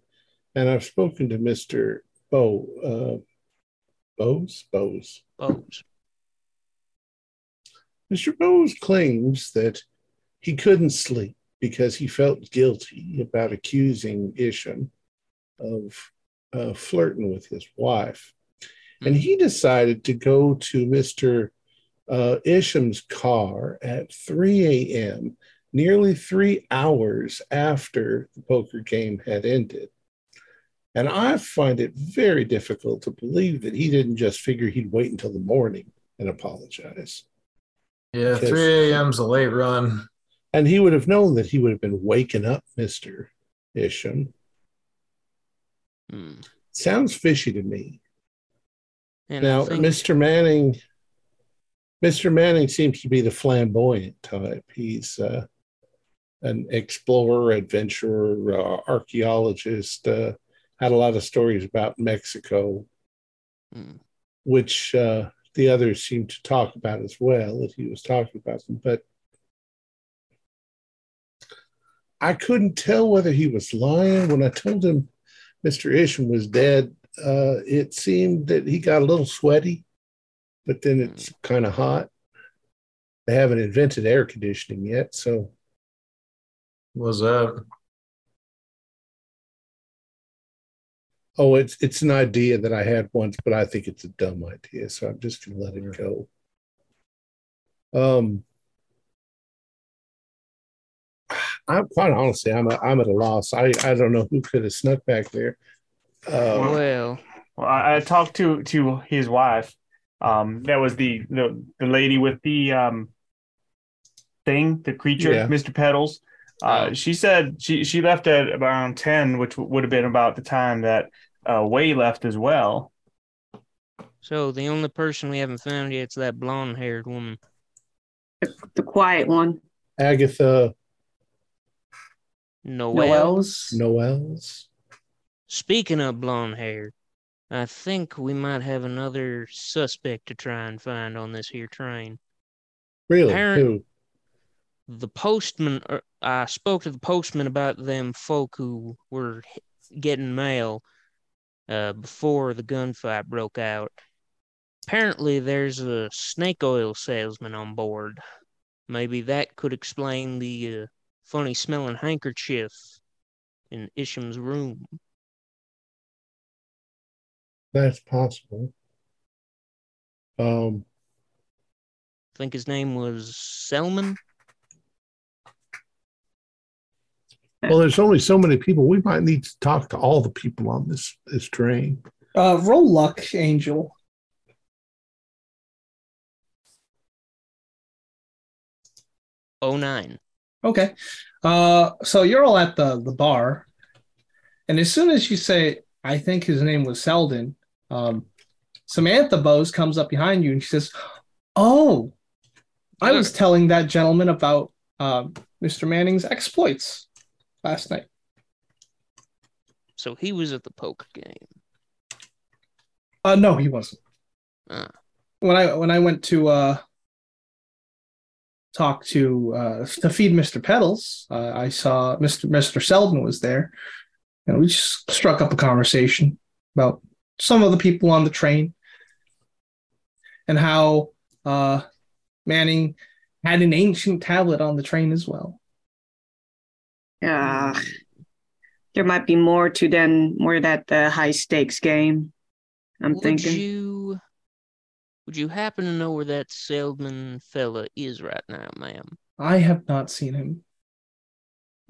S1: and I've spoken to Mr. Bo. Uh, Bose, Bose.
S3: Bose.
S1: Mr. Bose claims that he couldn't sleep because he felt guilty about accusing Isham of uh, flirting with his wife. And he decided to go to Mr. Uh, Isham's car at 3 a.m., nearly three hours after the poker game had ended. And I find it very difficult to believe that he didn't just figure he'd wait until the morning and apologize.
S4: Yeah,
S1: Yes.
S4: 3 a.m.'s a late run.
S1: And he would have known that he would have been waking up Mr. Isham.
S3: Mm.
S1: Sounds fishy to me.
S3: And I
S1: Now,
S3: think-
S1: Mr. Manning, Mr. Manning seems to be the flamboyant type. He's uh, an explorer, adventurer, uh, archaeologist, uh, had a lot of stories about Mexico,
S3: Mm.
S1: which uh, the others seem to talk about as well, that he was talking about them. But I couldn't tell whether he was lying. When I told him Mr. Isham was dead, uh, it seemed that he got a little sweaty, but then it's kind of hot. They haven't invented air conditioning yet, so
S4: Was that?
S1: oh, it's it's an idea that I had once, but I think it's a dumb idea, so I'm just gonna let it go. Um, I'm quite honestly, I'm a, I'm at a loss. I I don't know who could have snuck back there. Uh,
S3: well,
S8: Well, I, I talked to to his wife. Um, that was the the, the lady with the um thing, the creature,
S1: Yeah.
S8: Mr. Petals. Uh,
S3: Oh.
S8: She said she she left at around ten, which w- would have been about the time that uh, Way left as well.
S3: So the only person we haven't found yet is that blonde-haired woman.
S5: the quiet one.
S1: Agatha
S3: Noel.
S5: Noel's.
S1: Noel's.
S3: Speaking of blonde hair, I think we might have another suspect to try and find on this here train.
S1: Really?
S3: Parent-
S1: Who?
S3: The postman, er, I spoke to the postman about them folk who were h- getting mail uh, before the gunfight broke out. Apparently, there's a snake oil salesman on board. Maybe that could explain the uh, funny smelling handkerchief in Isham's room.
S1: That's possible. Um,
S3: I think his name was Selman.
S1: well, there's only so many people. We might need to talk to all the people on this this train.
S2: Uh, roll luck, Angel.
S3: Oh nine.
S2: Okay. Uh, so you're all at the, the bar. And as soon as you say, I think his name was Selden, um, Samantha Bowes comes up behind you and she says, Oh, I was telling that gentleman about uh, Mr. Manning's exploits last night.
S3: So he was at the poker game.
S2: Uh, no, he wasn't.
S3: Ah.
S2: When I when I went to uh, talk to uh, to feed Mister Petals, uh, I saw Mister Mister Selden was there, and we just struck up a conversation about some of the people on the train and how uh, Manning had an ancient tablet on the train as well.
S5: Ah,
S3: Mm.
S5: there might be more to than more that the high stakes game. I'm
S3: would
S5: thinking.
S3: you would you happen to know where that salesman fella is right now, ma'am?
S2: I have not seen him.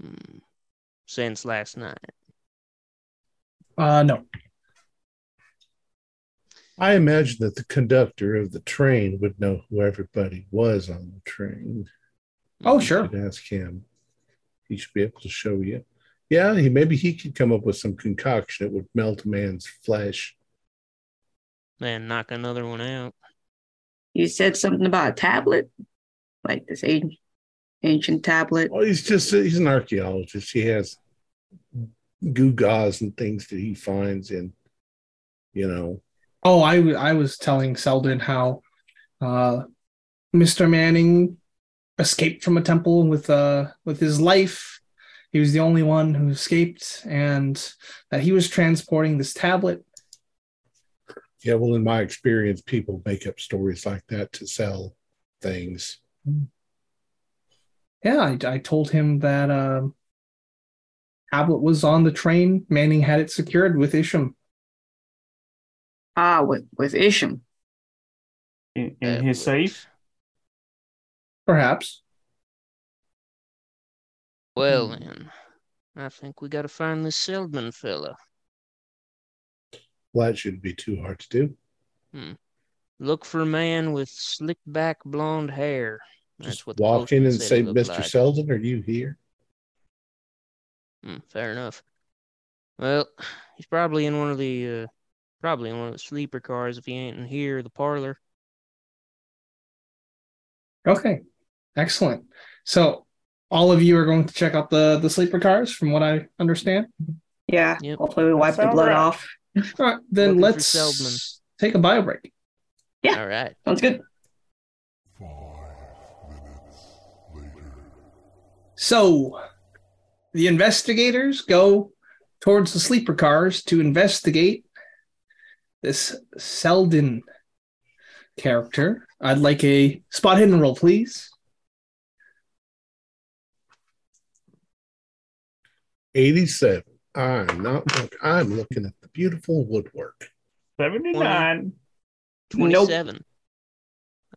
S3: Hmm. Since last night.
S2: Uh, no,
S1: I imagine that the conductor of the train would know who everybody was on the train.
S2: Oh,
S3: Hmm.
S2: sure.
S1: You could ask him. He should be able to show you. Yeah, he maybe he could come up with some concoction that would melt a man's flesh.
S3: Then knock another one out.
S5: You said something about a tablet, like this ancient, ancient tablet.
S1: Well, he's just he's an archaeologist. He has goo gauze and things that he finds in, you know,
S2: Oh, I, w- I was telling Selden how uh, Mr. Manning escaped from a temple with uh, with his life. He was the only one who escaped, and that he was transporting this tablet.
S1: Yeah, well, in my experience, people make up stories like that to sell things.
S2: Yeah, I, I told him that um, tablet was on the train. Manning had it secured with Isham.
S5: Ah, with with Isham.
S8: In,
S3: That
S8: in his
S3: was-
S8: safe,
S2: Perhaps
S3: Well then, Hmm. I think we gotta find this salesman fella.
S1: Well, that shouldn't be too hard to do.
S3: Look for a man with slick back blonde hair. That's
S1: Just
S3: what the
S1: walk in
S3: postman
S1: and
S3: said he
S1: say,
S3: looked
S1: Mr.
S3: like."
S1: Selden, are you here?
S3: Hmm, fair enough. Well, he's probably in one of the uh, probably in one of the sleeper cars if he ain't in here, the parlor.
S2: okay, excellent. So all of you are going to check out the the sleeper cars, from what I understand.
S5: Yeah.
S3: Yep.
S5: Hopefully, we wipe the
S8: sounds
S5: blood
S8: right.
S5: off.
S2: All right, then
S3: Looking for Selden.
S2: let's take a bio break.
S5: Yeah.
S3: All right.
S5: Sounds good.
S2: So the investigators go towards the sleeper cars to investigate this Selden character. I'd like a spot hidden roll, please.
S1: 87. I'm not look. I'm looking at the beautiful woodwork.
S8: seventy nine.
S5: Nope.
S3: Twenty-seven.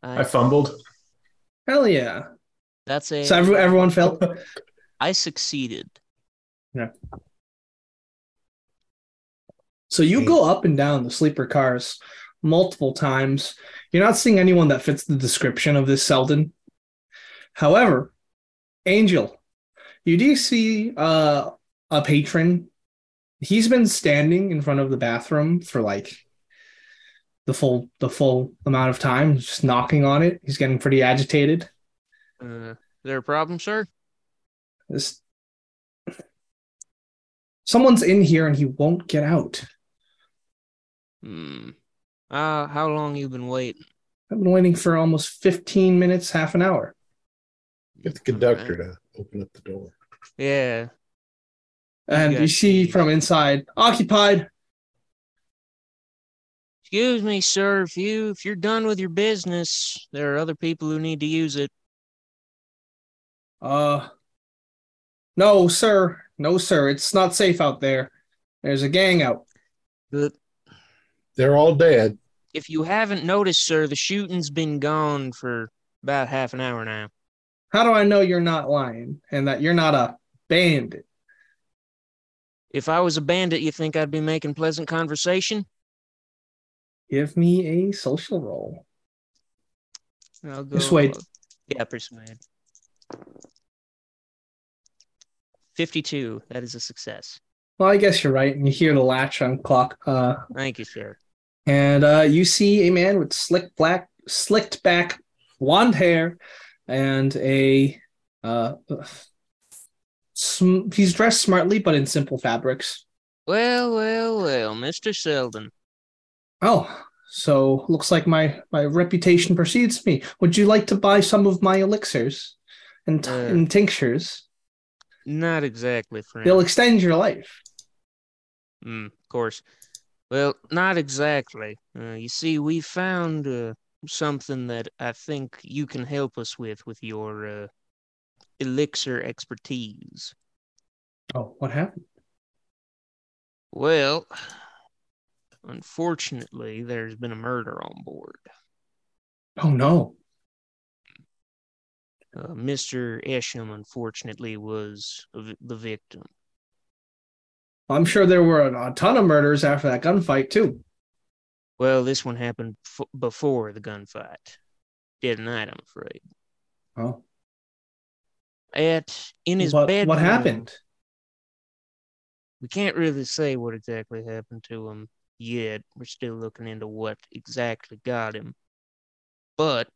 S3: I,
S4: I fumbled.
S2: Hell yeah.
S3: that's a.
S2: So every, everyone felt
S3: I succeeded.
S2: So you go up and down the sleeper cars multiple times. You're not seeing anyone that fits the description of this Selden. However, Angel, You do see uh, a patron. He's been standing in front of the bathroom for like the full the full amount of time, just knocking on it. He's getting pretty agitated.
S3: Uh, there a problem, sir?
S2: This someone's in here and he won't get out.
S3: Hmm. Uh, how long you been waiting?
S2: I've been waiting for almost 15 minutes, half an hour.
S1: Get the conductor to open up the door.
S3: Yeah.
S2: And
S3: Yeah,
S2: you see
S3: geez.
S2: from inside, occupied.
S3: Excuse me, sir. If you if you're done with your business, there are other people who need to use it.
S2: Uh no, sir. No, sir. It's not safe out there. There's a gang out.
S3: But
S1: They're all dead.
S3: if you haven't noticed, sir, the shooting's been gone for about half an hour now.
S2: How do I know you're not lying and that you're not a bandit?
S3: If I was a bandit, you think I'd be making pleasant conversation?
S2: Give me a social roll.
S3: I'll go. uh,
S2: Just wait.
S3: Yeah, persuade. Fifty-two. That is a success.
S2: Well, I guess you're right. And you hear the latch on clock. Uh,
S3: Thank you, sir.
S2: and uh, you see a man with slick black, slicked back blonde hair, and a uh, sm- he's dressed smartly but in simple fabrics.
S3: Well, well, well, Mister Selden.
S2: Oh, so looks like my my reputation precedes me. Would you like to buy some of my elixirs and, t-
S3: Uh,
S2: and tinctures?
S3: Not exactly, friend.
S2: They'll extend your life.
S3: Mm, of course. Well, not exactly. Uh, you see, we found uh, something that I think you can help us with with your uh, elixir expertise.
S2: Oh, what happened?
S3: Well, unfortunately, there's been a murder on board.
S2: Oh no.
S3: Uh, Mr. Esham, unfortunately, was a vi- the victim.
S2: I'm sure there were a, a ton of murders after that gunfight too.
S3: Well, this one happened f- before the gunfight. Dead night, I'm afraid.
S2: Oh,
S3: At in his
S2: what,
S3: bedroom.
S2: what happened?
S3: we can't really say what exactly happened to him yet. We're still looking into what exactly got him. But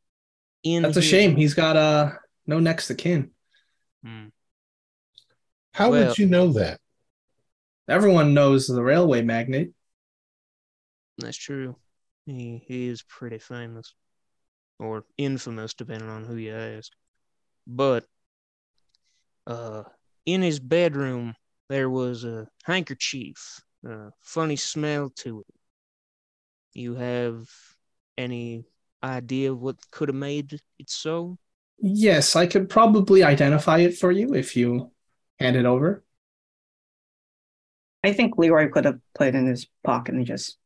S3: in
S2: That's a
S3: his-
S2: shame. He's got uh no next to kin.
S3: Hmm.
S1: How
S3: Well-
S1: would you know that?
S2: Everyone knows the railway magnate.
S3: that's true. He, he is pretty famous, or infamous, depending on who you ask. But uh, in his bedroom, there was a handkerchief. Uh, funny smell to it. You have any idea what could have made it so?
S2: Yes, I could probably identify it for you if you hand it over.
S5: I think Leroy could have put it in his pocket and just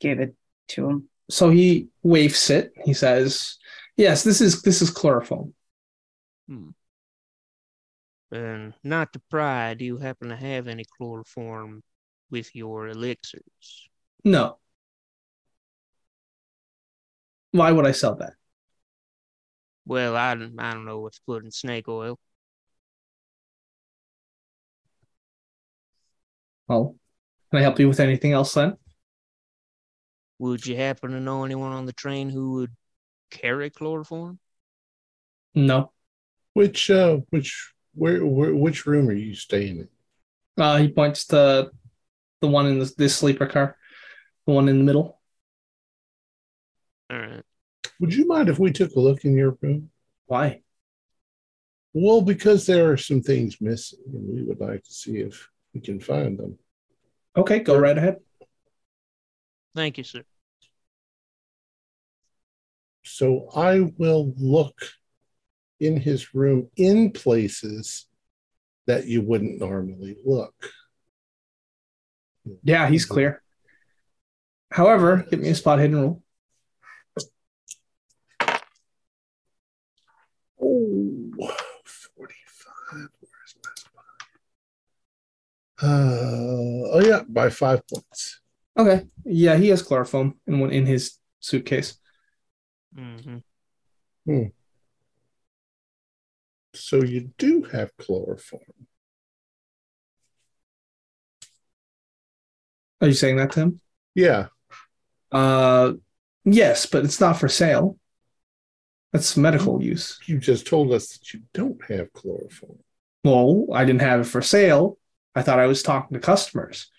S5: gave it to him.
S2: So he wafts it. He says, "Yes, this is this is chloroform."
S3: And not to pry, do you happen to have any chloroform with your elixirs?
S2: No. Why would I sell that?
S3: Well, I, don't- I don't know what's put in snake oil.
S2: Well, can I help you with anything else then?
S3: Would you happen to know anyone on the train who would carry chloroform?
S2: No.
S1: Which uh which where, where which room are you staying in?
S2: Uh, he points to the one in this, this sleeper car, the one in the middle.
S3: All right.
S1: Would you mind if we took a look in your room?
S2: Why?
S1: Well, because there are some things missing, and we would like to see if we can find them.
S2: Okay, go right ahead.
S3: Thank you, sir.
S1: So I will look in his room in places that you wouldn't normally look.
S2: Yeah, he's clear. However, give me a spot hidden roll.
S1: Oh, 45. Where's my spot? Uh, oh, yeah, by five points.
S2: Okay. Yeah, he has chloroform in one in his suitcase.
S3: hmm
S1: Hmm. So you do have chloroform.
S2: Are you saying that to him?
S1: Yeah.
S2: Uh, yes, but it's not for sale. That's medical use.
S1: You just told us that you don't have chloroform.
S2: Well, I didn't have it for sale. I thought I was talking to customers.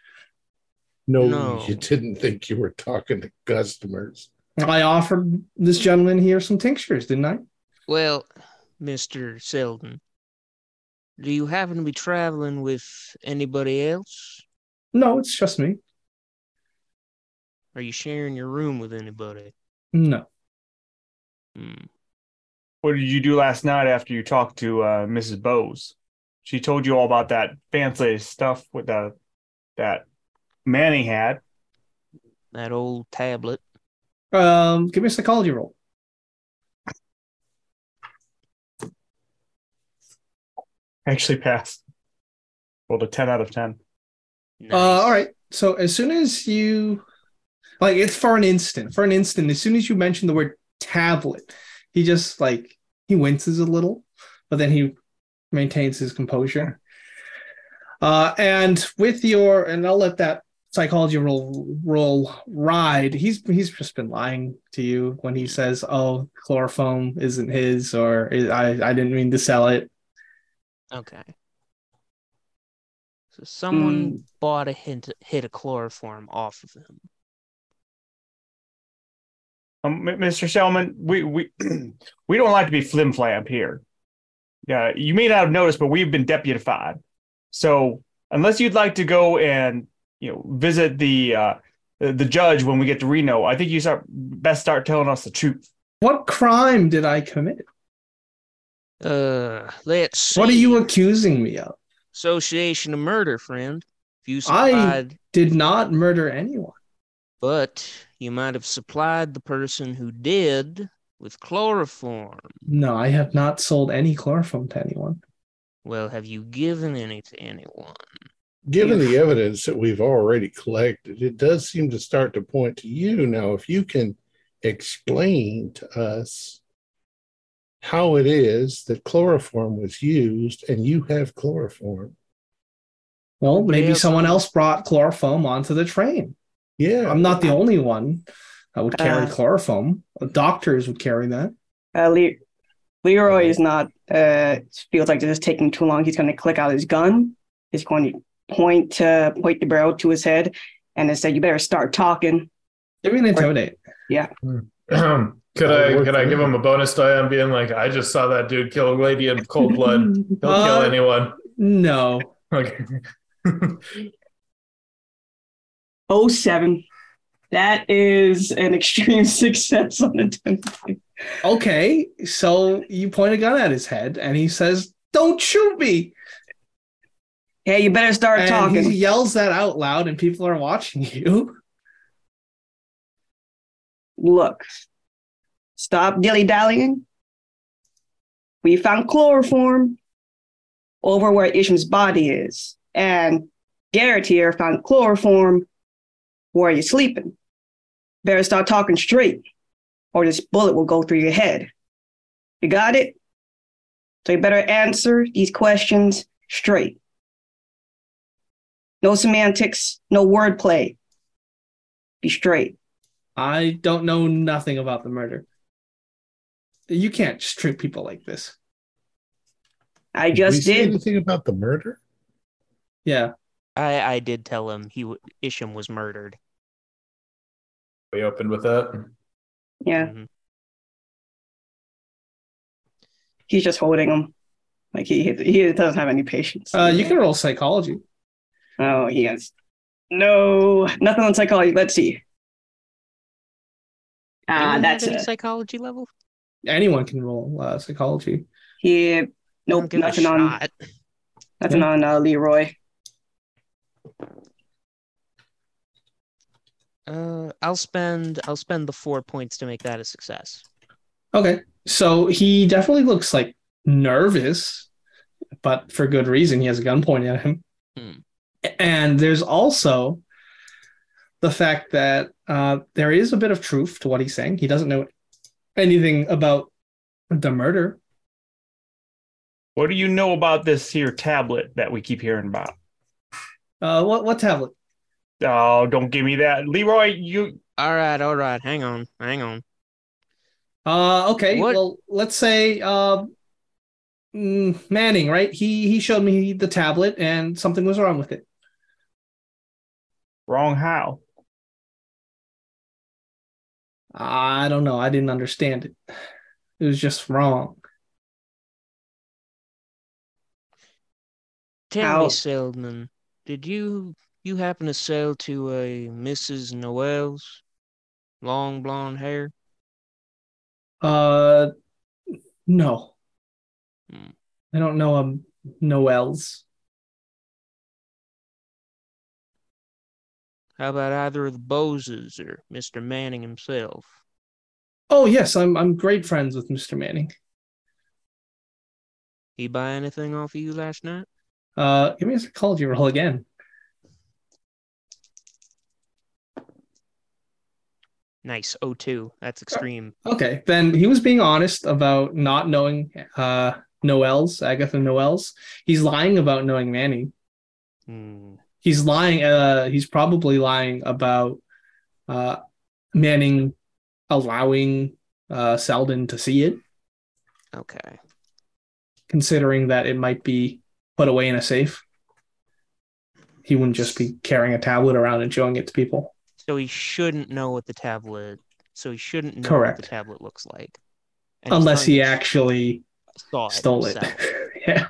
S1: No,
S3: No.
S1: you didn't think you were talking to customers.
S2: I offered this gentleman here some tinctures, didn't I?
S3: Well, Mr. Selden, do you happen to be traveling with anybody else?
S2: No, it's just me.
S3: Are you sharing your room with anybody?
S2: No.
S3: Hmm.
S8: What did you do last night after you talked to uh, Mrs. Bowes? She told you all about that fancy stuff with the that Manny had.
S3: That old tablet.
S2: Um, give me a psychology roll.
S8: Actually passed. Rolled a ten out of ten.
S3: Nice.
S2: Uh, all right. So as soon as you, like, it's for an instant. For an instant, as soon as you mention the word tablet, he just like he winces a little, but then he maintains his composure. Uh, and with your, and I'll let that psychology roll roll ride. He's he's just been lying to you when he says, "Oh, chloroform isn't his," or "I I didn't mean to sell it."
S3: Okay. So
S5: Hmm.
S3: someone bought a hint, hit of chloroform off of him.
S8: Um, M- Mr. Selman, we we we don't like to be flim flam here. Yeah, you may not have noticed, but we've been deputified. So unless you'd like to go and you know visit the uh, the the judge when we get to Reno, I think you start best start telling us the truth.
S2: What crime did I commit?
S3: Uh, let's see.
S2: What are you accusing me of?
S3: Association of murder, friend. If you
S2: I-
S3: supplied,
S2: Did not murder anyone.
S3: but you might have supplied the person who did with chloroform.
S2: No, I have not sold any chloroform to anyone.
S3: Well, have you given any to anyone?
S1: Given the evidence that we've already collected, it does seem to start to point to you. Now, if you can explain to us how it is that chloroform was used and you have chloroform.
S2: Well, maybe
S3: Yeah.
S2: someone else brought chloroform onto the train.
S1: Yeah.
S2: I'm not the only one that would carry
S5: Uh.
S2: chloroform. Doctors would carry that.
S5: Uh, Le- Leroy is not. Uh, feels like this is taking too long. He's going to click out his gun. He's going to point uh, point the barrel to his head, and then say, "You better start talking."
S2: Give me an intimidate.
S4: could
S1: That
S4: I
S1: would
S4: could
S1: work
S4: I
S1: for
S4: give
S1: me.
S4: him a bonus die on being like, I just saw that dude kill a lady in cold blood. He'll
S2: Uh,
S4: kill anyone.
S2: No.
S4: Okay.
S5: Oh seven. That is an extreme success on a ten.
S2: Okay, so you point a gun at his head and he says, Don't shoot me.
S5: Hey, you better start
S2: And
S5: talking.
S2: he yells that out loud and people are watching you.
S5: Look, stop dilly dallying. We found chloroform over where Isham's body is, and Garrett here found chloroform where you're sleeping. Better start talking straight, or this bullet will go through your head. You got it? So you better answer these questions straight. No semantics, no wordplay. Be straight.
S2: I don't know nothing about the murder. You can't just treat people like this.
S1: Did
S5: I
S1: we
S5: just
S1: say
S5: did.
S1: anything about the murder?
S2: Yeah.
S3: I I did tell him he w- Isham was murdered.
S4: We opened with that.
S5: Yeah,
S3: Mhm.
S5: he's just holding him. Like he he doesn't have any patience.
S2: Uh, you can roll psychology.
S5: Oh, he has no nothing on psychology. Let's see. Ah,
S3: Anyone
S5: that's
S3: have any
S5: it.
S3: psychology level.
S2: Anyone can roll uh, psychology.
S5: He
S3: I'll
S5: nope,
S3: give it a
S5: nothing on
S3: shot.
S5: nothing on uh, Leroy.
S3: Uh, I'll spend I'll spend the four points to make that a success.
S2: Okay. So he definitely looks like nervous, but for good reason. He has a gun pointed at him.
S3: Hmm.
S2: And there's also the fact that uh, there is a bit of truth to what he's saying. He doesn't know anything about the murder.
S6: What do you know about this here tablet that we keep hearing about?
S2: Uh, what what tablet?
S6: Oh, don't give me that, Leroy. You
S3: All right, all right. Hang on, hang on.
S2: Uh, okay.
S3: What-
S2: Well, let's say uh, mm, Manning, right? He he showed me the tablet, and something was wrong with it.
S6: wrong. How?
S2: I don't know. I didn't understand it. It was just wrong.
S3: Tell me,
S5: How-
S3: Seldman, did you you happen to sell to a Mrs. Noel's long blonde hair?
S2: Uh, no.
S3: Hmm.
S2: I don't know um Noel's.
S3: How about either of the Boses or Mr. Manning himself?
S2: Oh yes, I'm I'm great friends with Mr. Manning.
S3: He buy anything off of you last night?
S2: Uh, give me a psychology roll again.
S3: Nice, O two. That's extreme.
S2: Okay, then he was being honest about not knowing uh Noel's Agatha Noel's. He's lying about knowing Manning.
S3: Hmm.
S2: he's lying uh he's probably lying about uh manning allowing uh selden to see it
S3: Okay.
S2: considering that it might be put away in a safe he wouldn't just be carrying a tablet around and showing it to people
S3: So he shouldn't know what the tablet. So he shouldn't know what
S2: Correct.
S3: the tablet looks like, And he's
S2: unless
S3: telling
S2: he
S3: the tr-
S2: actually
S3: saw it
S2: stole it
S3: himself.
S2: yeah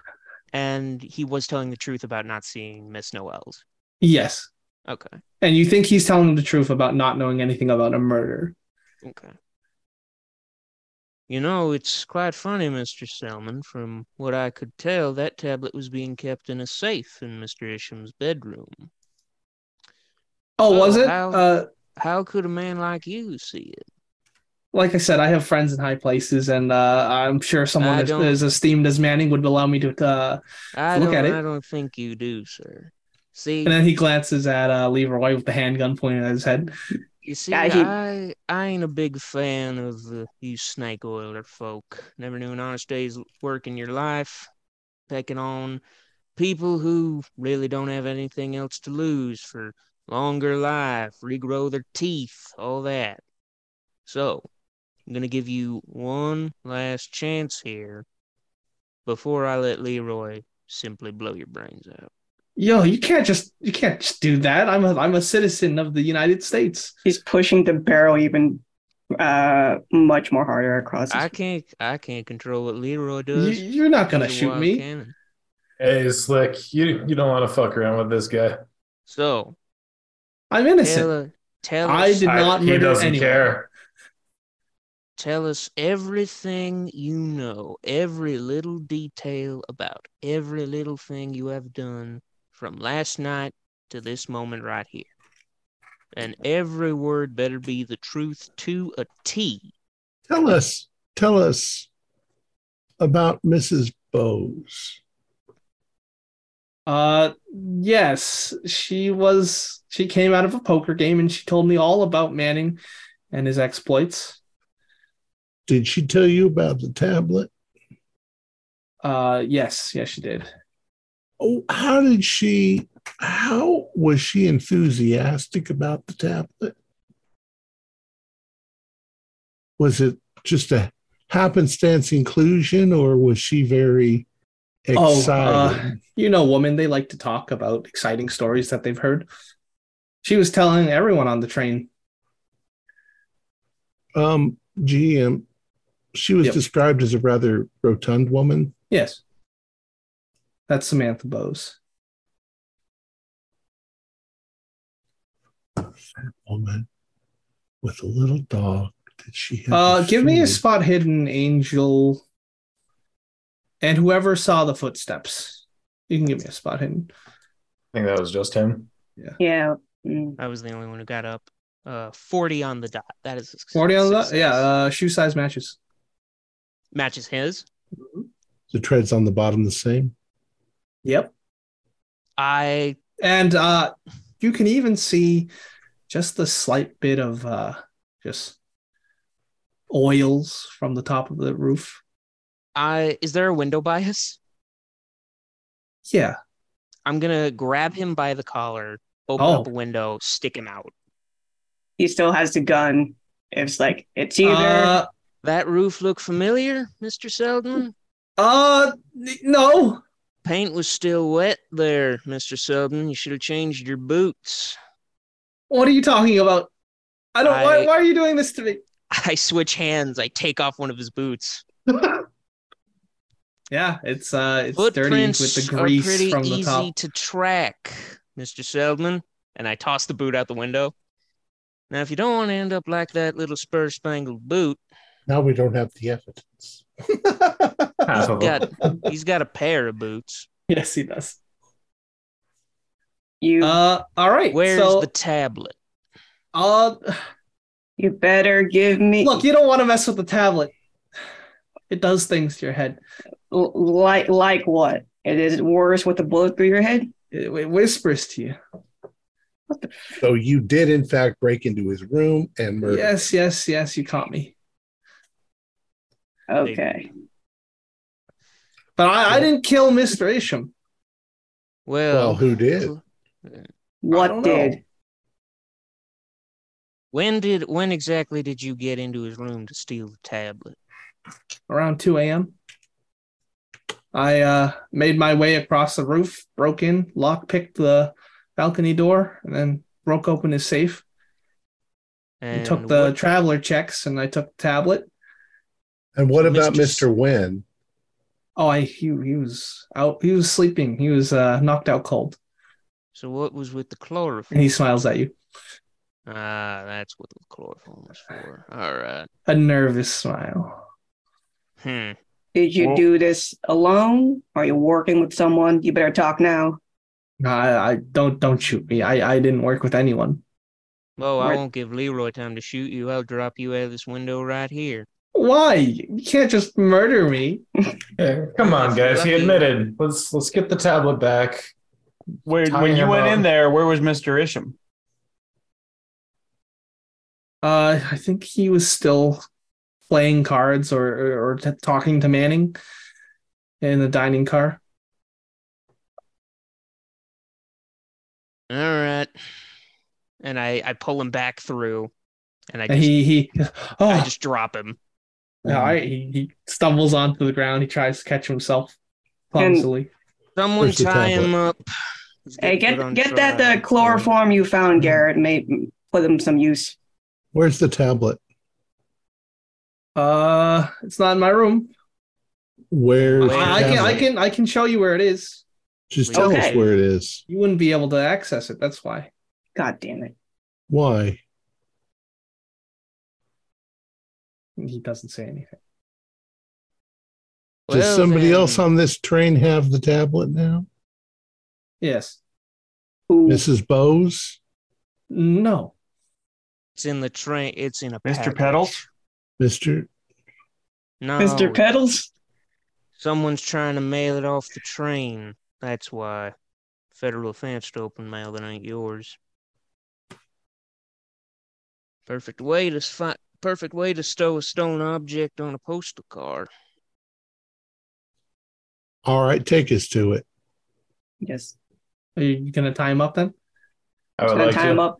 S3: and he was telling the truth about not seeing Miss Noel's.
S2: yes
S3: Okay.
S2: and you think he's telling the truth about not knowing anything about a murder
S3: Okay. You know, it's quite funny, Mr. Selman. From what I could tell, that tablet was being kept in a safe in Mr. Isham's bedroom.
S2: oh
S3: Oh,
S2: was it
S3: how-
S2: uh
S3: How could a man like you see it?
S2: like I said, I have friends in high places, and uh, I'm sure someone
S3: I
S2: as,
S3: don't-
S2: as esteemed as Manning would allow me to. Uh,
S3: I
S2: Look at
S3: don't.
S2: it.
S3: I don't think you do, sir. See,
S2: and then he glances at uh, Leroy with the handgun pointed at his head.
S3: you see,
S5: Yeah, he-
S3: I I ain't a big fan of uh, you snake oiler folk. Never knew an honest day's work in your life, taking on people who really don't have anything else to lose for longer life, regrow their teeth, all that. So, I'm gonna give you one last chance here before I let Leroy simply blow your brains out.
S2: Yo, you can't just you can't just do that. I'm a I'm a citizen of the United States.
S5: He's pushing the barrel even uh much more harder across. his-
S3: I can't I can't control what Leroy
S2: You,
S3: does.
S2: you're not gonna
S3: He's a
S2: shoot
S3: wild
S2: me.
S3: cannon.
S4: Hey, Slick, you you don't want to fuck around with this guy.
S3: So
S2: I'm innocent.
S3: tell, us- tell
S2: I
S3: us
S2: did not
S4: he
S2: murder
S4: doesn't
S2: anyone.
S4: care.
S3: tell us everything you know, every little detail about every little thing you have done from last night to this moment right here. And every word better be the truth to a T.
S1: Tell us, tell us about Mrs. Bowes.
S2: Uh, yes, she was. She came out of a poker game, and she told me all about Manning and his exploits.
S1: Did she tell you about the tablet?
S2: Uh, yes, yes, she did.
S1: Oh, how did she? How was she enthusiastic about the tablet? Was it just a happenstance inclusion, or was she very
S2: Oh, uh,
S1: excited?
S2: you know, women, they like to talk about exciting stories that they've heard. She was telling everyone on the train.
S1: um, GM, she was
S2: Yep.
S1: described as a rather rotund woman.
S2: Yes. That's Samantha Bowes.
S1: Woman with a little dog. Did she have?
S2: Uh,
S1: to
S2: give me a
S1: feed?
S2: spot hidden angel. And whoever saw the footsteps, you can give me a spot hidden.
S4: I think that was just him.
S5: yeah. mm.
S3: I was the only one who got up. Uh, forty on the dot. That is a suc-
S2: 40 on the,
S3: success.
S2: yeah, uh, shoe size matches.
S3: matches his.
S1: The treads on the bottom the same.
S2: Yep.
S3: I
S2: And uh, you can even see just the slight bit of uh, just oils from the top of the roof.
S3: I is there a window bias?
S2: Yeah.
S3: I'm gonna grab him by the collar, open
S1: Oh.
S3: up a window, stick him out.
S5: He still has the gun. It's like it's either
S2: Uh,
S3: That roof look familiar, Mr. Selden?
S2: uh, n- no.
S3: Paint was still wet there, Mr. Selden. You should have changed your boots.
S2: What are you talking about? I don't. Why,
S3: I-
S2: why are you doing this to me?
S3: I switch hands. I take off one of his boots.
S2: Yeah, it's uh, it's dirty
S3: Footprints
S2: with the
S3: are pretty
S2: grease from the
S3: easy
S2: top.
S3: to track, Mr. Selden. And I toss the boot out the window. Now, if you don't want to end up like that little spur spangled boot,
S1: Now we don't have the evidence.
S8: Uh,
S3: he's got he's got a pair of boots.
S2: Yes, he does.
S5: you
S2: Uh, all right.
S3: Where's
S2: so,
S3: the tablet?
S2: uh,
S5: you better give me
S2: look, you don't want to mess with the tablet. It does things to your head.
S5: l- like like what? It is it worse with a bullet through your head?
S2: It, it whispers to you.
S1: So you did, in fact, break into his room and murder.
S2: Yes, yes, yes. You caught me,
S5: Okay.
S2: but I, I didn't kill Mister Isham.
S1: Well,
S3: Well,
S1: who did?
S2: don't
S5: What
S2: know.
S5: did?
S3: when did when exactly did you get into his room to steal the tablet?
S2: around 2 a.m. I uh, made my way across the roof, broke in, lockpicked the balcony door, and then broke open his safe.
S3: And
S2: And took the
S3: what-
S2: traveler checks, and I took the tablet.
S1: And what about
S3: Mr.
S1: Mr. Wynn?
S2: Oh, I, he he was out. He was sleeping. He was uh, knocked out cold,
S3: so what was with the
S2: and
S3: chloroform?
S2: he smiles at you.
S3: Ah, that's what the chloroform was for. All right.
S2: A nervous smile.
S3: Hmm.
S5: Did you
S8: Well-
S5: do this alone? Are you working with someone? You better talk now.
S2: I, I don't don't shoot me. I, I didn't work with anyone.
S3: Well, Oh, I
S5: Right.
S3: won't give Leroy time to shoot you. I'll drop you out of this window right here.
S2: Why? You can't just murder me.
S4: Yeah, come on, guys. He
S3: Lucky.
S4: admitted. Let's let's get the tablet back.
S8: Where,
S4: Tie
S8: when you
S4: him
S8: went
S4: up.
S8: in there, where was Mister Isham?
S2: Uh, I think he was still playing cards or or, or t- talking to Manning in the dining car.
S3: All right. And I, I pull him back through, and I
S2: And
S3: just,
S2: he he oh
S3: I just drop him.
S2: all right, he, he stumbles onto the ground. He tries to catch himself
S5: And-
S2: clumsily.
S3: Someone
S1: Where's the
S3: tie him
S1: tablet?
S3: up.
S5: Hey,
S3: on
S5: get get that
S3: trial.
S5: uh, chloroform you found, Garrett. May put them some use.
S1: Where's the tablet?
S2: Uh, it's not in my room.
S1: Where's the
S2: I, I can I
S1: tablet?
S2: can I can show you where it is.
S1: Just tell us
S5: Okay.
S1: where it is.
S2: You wouldn't be able to access it. That's why.
S5: God damn it!
S1: Why?
S2: He doesn't say anything.
S1: Does
S3: Well,
S1: somebody
S3: then,
S1: else on this train have the tablet now?
S2: Yes.
S5: Ooh,
S1: Mrs. Bowes?
S2: No.
S3: It's in the train. It's in a
S8: Mr.
S3: package.
S8: Petals?
S1: Mr.
S3: No,
S5: Mr. Petals.
S3: someone's trying to mail it off the train. That's why. Federal offense to open mail that ain't yours. Perfect way to fi- Perfect way to stow a stolen object on a postal card.
S1: All right, take us to it.
S5: Yes.
S2: Are you gonna tie him up then?
S4: I would
S5: Gonna
S4: like
S5: tie him
S4: to.
S5: up.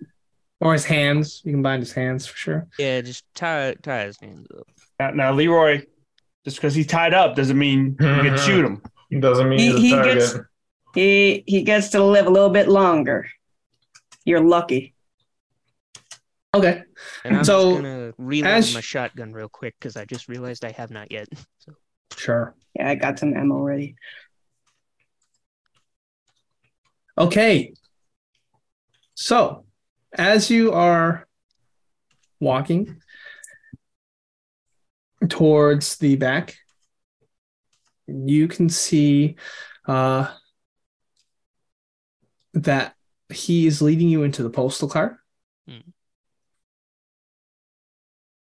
S2: Or his hands? You can bind his hands for sure.
S3: Yeah, just tie tie his hands up.
S8: Now, now, Leroy, just because he's tied up doesn't mean you can
S4: Mhm.
S8: shoot him.
S4: Doesn't mean
S5: He-
S4: he's a
S5: he
S4: target.
S5: gets- He he gets to live a little bit longer. You're lucky.
S2: Okay.
S3: And I'm
S2: So,
S3: just gonna reload
S2: as-
S3: my shotgun real quick because I just realized I have not yet. So,
S2: Sure.
S5: Yeah, I got some ammo already.
S2: Okay. So, as you are walking towards the back, you can see uh, that he is leading you into the postal car.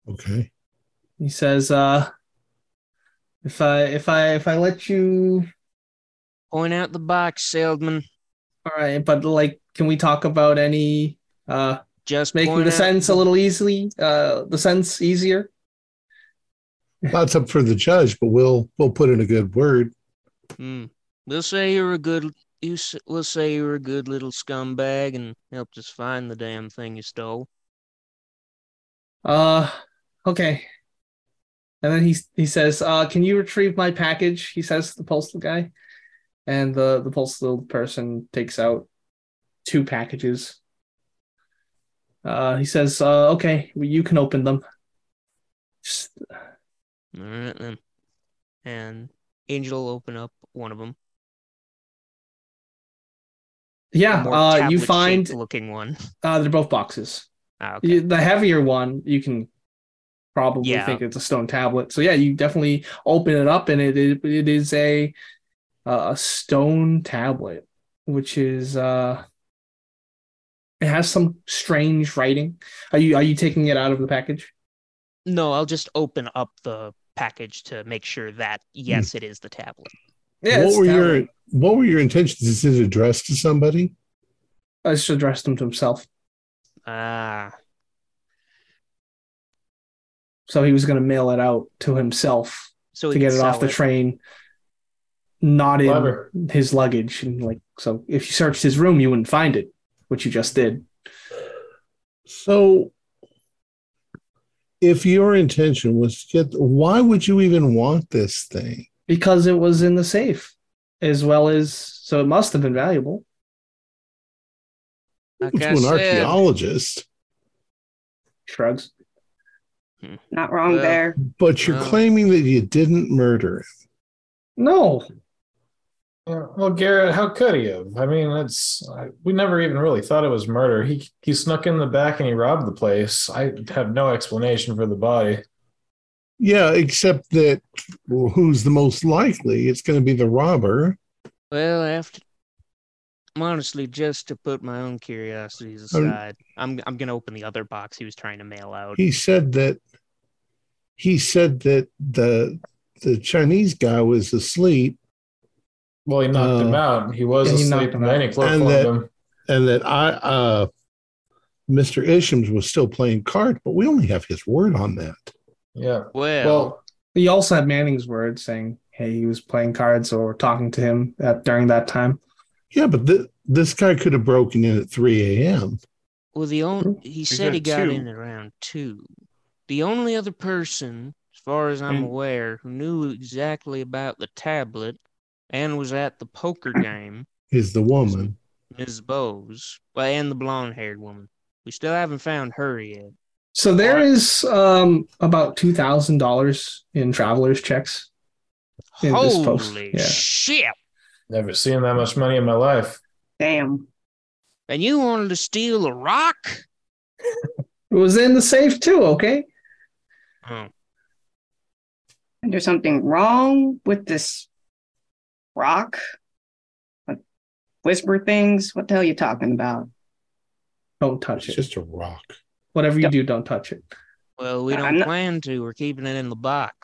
S1: Okay.
S2: He says, uh, "If I if I if I let you,
S3: point out the box, salesman.
S2: all right, but like, can we talk about any uh,
S3: Just
S2: making
S3: point
S2: the
S3: out
S2: sentence a little easily uh the sentence easier
S1: That's up for the judge, but we'll we'll put in a good word.
S3: Mm, We'll say you're a good. You s- we'll say you're a good little scumbag and helped us find the damn thing you stole.
S2: Uh, okay. And then he he says, uh, "Can you retrieve my package?" He says to the postal guy, and the the postal person takes out two packages. Uh, he says, uh, "Okay, well, you can open them." Just-
S3: All right then. And Angel will open up one of them.
S2: yeah, uh, you find
S3: looking one.
S2: uh, they're both boxes.
S3: Ah, okay.
S2: You- The heavier one, you can probably
S3: Yeah.
S2: think it's a stone tablet. So yeah, you definitely open it up, and it it, it is a uh, a stone tablet, which is uh, it has some strange writing. Are you are you taking it out of the package?
S3: No, I'll just open up the package to make sure
S2: Hmm.
S3: that yes, it is the tablet.
S1: what
S2: it's
S1: were
S2: tablet.
S1: your What were your intentions? Is it addressed to somebody?
S2: I just addressed him to himself,
S3: Ah,
S2: so he was going to mail it out to himself
S3: so
S2: to
S3: we
S2: get
S3: can
S2: it off
S3: sell
S2: the train, not in
S4: Clever.
S2: his luggage, and like so. If you searched his room, you wouldn't find it, which you just did.
S1: So, if your intention was to get, why would you even want this thing?
S2: because it was in the safe as well as so it must have been valuable
S3: Like
S1: to
S3: I
S1: an
S3: said,
S1: archaeologist,
S2: shrugs
S5: Not wrong
S3: Well,
S5: there.
S1: but you're
S3: Wow.
S1: claiming that you didn't murder him.
S2: no
S4: Yeah, well, Garrett, how could he have? I mean, it's I, we never even really thought it was murder. He he snuck in the back and he robbed the place. I have no explanation for the body.
S1: Yeah, except that well, who's the most likely? It's going to be the robber.
S3: well, after honestly, just to put my own curiosities
S1: Um,
S3: aside, I'm I'm gonna open the other box he was trying to mail out.
S1: He said that he said that the the Chinese guy was asleep
S4: Well, he knocked
S1: Uh,
S4: him out. He was
S2: yeah, he
S4: asleep,
S2: knocked him
S4: and then
S2: out.
S4: he chloroformed
S1: And that-
S4: him.
S1: and that I uh Mr. Ishams was still playing cards, but we only have his word on that.
S4: Yeah.
S3: Well,
S4: Well,
S2: he also had manning's word saying hey he was playing cards or talking to him at, during that time
S1: Yeah, but th- this guy could have broken in at 3 a.m.
S3: well, the only he said
S8: got
S3: he got
S8: two.
S3: in around two. The only other person, as far as I'm
S8: And-
S3: aware, who knew exactly about the tablet and was at the poker game
S1: Is the woman.
S3: Ms. Bowes, well, and the blonde haired woman. We still haven't found her yet.
S2: so there is um about two thousand dollars in travelers checks In this post,
S3: Holy
S2: yeah.
S3: shit!
S4: never seen that much money in my life.
S5: Damn.
S3: And you wanted to steal a rock?
S2: it was in the safe too okay
S3: Oh,
S5: There's something wrong with this rock. What- Whisper things. What the hell you talking about?
S2: don't
S1: It's
S2: touch it
S1: just a rock.
S2: whatever you
S5: Yep.
S2: do don't touch it
S3: well, we
S5: I'm
S3: don't
S5: not-
S3: plan to. We're keeping it in the box.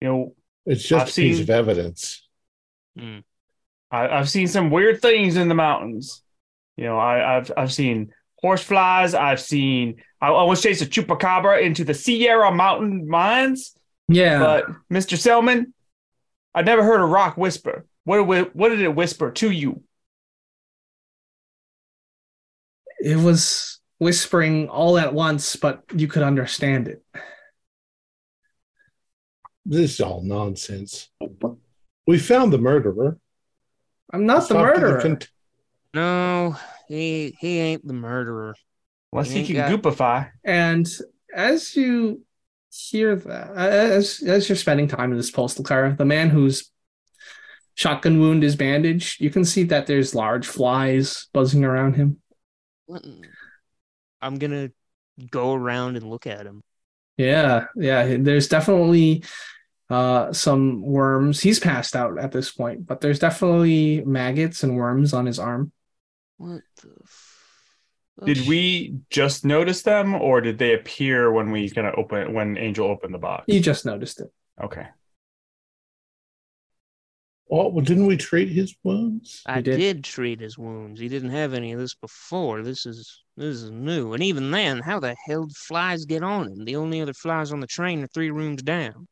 S8: You know,
S1: It's just
S8: I've
S1: a piece
S8: seen-
S1: of evidence.
S3: Hmm.
S8: I, I've seen some weird things in the mountains. You know, I, I've I've seen horse flies. I've seen I I almost chased a chupacabra into the Sierra Mountain mines.
S2: yeah
S8: But Mr. Selman, I never heard a rock whisper. What did what did it whisper to you?
S2: it was whispering all at once but you could understand it
S1: This is all nonsense.
S5: What-
S1: We found the murderer.
S2: i'm not the
S1: Talked to
S2: murderer
S1: cont-
S3: No, he he ain't the murderer.
S8: Unless he
S3: Ain't
S8: can
S3: got-
S8: goopify.
S2: And as you hear that, as as you're spending time in this postal car, the man whose shotgun wound is bandaged, you can see that there's large flies buzzing around him.
S3: What in- I'm gonna go around and look at him.
S2: Yeah, yeah. There's definitely uh, some worms. He's passed out at this point, but there's definitely maggots and worms on his arm.
S3: What the? F- oh,
S8: Did
S3: sh-
S8: we just notice them, or did they appear when we kind of open when Angel opened the box?
S2: You just noticed it.
S8: Okay.
S1: Oh, well, didn't we treat his wounds?
S3: I
S2: did.
S3: did. treat his wounds. He didn't have any of this before. This is this is new. And even then, how the hell did flies get on him? The only other flies on the train are three rooms down.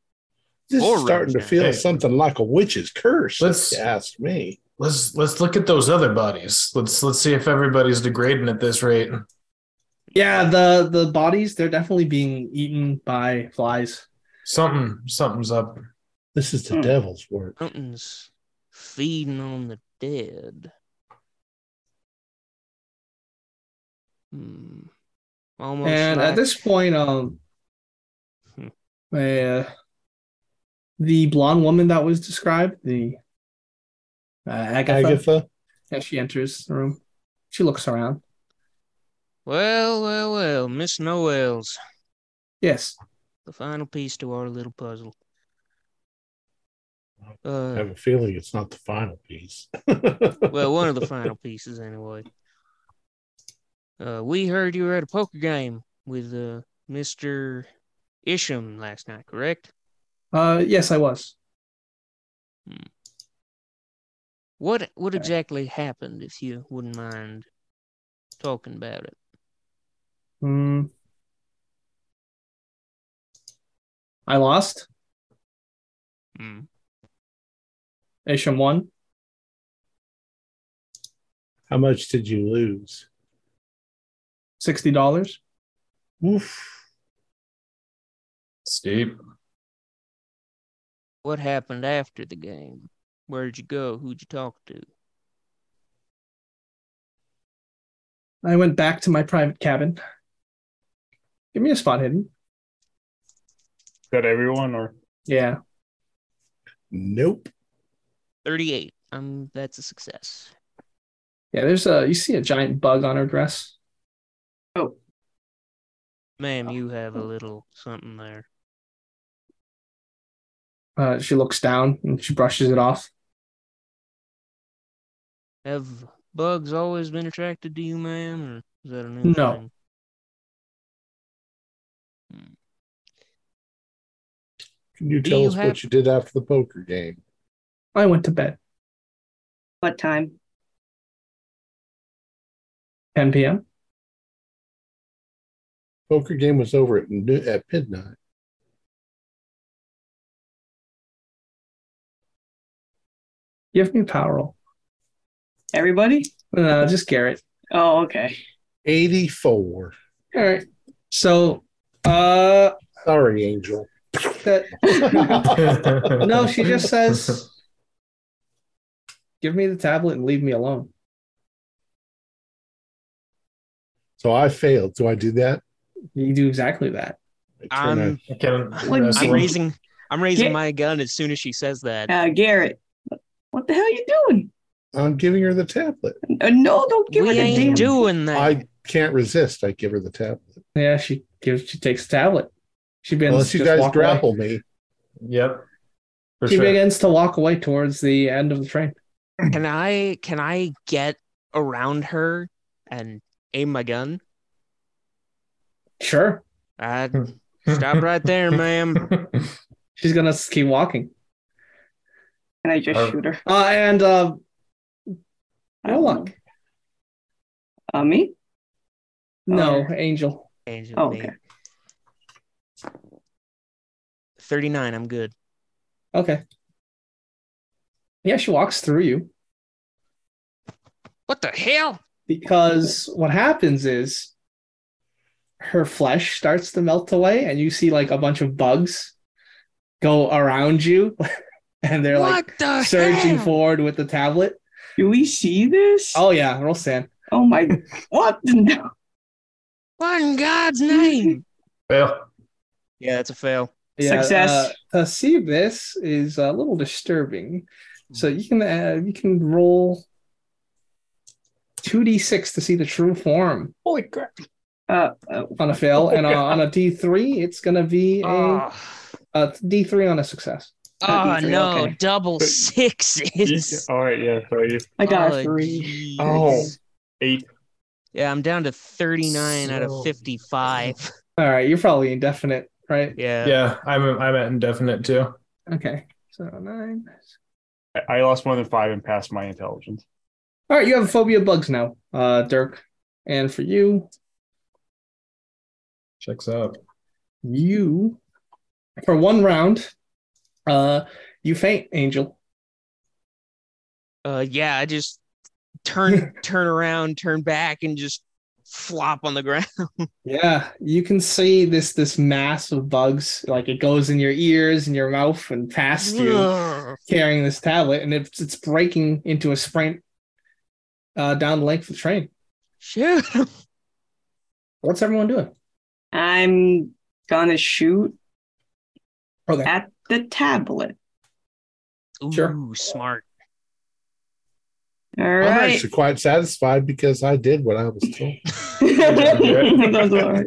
S1: This
S3: All
S1: is starting to
S3: right.
S1: feel
S4: Hey.
S1: something like a witch's curse.
S4: Let's-
S1: if you ask me.
S4: Let's let's look at those other bodies. Let's let's see if everybody's degrading at this rate.
S2: Yeah, the the bodies they're definitely being eaten by flies.
S4: Something something's up.
S1: This is the
S5: Hmm.
S1: devil's work.
S3: Something's feeding on the dead. Hmm. Almost
S2: and at
S3: like-
S2: this point, um, uh, the blonde woman that was described, the uh, Agatha,
S1: Agatha,
S2: as she enters the room, she looks around.
S3: Well, well, well, Miss Noel's
S2: Yes,
S3: the final piece to our little puzzle. Uh,
S1: I have a feeling it's not the final piece.
S3: well, one of the final pieces, anyway. Uh, we heard you were at a poker game with uh, Mr. Isham last night, correct?
S2: uh, yes, I was.
S3: What What exactly happened, if you wouldn't mind talking about it?
S2: Hmm. I lost.
S3: Hmm.
S2: Isham won.
S1: How much did you lose?
S2: Sixty dollars.
S1: Oof.
S4: Steep.
S3: What happened after the game? Where'd you go? Who'd you talk to?
S2: I went back to my private cabin. Give me a spot hidden.
S8: Got everyone or
S2: Yeah.
S1: Nope.
S3: Thirty-eight. Um, that's a success.
S2: Yeah, there's a you see a giant bug on her dress.
S3: Ma'am, you have a little something there.
S2: Uh, she looks down and she brushes it off.
S3: Have bugs always been attracted to you, ma'am, or is that a new
S2: No.
S3: thing?
S1: Can you
S3: Do
S1: tell
S3: you
S1: us
S3: have-
S1: what you did after the poker game?
S2: I went to bed.
S5: What time?
S2: 10 p.m.
S1: Poker game was over at noo- at midnight.
S2: Give me a power roll.
S5: Everybody?
S2: Uh, just Garrett.
S5: Oh, okay.
S1: 84.
S2: All right. So, uh,
S1: Sorry, Angel.
S2: that, no, she just says, "Give me the tablet and leave me alone."
S1: so I failed. Do I do that?
S2: You do exactly that.
S1: I turn
S3: I'm-
S4: Can,
S5: What
S4: wrestle.
S3: I'm
S5: Excellent.
S3: raising I'm raising
S5: Yeah.
S3: my gun as soon as she says that.
S5: Uh, Garrett, what the hell you doing?
S1: a- I'm giving her the tablet.
S5: Uh, no, don't give
S3: we
S5: it a damn.
S3: ain't doing that.
S1: I can't resist. I give her the tablet.
S2: Yeah, she gives. She takes the tablet. She begins.
S1: Unless you
S2: just
S1: guys
S2: walk away.
S1: grapple me.
S4: Yep. For
S2: She
S4: sure.
S2: begins to walk away towards the end of the train.
S3: Can I can I get around her and aim my gun?
S2: Sure.
S3: I stop right there, ma'am.
S2: She's gonna s- keep walking.
S5: Can I just
S4: Uh,
S5: shoot her?
S2: Uh, and uh,
S5: I
S2: roll
S5: don't
S2: luck.
S5: know. Uh, me? Oh,
S2: No,
S5: Or-
S2: Angel.
S3: Angel
S5: Oh,
S3: me.
S5: okay.
S3: 39, I'm good.
S2: Okay. Yeah, she walks through you
S3: What the hell?
S2: because what happens is her flesh starts to melt away, and you see like a bunch of bugs go around you, and they're
S3: what
S2: like
S3: the
S2: surging
S3: hell?
S2: forward with the tablet.
S5: Do we see this? Oh,
S2: Oh yeah, roll sand.
S5: my. what? No.
S3: What in God's name?
S4: Well,
S3: yeah, that's a fail.
S2: Yeah,
S5: Success.
S2: Uh, to see this is a little disturbing, so you can uh, you can roll two d six to see the true form.
S8: holy crap.
S5: Uh, uh,
S2: on a fail, and on, on a D three, it's gonna be a
S3: Oh,
S2: a D three on a success.
S3: oh,
S5: That'd be
S3: no,
S5: okay.
S3: double
S8: But-
S3: sixes.
S8: All right, yeah, sorry. you-
S5: I got
S3: Oh,
S5: a three.
S3: jeez.
S8: Oh. Eight.
S3: Yeah, I'm down to 39 out
S4: So-
S3: of 55.
S2: All right, you're probably indefinite, right?
S3: Yeah.
S4: yeah, I'm I'm at indefinite too.
S2: Okay, so nine.
S8: I- I lost more than five and passed my intelligence.
S2: All right, you have a phobia of bugs now, uh, Dirk, and for you,
S4: Checks out.
S2: you for one round Uh, you faint, Angel.
S3: Uh, yeah, I just turn turn around, turn back, and just flop on the ground.
S2: Yeah, you can see this this mass of bugs. Like it goes in your ears and your mouth and past you,
S3: Ugh.
S2: carrying this tablet, and it's it's breaking into a sprint uh, down the length of the train.
S3: Shoot.
S2: What's everyone doing?
S5: I'm gonna shoot
S2: Okay.
S5: at the tablet.
S2: Sure.
S3: Ooh, smart.
S5: All
S1: I'm
S5: right.
S1: actually quite satisfied because I did what I was told.
S5: Those are-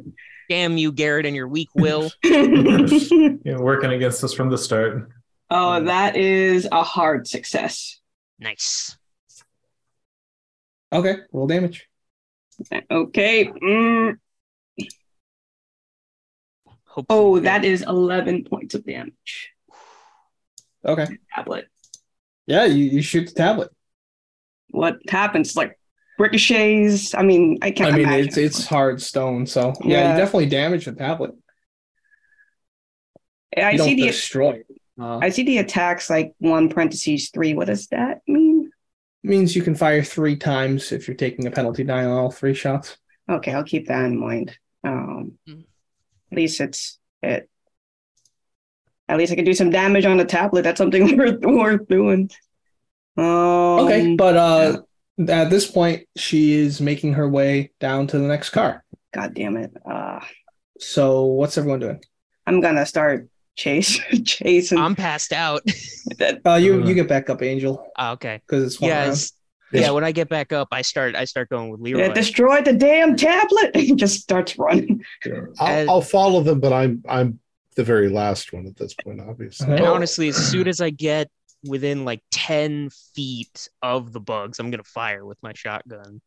S3: Damn you, Garrett, and your weak will.
S4: You know, working against us from the start.
S7: Oh, that is a hard success.
S3: nice.
S2: Okay, roll damage.
S5: okay. Mm.
S3: Hope
S7: Oh, that is 11 points of damage.
S2: Okay.
S7: Tablet.
S2: Yeah, you, you shoot the tablet.
S5: What happens? Like ricochets? I mean, I can't.
S2: I mean,
S5: imagine.
S2: it's it's hard stone, so yeah,
S5: Yeah.
S2: you definitely damage the tablet.
S5: I
S2: You
S5: see
S2: don't
S5: the
S2: destroy it. Uh,
S5: I see the attacks like one parentheses three. What does that mean?
S2: means you can fire three times if you're taking a penalty die on all three shots.
S5: Okay, I'll keep that in mind. Um,
S3: Mm.
S5: at least it's it. At least I can do some damage on the tablet. That's something worth worth doing. Um,
S2: Okay, but uh, at this point, she is making her way down to the next car.
S5: God damn it! Uh,
S2: So what's everyone doing?
S5: I'm gonna start chase chasing.
S3: I'm passed out.
S5: that.
S2: Uh, you you get back up, Angel,
S3: Ah, okay.
S2: because it's one
S3: Yeah,
S2: round.
S3: it's- yeah. When I get back up, I start. I start going with Leroy.
S5: It destroyed the damn tablet. He just starts running.
S3: As-
S1: I'll, I'll follow them, but I'm I'm the very last one at this point, obviously.
S2: Uh-huh.
S3: And honestly, as soon as I get within like 10 feet of the bugs, I'm going to fire with my shotgun.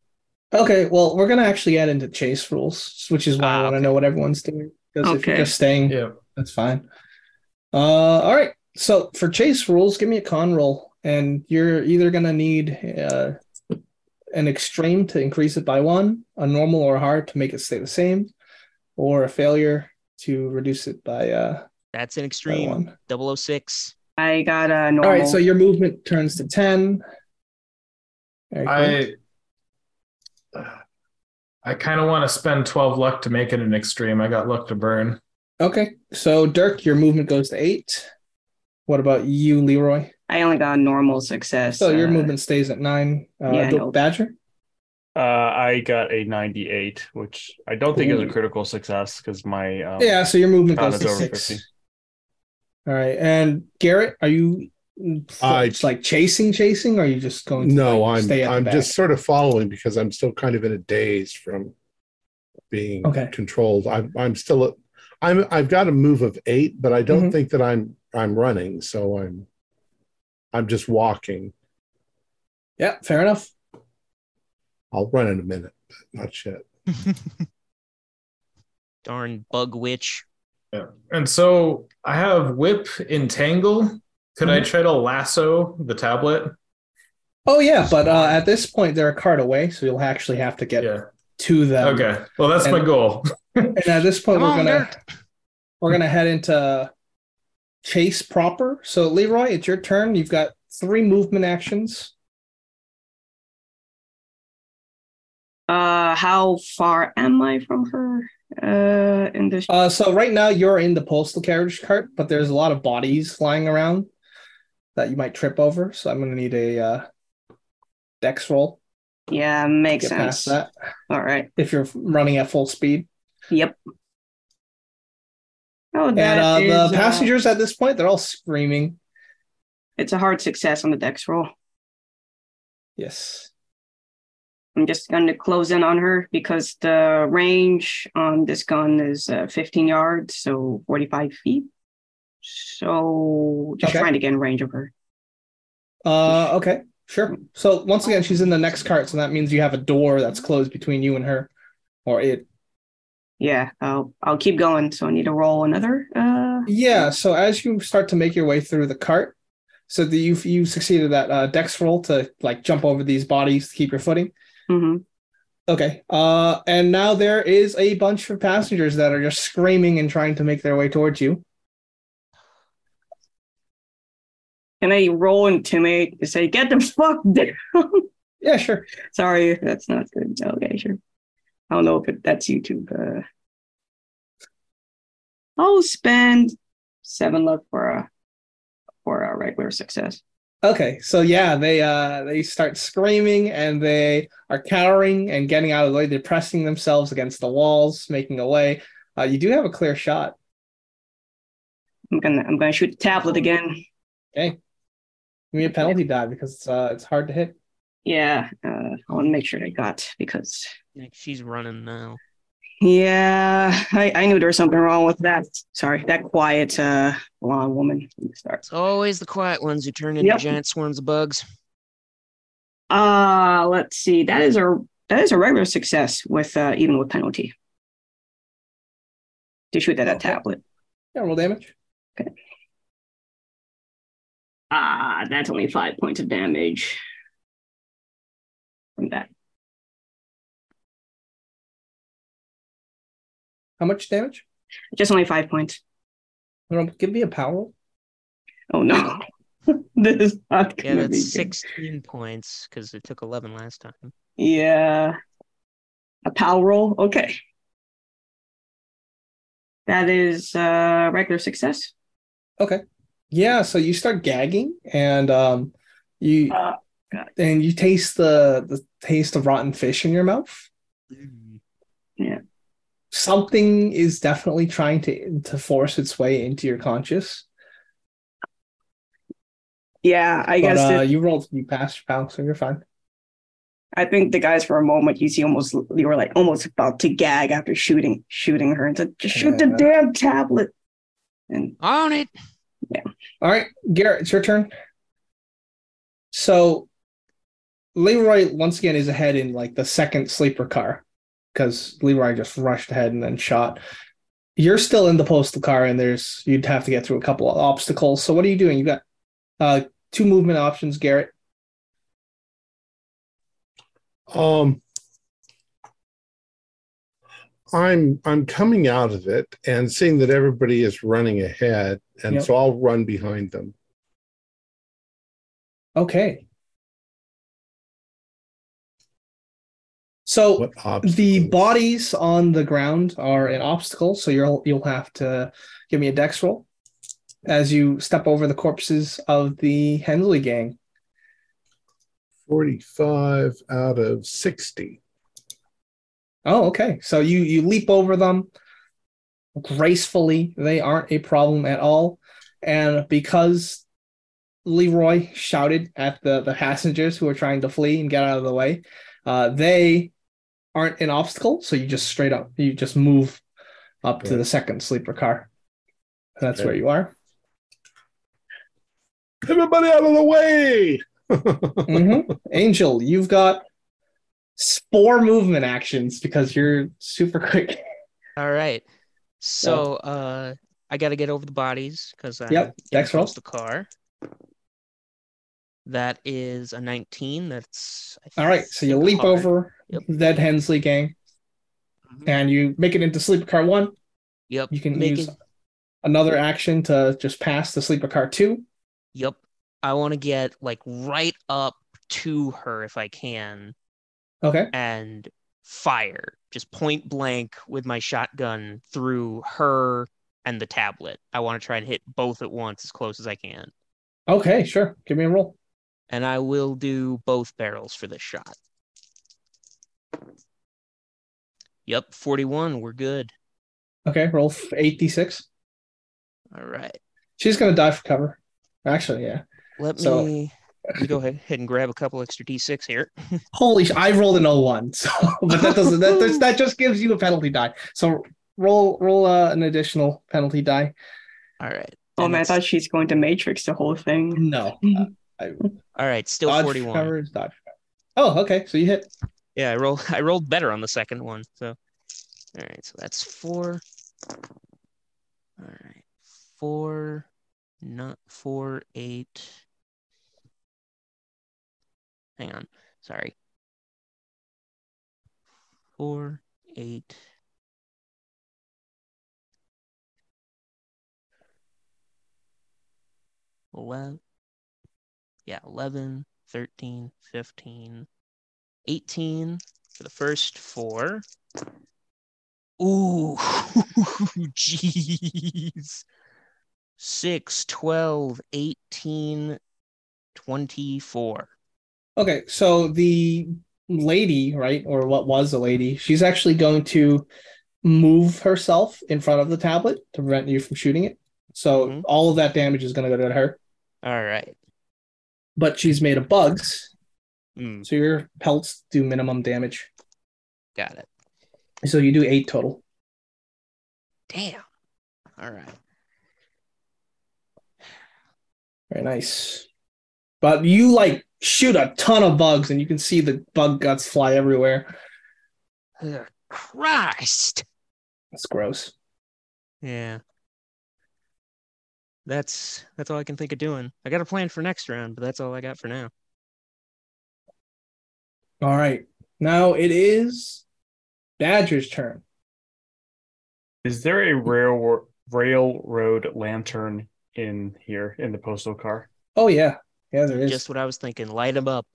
S2: Okay, well, we're gonna actually add into chase rules, which is why I
S3: Ah,
S2: want to
S3: okay.
S2: know what everyone's doing. Because if you're
S5: Okay.
S2: just staying,
S4: Yeah.
S2: that's fine. Uh, all right. So for chase rules, give me a con roll, and you're either gonna need uh, an extreme to increase it by one, a normal or hard to make it stay the same, or a failure to reduce it by, uh,
S3: That's an
S2: by
S3: extreme
S2: one.
S3: 006.
S5: I got a normal.
S2: All right. So your movement turns to ten. There you go.
S4: I I kind of want to spend 12 luck to make it an extreme. I got luck to burn.
S2: Okay. So Dirk, your movement goes to eight. What about you, Leroy?
S5: I only got a normal success.
S2: So your
S5: uh,
S2: movement stays at nine. Uh,
S5: yeah, I
S2: Dol-
S5: know.
S2: Badger.
S8: Uh, I got a 98, which I don't think is
S2: Ooh.
S8: a critical success because my um,
S2: Yeah. So your movement
S8: Todd
S2: goes
S8: is
S2: to
S8: over
S2: six.
S8: 50.
S2: All right. And Garrett, are you
S1: I-
S2: it's like chasing, chasing, or are you just going? To,
S1: No,
S2: like,
S1: I'm
S2: stay at the
S1: I'm
S2: back?
S1: just sort of following because I'm still kind of in a daze from being
S2: Okay.
S1: controlled. I'm I'm still at, I'm I've got a move of eight, but I don't
S2: Mhm.
S1: think that I'm I'm running, so I'm I'm just walking.
S2: Yeah. Fair enough.
S1: I'll run in a minute, but not yet.
S3: Darn bug witch.
S4: And so I have whip entangle. Could
S2: Mm-hmm.
S4: I try to lasso the tablet?
S2: Oh yeah, but uh, at this point they're a card away, so you'll actually have to get
S4: Yeah.
S2: to them.
S4: Okay. Well, that's my
S2: Um, and-
S4: goal.
S2: And at this point
S3: Come
S2: we're
S3: on,
S2: gonna we're gonna head into chase proper. So Leroy, it's your turn. You've got three movement actions.
S5: Uh, how far am I from her? Uh, in this.
S2: Uh, so right now you're in the postal carriage cart, but there's a lot of bodies flying around that you might trip over. So I'm gonna need a uh, dex roll
S5: yeah,
S2: to
S5: makes
S2: get past
S5: sense.
S2: that
S5: All right.
S2: if you're running at full speed.
S5: Yep. Oh,
S2: And
S5: that
S2: uh,
S5: is,
S2: the passengers at this point they're all screaming.
S5: it's a hard success on the dex roll.
S2: Yes.
S5: I'm just going to close in on her because the range on this gun is uh, 15 yards, so 45 feet. So just
S2: Okay.
S5: trying to get in range of her.
S2: Uh, okay. Sure. So once again, she's in the next cart, so that means you have a door that's closed between you and her, or it.
S5: Yeah, I'll I'll keep going. So I need to roll another. Uh,
S2: Yeah, so as you start to make your way through the cart, so that you you succeeded that uh, dex roll to like jump over these bodies to keep your footing.
S5: mhm.
S2: Okay. Uh, and now there is a bunch of passengers that are just screaming and trying to make their way towards you.
S5: Can I roll intimidate to say, get the fuck down?
S2: Yeah, sure.
S5: Sorry, that's not good. Okay, sure. I don't know if it, that's YouTube. Uh, I'll spend seven luck for a for a regular success.
S2: Okay, so yeah, they uh they start screaming and they are cowering and getting out of the way. They're pressing themselves against the walls, making away. Uh, you do have a clear shot.
S5: I'm gonna I'm gonna shoot the tablet again.
S2: Give me a penalty die because it's uh it's hard to hit.
S5: Yeah, uh, I want to make sure I got because
S3: Like, she's running now.
S5: yeah, I, I knew there was something wrong with that. Sorry, that quiet uh blonde woman from the start.
S3: It's always the quiet ones who turn into
S5: Yep.
S3: giant swarms of bugs.
S5: Uh let's see. That is a that is a regular success with uh even with penalty. To shoot at a
S2: Okay.
S5: tablet.
S2: Yeah, roll damage.
S5: Ah, that's only five points of damage from that.
S2: How much damage?
S5: Just only five points.
S2: Roll- Give me a power. roll.
S5: Oh no. this is not
S3: Yeah,
S5: gonna be
S3: that's
S5: good.
S3: 16 points because it took 11 last time.
S5: Yeah. A pal roll. Okay. That is uh regular success.
S2: Yeah, so you start gagging and um you
S5: Uh, God.
S2: and you taste the the taste of rotten fish in your mouth. something is definitely trying to to force its way into your conscious.
S5: Yeah, I
S2: But
S5: guess
S2: uh,
S5: it-
S2: you rolled, you passed your pound, so you're fine.
S5: I think the guys for a moment you see almost you were like almost about to gag after shooting shooting her and said, just shoot the
S2: Yeah.
S5: damn tablet. And
S3: On it.
S2: All right, Garrett, it's your turn. So, Leroy once again is ahead in like the second sleeper car because Leroy just rushed ahead and then shot. You're still in the postal car, and there's you'd have to get through a couple of obstacles. So, what are you doing? You got uh, two movement options, Garrett.
S1: Um, I'm I'm coming out of it and seeing that everybody is running ahead, and
S2: Yep.
S1: so I'll run behind them.
S2: Okay. So
S1: What
S2: the
S1: obstacles?
S2: bodies on the ground are an obstacle, so you'll you'll have to give me a dex roll as you step over the corpses of the Henley gang.
S1: 45 out of 60.
S2: Oh, okay. So you you leap over them gracefully. They aren't a problem at all, and because Leroy shouted at the the passengers who were trying to flee and get out of the way, uh, they aren't an obstacle. So you just straight up you just move up to
S1: Right.
S2: the second sleeper car. That's
S1: Okay.
S2: where you are.
S1: Everybody out of the way!
S2: Mhm. Angel, you've got s- four movement actions because you're super quick.
S3: All right. So uh, I got to get over the bodies because I
S2: Yep, dex roll.
S3: the car. That is a 19. That's I
S2: All right, so you
S3: think,
S2: leap
S3: hard.
S2: over
S3: Yep.
S2: the dead Hensley gang
S3: Mhm.
S2: and you make it into sleeper car one.
S3: Yep.
S2: You can
S3: Make
S2: use
S3: it-
S2: another action to just pass the sleeper car two.
S3: Yep. I want to get like right up to her if I can
S2: Okay.
S3: and fire just point blank with my shotgun through her and the tablet. I want to try and hit both at once as close as I can.
S2: Okay, sure. Give me a roll.
S3: And I will do both barrels for this shot. Yep, 41. We're good.
S2: Okay, roll f- 86.
S3: All right.
S2: She's going to die for cover. Actually, yeah.
S3: Let
S2: So-
S3: me let me go ahead and grab a couple extra d6 here.
S2: Holy! Sh- I rolled an 01, so but that doesn't that does- that just gives you a penalty die. So roll roll uh, an additional penalty die.
S3: All right.
S5: oh
S3: and
S5: man, I
S3: it's-
S5: thought she's going to matrix the whole thing.
S2: No, Uh,
S3: All right, still
S2: Dodge
S3: 41.
S2: coverage, dodge coverage. Oh, okay. So you hit.
S3: Yeah, I roll I rolled better on the second one. So all right, so that's four. All right. Four not four eight. Hang on. Sorry. Four eight. Eleven. yeah, 11, 13, 15, 18 for the first four. Ooh, jeez. 6, 12, 18, 24.
S2: Okay, so the lady, right, or what was the lady, she's actually going to move herself in front of the tablet to prevent you from shooting it. So
S3: Mhm.
S2: all of that damage is going to go to her,
S3: All right.
S2: but she's made of bugs,
S3: Mm,
S2: so your pelts do minimum damage.
S3: got it.
S2: So you do eight total.
S3: Damn. All right.
S2: Very nice. But you like shoot a ton of bugs, and you can see the bug guts fly everywhere.
S3: Ugh, Christ.
S2: That's gross.
S3: Yeah. That's that's all I can think of doing. I got a plan for next round, but that's all I got for now.
S2: All right, now it is Badger's turn.
S8: Is there a rail railroad lantern in here in the postal car?
S2: Oh yeah, yeah, there is.
S3: Just what I was thinking. Light him up.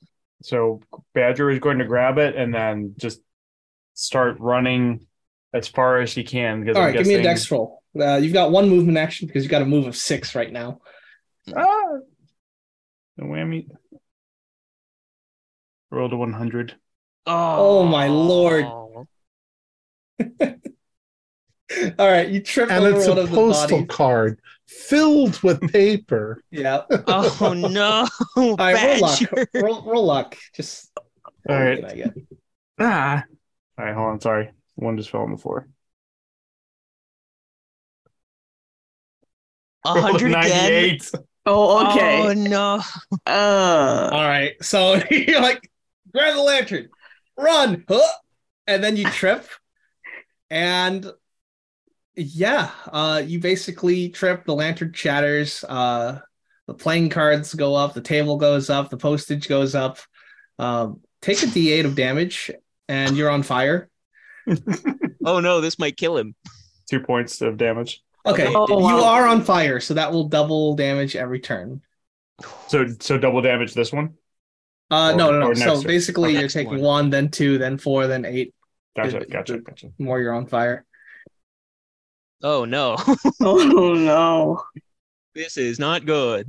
S8: So Badger is going to grab it and then just start running as far as he can. Because
S2: All
S8: I'm
S2: right, give me a
S8: guessing-
S2: dex roll. Uh, you've got one movement action because you've got a move of six right now.
S8: Ah! No whammy. Rolled a 100.
S3: Oh,
S2: my lord. All right, you trip
S1: And
S2: over
S1: it's
S2: one
S1: a
S2: of the bodies.
S1: postal card filled with paper.
S2: Yeah.
S3: Oh no. All
S2: All right, roll luck. Roll, roll luck. Just.
S8: All
S2: what
S8: right.
S2: can I get?
S8: Ah. All right, hold on. Sorry. One just fell on the floor.
S3: A
S8: Rolled a
S3: hundred again.
S8: 98.
S5: Oh,
S3: Oh
S5: okay.
S3: no.
S5: Uh,
S2: All right, so you're like, grab the lantern, run, huh? and then you trip, and yeah, uh, you basically trip. The lantern shatters. Uh, the playing cards go up. The table goes up. The postage goes up. Um, take a D8 of damage, and you're on fire.
S3: Oh no, this might kill him.
S8: Two points of damage.
S2: Okay,
S3: Oh,
S2: you
S5: wow.
S2: are on fire, so that will double damage every turn.
S8: So so double damage this one.
S2: Uh,
S8: Or-
S2: no, no, no.
S8: or next
S2: So
S8: turn.
S2: basically,
S3: Okay.
S2: you're taking one, then two, then four, then eight.
S8: Gotcha,
S2: It-
S8: gotcha,
S2: it-
S8: gotcha.
S2: More you're on fire.
S3: Oh no.
S5: oh no.
S3: this is not good.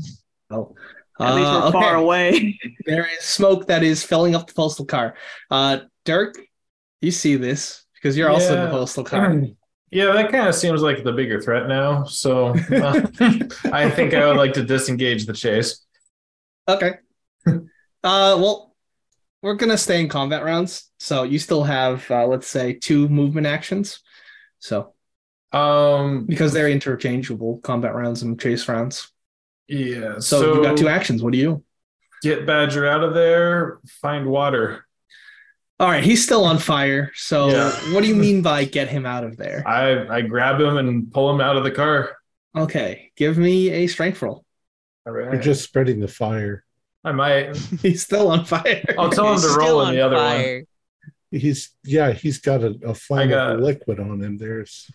S2: Oh.
S5: At least
S2: Uh,
S5: we're far
S2: okay.
S5: away.
S2: There is smoke that is filling up the postal car. Uh, Dirk, you see this because you're also in the
S4: Yeah.
S2: postal car.
S4: Yeah, that kind of seems like the bigger threat now. So uh, I think I would like to disengage the chase.
S2: Okay. Uh, well, we're gonna stay in combat rounds, so you still have uh, let's say two movement actions. So
S4: Um,
S2: because they're interchangeable, combat rounds and chase rounds.
S4: yeah.
S2: So,
S4: So,
S2: you've got two actions. What do you? do?
S4: get Badger out of there. Find water.
S2: All right, he's still on fire. So
S4: Yeah.
S2: what do you mean by get him out of there?
S4: I I grab him and pull him out of the car.
S2: Okay, give me a strength roll.
S4: All
S1: We're
S4: right.
S1: just spreading the fire.
S4: I might.
S2: He's still on fire.
S4: I'll tell
S3: He's
S4: him to
S3: still
S4: roll in
S3: on
S4: the other one.
S3: fire.
S1: He's yeah, he's got a, a flame
S4: got-
S1: of liquid on him. There's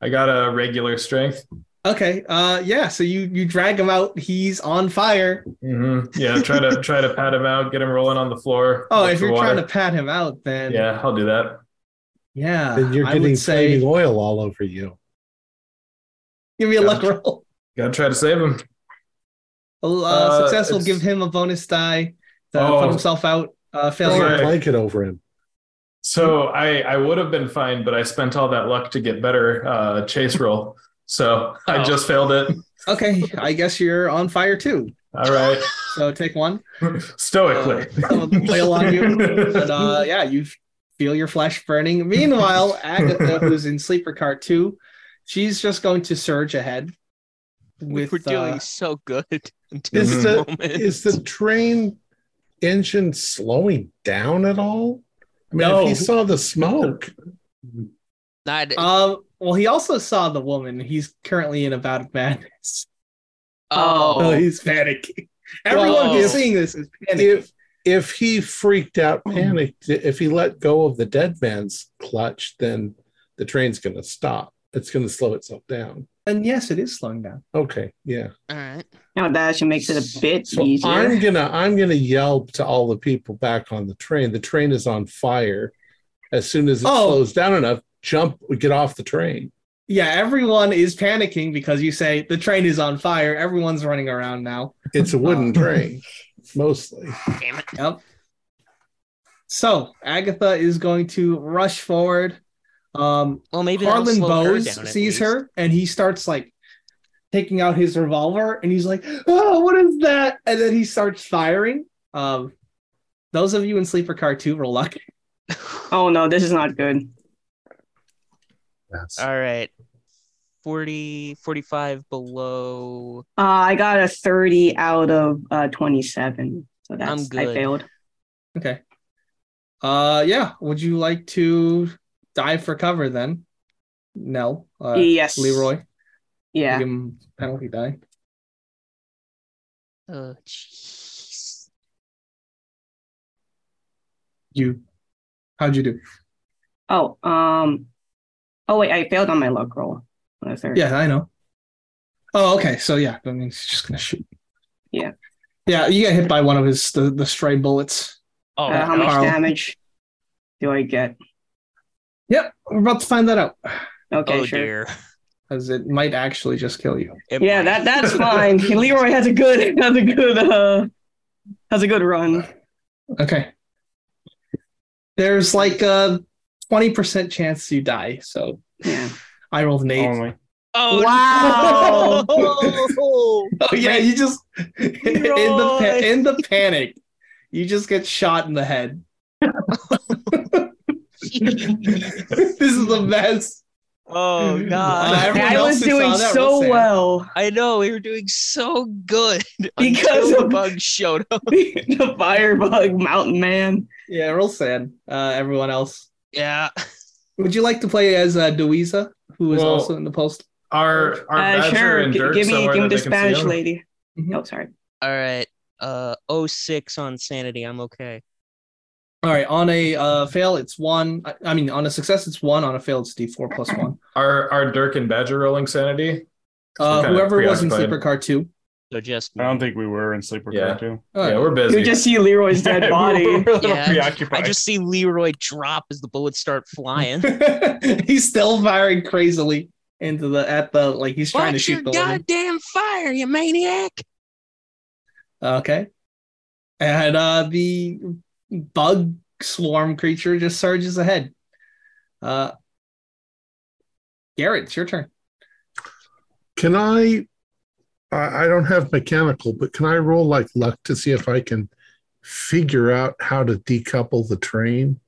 S4: I got a regular strength.
S2: Okay. Uh yeah, so you you drag him out, he's on fire.
S4: hmm Yeah. Try to try to pat him out. Get him rolling on the floor.
S2: Oh,
S4: Look
S2: if
S4: for
S2: you're
S4: water.
S2: trying to pat him out, then
S4: Yeah, I'll do that.
S2: yeah,
S1: then you're
S2: Ah, I
S1: getting
S2: would say
S1: flaming oil all over you.
S2: give me a luck roll.
S4: Gotta try to save him.
S2: Uh,
S4: Uh,
S2: success will
S4: it's-
S2: give him a bonus die to put
S4: Oh.
S2: himself out. Uh
S1: Throw
S2: failure.
S1: a
S4: Right.
S1: blanket over him.
S4: So I I would have been fine, but I spent all that luck to get better uh, chase roll. So I
S3: Oh.
S4: just failed it.
S2: Okay, I guess you're on fire too.
S4: All right,
S2: So take one.
S4: stoically.
S2: Some of the oil on you. But uh, yeah, you feel your flesh burning. Meanwhile, Agatha, who's in sleeper car two, she's just going to surge ahead.
S3: We
S2: With
S3: we're doing
S2: uh,
S3: so good until
S1: Is
S3: this
S1: the
S3: moment.
S1: is the train engine slowing down at all? I mean,
S2: No.
S1: if he saw the smoke.
S3: Not-
S2: um, well, he also saw the woman. He's currently in a bout of madness.
S3: oh,
S2: Oh, he's panicking. Everyone
S3: Well,
S2: who's seeing this is panicking.
S1: if if he freaked out, panicked, if he let go of the dead man's clutch, then the train's going to stop. it's going to slow itself down.
S2: And yes, it is slowing down.
S1: Okay, yeah.
S3: All right.
S5: Now that actually makes it a bit
S1: So
S5: easier.
S1: I'm gonna I'm gonna yell to all the people back on the train. The train is on fire. As soon as it
S2: Oh.
S1: slows down enough, jump, get off the train.
S2: Yeah, everyone is panicking because you say the train is on fire. Everyone's running around now.
S1: It's a wooden
S2: Oh.
S1: train, mostly.
S3: Damn it.
S2: Yep. So Agatha is going to rush forward. Um,
S3: Well, maybe that'll
S2: Harlan
S3: slow
S2: Bowes
S3: her down at
S2: sees
S3: least.
S2: her and he starts like taking out his revolver and he's like, "Oh, what is that?" And then he starts firing. Um, those of you in sleeper car two roll luck.
S5: oh no, this is not good.
S1: That's
S3: All right. 40, 45 below.
S5: Uh, I got a 30 out of uh, 27. So that's
S3: I'm
S5: I
S3: good.
S5: failed.
S2: Okay. Uh, yeah. Would you like to dive for cover then? No, uh,
S5: yes.
S2: Leroy.
S5: Yeah.
S2: Give him penalty die.
S3: Oh, jeez.
S2: You. How'd you do?
S5: Oh, um Oh wait, I failed on my luck roll. On the third.
S2: Yeah, I know. Oh, okay. So yeah, I mean, he's just gonna shoot.
S5: Yeah.
S2: Yeah, you get hit by one of his the, the stray bullets.
S3: Oh,
S5: Uh, how
S3: no.
S5: much
S2: Carl.
S5: damage do I get?
S2: Yep, we're about to find that out
S5: Okay,
S3: oh
S5: sure.
S3: dear.
S2: because it might actually just kill you.
S3: It
S5: Yeah,
S3: might-
S5: that that's fine. Leroy has a good has a good uh has a good run.
S2: Okay. There's like a twenty percent chance you die. So
S5: Yeah.
S2: I rolled an eight. Oh,
S8: Only.
S3: Oh,
S5: Wow.
S2: Oh.
S3: no.
S2: yeah, you just in the pa- in the panic, you just get shot in the head. this is the best.
S3: oh
S2: Uh,
S3: god.
S2: everyone
S5: I was
S2: else who saw
S5: doing
S2: that
S5: so
S2: was Sam.
S5: well.
S3: I know we were doing so good
S5: Because
S3: until the
S5: of-
S3: bug showed up.
S5: the firebug mountain man.
S2: Yeah, real sad. Uh, everyone else.
S3: Yeah.
S2: Would you like to play as uh, Deweeza, who is
S4: Well-
S2: also in the post?
S4: Are are
S5: Uh,
S4: Badger
S5: sure,
S4: and
S5: g-
S4: Dirk
S5: give me
S4: somewhere
S5: give me
S4: that they
S5: the
S4: can see
S5: Spanish
S4: him?
S5: lady.
S2: Mhm.
S5: Oh, sorry.
S3: All right. Uh 06 on sanity. I'm okay.
S2: All right, on a uh, fail, it's one. I, I mean, on a success, it's one. On a fail, it's D four plus one.
S4: Are are Dirk and Badger rolling sanity?
S2: Uh,
S4: kinda
S2: whoever was in
S4: preoccupied.
S2: sleeper car two.
S3: So just
S8: I don't think we were in sleeper
S4: Yeah.
S8: car two.
S2: All right.
S4: yeah, we're busy.
S5: You just see Leroy's dead
S8: we were a
S5: body.
S8: little
S3: Yeah, I just- I
S8: preoccupied.
S3: just see Leroy drop as the bullets start flying.
S2: he's still firing crazily into the at the like he's trying to
S3: Watch your
S2: shoot the woman.
S3: goddamn fire, you maniac!
S2: Okay, and uh, the bug swarm creature just surges ahead. Uh, Garrett, it's your turn.
S1: Can I? I I don't have mechanical, but can I roll like luck to see if I can figure out how to decouple the train?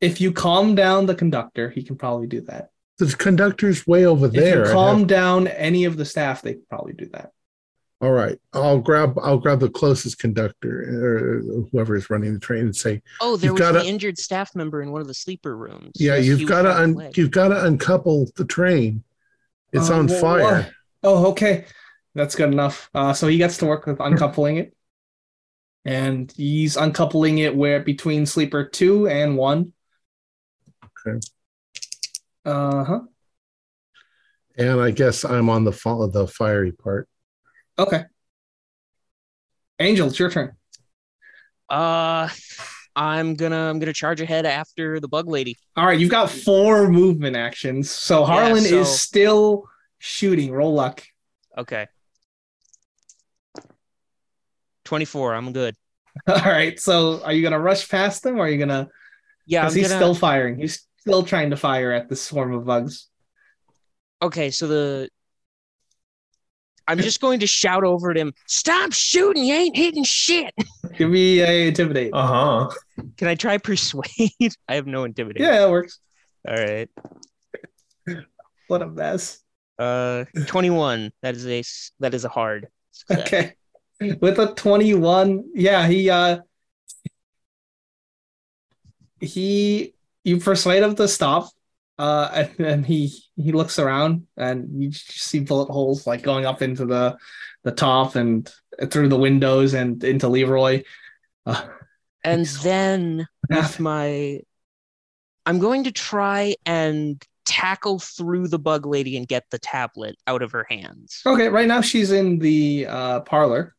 S2: If you calm down the conductor, he can probably do that.
S1: The conductor's way over there.
S2: if
S1: I'd
S2: you
S1: have-
S2: calm down any of the staff, they could probably do that.
S1: All right, I'll grab I'll grab the closest conductor or whoever is running the train and say,
S3: Oh, there
S1: You've
S3: was
S1: gotta-
S3: the injured staff member in one of the sleeper rooms.
S1: "Yeah,
S3: Yes, he
S1: you've
S3: was
S1: got to
S3: shot in the
S1: un-
S3: leg.
S1: you've got to uncouple the train. It's
S2: Uh,
S1: on
S2: wha-
S1: fire."
S2: wha- Oh, okay, that's good enough. Uh, so he gets to work with uncoupling it, and he's uncoupling it where between sleeper two and one.
S1: Okay.
S2: Uh huh.
S1: And I guess I'm on the fa- the fiery part.
S2: Okay. Angel, it's your turn.
S3: Uh, I'm gonna I'm gonna charge ahead after the bug lady.
S2: All right, you've got four movement actions. So Harlan
S3: so-
S2: is still shooting. Roll luck.
S3: Okay. Twenty four. I'm good.
S2: All right. So are you gonna rush past them, or are you gonna?
S3: Yeah, I'm
S2: Because he's
S3: gonna.
S2: still firing. He's still trying to fire at the swarm of bugs.
S3: Okay, so the. I'm just going to shout over at him. Stop shooting! You ain't hitting shit.
S2: Give me a intimidate.
S3: Oh,
S4: uh huh.
S3: Can I try persuade? I have no intimidation.
S2: yeah, that works.
S3: All right.
S2: What a mess.
S3: Uh, twenty-one. That is a s- that is a hard. Success.
S2: Okay.
S3: mm.
S2: With a 21, yeah, he uh he you persuade him to stop. Uh and then he he looks around and you just see bullet holes like going up into the the top and through the windows and into Leroy. Uh,
S3: And then with my, I'm going to try and tackle through the bug lady and get the tablet out of her hands.
S2: Okay, right now she's in the uh, parlor.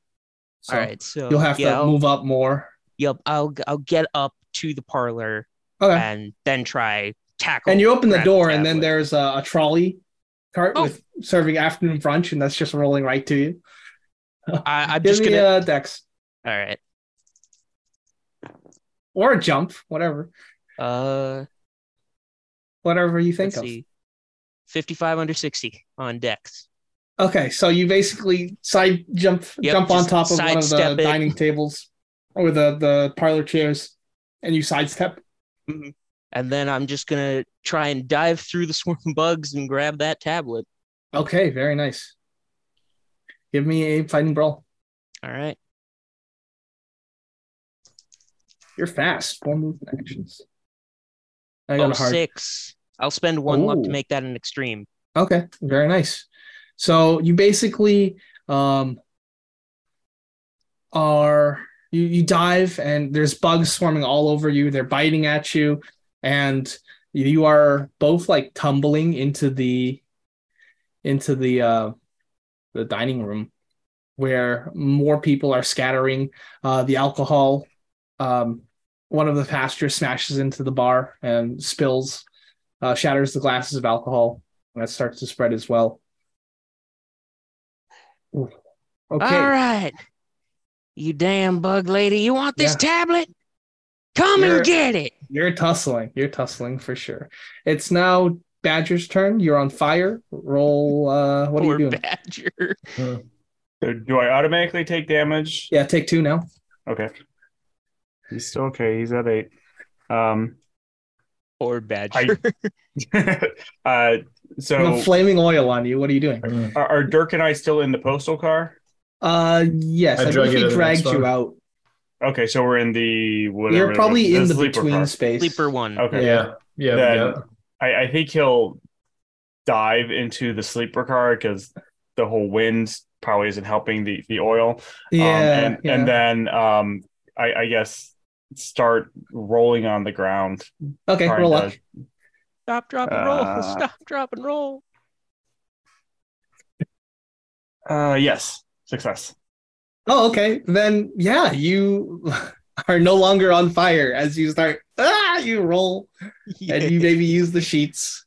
S2: So
S3: All right, so
S2: You'll have
S3: yeah,
S2: to
S3: I'll-
S2: move up more.
S3: Yep, I'll I'll get up to the parlor
S2: Okay.
S3: and then try tackle.
S2: and you open the
S3: grab
S2: door, and then
S3: tablet.
S2: there's a, a trolley cart
S3: Oh.
S2: with serving afternoon brunch, and that's just rolling right to you.
S3: I, I'm
S2: Give
S3: just
S2: me
S3: gonna.
S2: a dex
S3: All right.
S2: or a jump, whatever,
S3: Uh,
S2: whatever you think of.
S3: let's see. 55 under 60 on decks.
S2: Okay, so you basically side jump,
S3: Yep,
S2: jump on
S3: just
S2: top of one of
S3: sidestep
S2: the
S3: it.
S2: dining tables or the the parlor chairs, and you sidestep.
S3: And then I'm just gonna try and dive through the swarm bugs and grab that tablet.
S2: Okay, very nice. Give me a fighting brawl.
S3: All right.
S2: You're fast. Four movement actions. I got
S3: Oh,
S2: a hard.
S3: six. I'll spend one luck to
S2: Ooh.
S3: make that an extreme.
S2: Okay, very nice. So you basically um, are you, you dive and there's bugs swarming all over you. They're biting at you, and you are both like tumbling into the into the uh, the dining room where more people are scattering uh, the alcohol. Um, one of the pastors smashes into the bar and spills, uh, shatters the glasses of alcohol. And that starts to spread as well. Ooh. Okay.
S3: All right. You damn bug lady. You want this tablet? Come
S2: You're-
S3: and get it.
S2: You're tussling. You're tussling for sure. It's now Badger's turn. You're on fire. Roll. Uh, what are
S3: Poor
S2: you doing?
S3: badger.
S8: So do I automatically take damage?
S2: yeah, take two now.
S8: Okay. He's still okay. He's at eight. Um,
S3: Poor
S8: I,
S3: badger.
S8: uh, so
S2: The flaming oil on you. What are you doing?
S8: are, are Dirk and I still in the postal car?
S2: Uh, yes.
S4: I
S2: I,
S4: drug
S2: believe
S4: you
S2: he
S4: to the next
S2: dragged you
S4: one.
S2: out.
S8: Okay, so we're in the whatever.
S2: You're probably
S8: the
S2: in the
S8: sleeper
S2: between
S8: car.
S2: space.
S4: Um,
S3: Sleeper one.
S8: Okay.
S4: Yeah. Yeah.
S8: Then-
S4: yeah.
S8: I, I think he'll dive into the sleeper car because the whole wind probably isn't helping the, the oil.
S2: Yeah.
S8: um, and,
S2: yeah.
S8: and then um, I, I guess start rolling on the ground.
S2: okay.
S8: trying
S2: Roll
S8: to-
S2: up.
S3: Stop, drop, and roll.
S8: Uh,
S3: Stop, drop, and roll.
S8: Uh, yes, success.
S2: Oh, okay. Then yeah, you are no longer on fire as you start. Ah, you roll and you maybe use the sheets.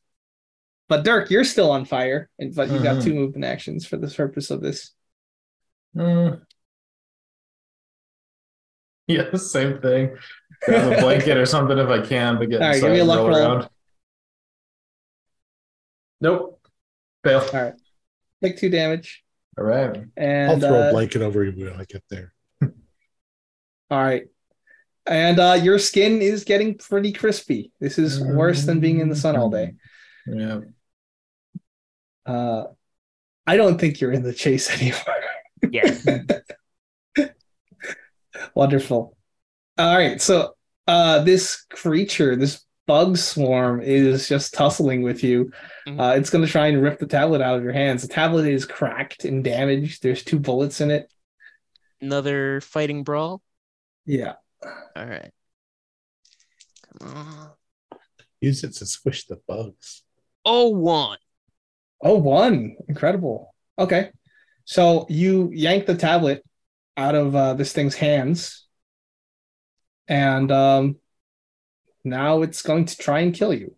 S2: But Dirk, you're still on fire, and but you've got
S4: Mhm.
S2: two movement actions for the purpose of this.
S4: Mm. Yeah, same thing. Grab a blanket or something if I can to get
S2: All right, give
S4: inside
S2: me a
S4: and
S2: luck
S4: roll
S2: roll.
S4: around. Nope. Fail.
S2: right. Take two damage.
S4: All right.
S2: And
S1: I'll throw
S2: uh,
S1: a blanket over you when I get there.
S2: All right. And uh, your skin is getting pretty crispy. This is worse than being in the sun all day.
S4: Yeah.
S2: Uh,
S1: Mm.
S2: I don't think you're in the chase anymore.
S3: Yeah.
S2: Wonderful. All right. So uh, this creature, this bug swarm, is just tussling with you.
S3: Mhm.
S2: Uh, it's going to try and rip the tablet out of your hands. The tablet is cracked and damaged. There's two bullets in it.
S3: Another fighting brawl.
S2: Yeah.
S3: All right. Come on.
S1: Use it to squish the bugs.
S3: Oh, one.
S2: Oh, one. Incredible. Okay. So you yank the tablet out of uh, this thing's hands. And um, now it's going to try and kill you.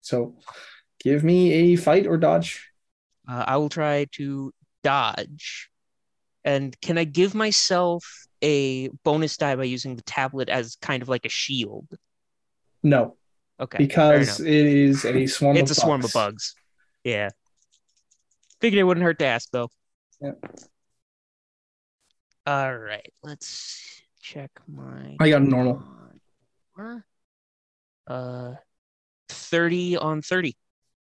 S2: So give me a fight or dodge.
S3: Uh, I will try to dodge. And can I give myself a bonus die by using the tablet as kind of like a shield?
S2: No.
S3: Okay. fair
S2: because
S3: enough.
S2: it is a swarm.
S3: it's a
S2: of
S3: swarm
S2: bugs.
S3: of bugs. Yeah. Figured it wouldn't hurt to ask though.
S2: Yep.
S3: All right. Let's check my.
S2: I got normal.
S3: con. Uh, 30 on 30.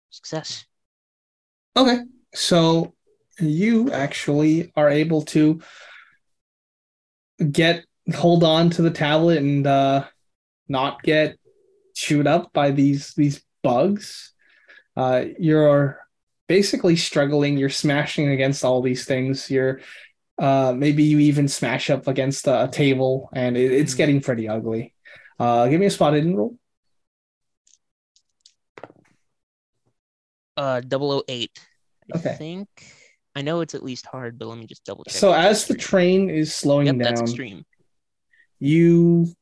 S3: Success.
S2: Okay, so you actually are able to get hold on to the tablet and uh, not get chewed up by these these bugs. Uh, you're basically struggling. You're smashing against all these things. You're uh, maybe you even smash up against a, a table, and it, it's
S3: Mhm.
S2: getting pretty ugly. Uh, give me a spot hidden roll.
S3: Uh, 008. I
S2: Okay.
S3: think. I know it's at least hard, but let me just double check.
S2: So
S3: if that's
S2: as the
S3: extreme.
S2: train is slowing
S3: Yep, that's
S2: down,
S3: extreme.
S2: you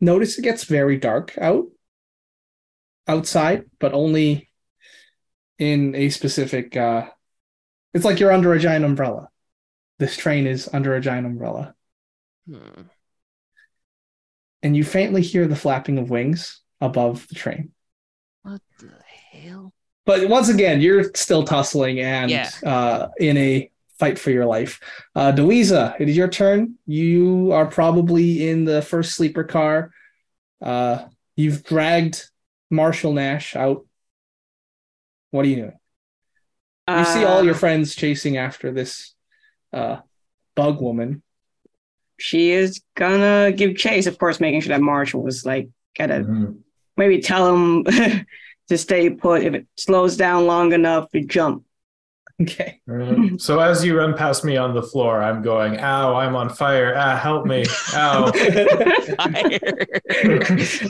S2: notice it gets very dark out outside, but only in a specific uh it's like you're under a giant umbrella. This train is under a giant umbrella.
S3: Hmm.
S2: And you faintly hear the flapping of wings above the train.
S3: What the hell?
S2: But once again, you're still tussling and
S3: Yeah.
S2: uh, in a fight for your life. Uh, Deweeza, it is your turn. You are probably in the first sleeper car. Uh, you've dragged Marshall Nash out. What are you doing? You see all
S5: Uh,
S2: your friends chasing after this uh, bug woman.
S5: She is gonna give chase, of course, making sure that Marshall was like gotta
S4: Mhm.
S5: maybe tell him to stay put. If it slows down long enough, to jump.
S2: Okay.
S4: All right. So as you run past me on the floor, I'm going, ow, I'm on fire. Ah, help me. Ow.
S3: Fire.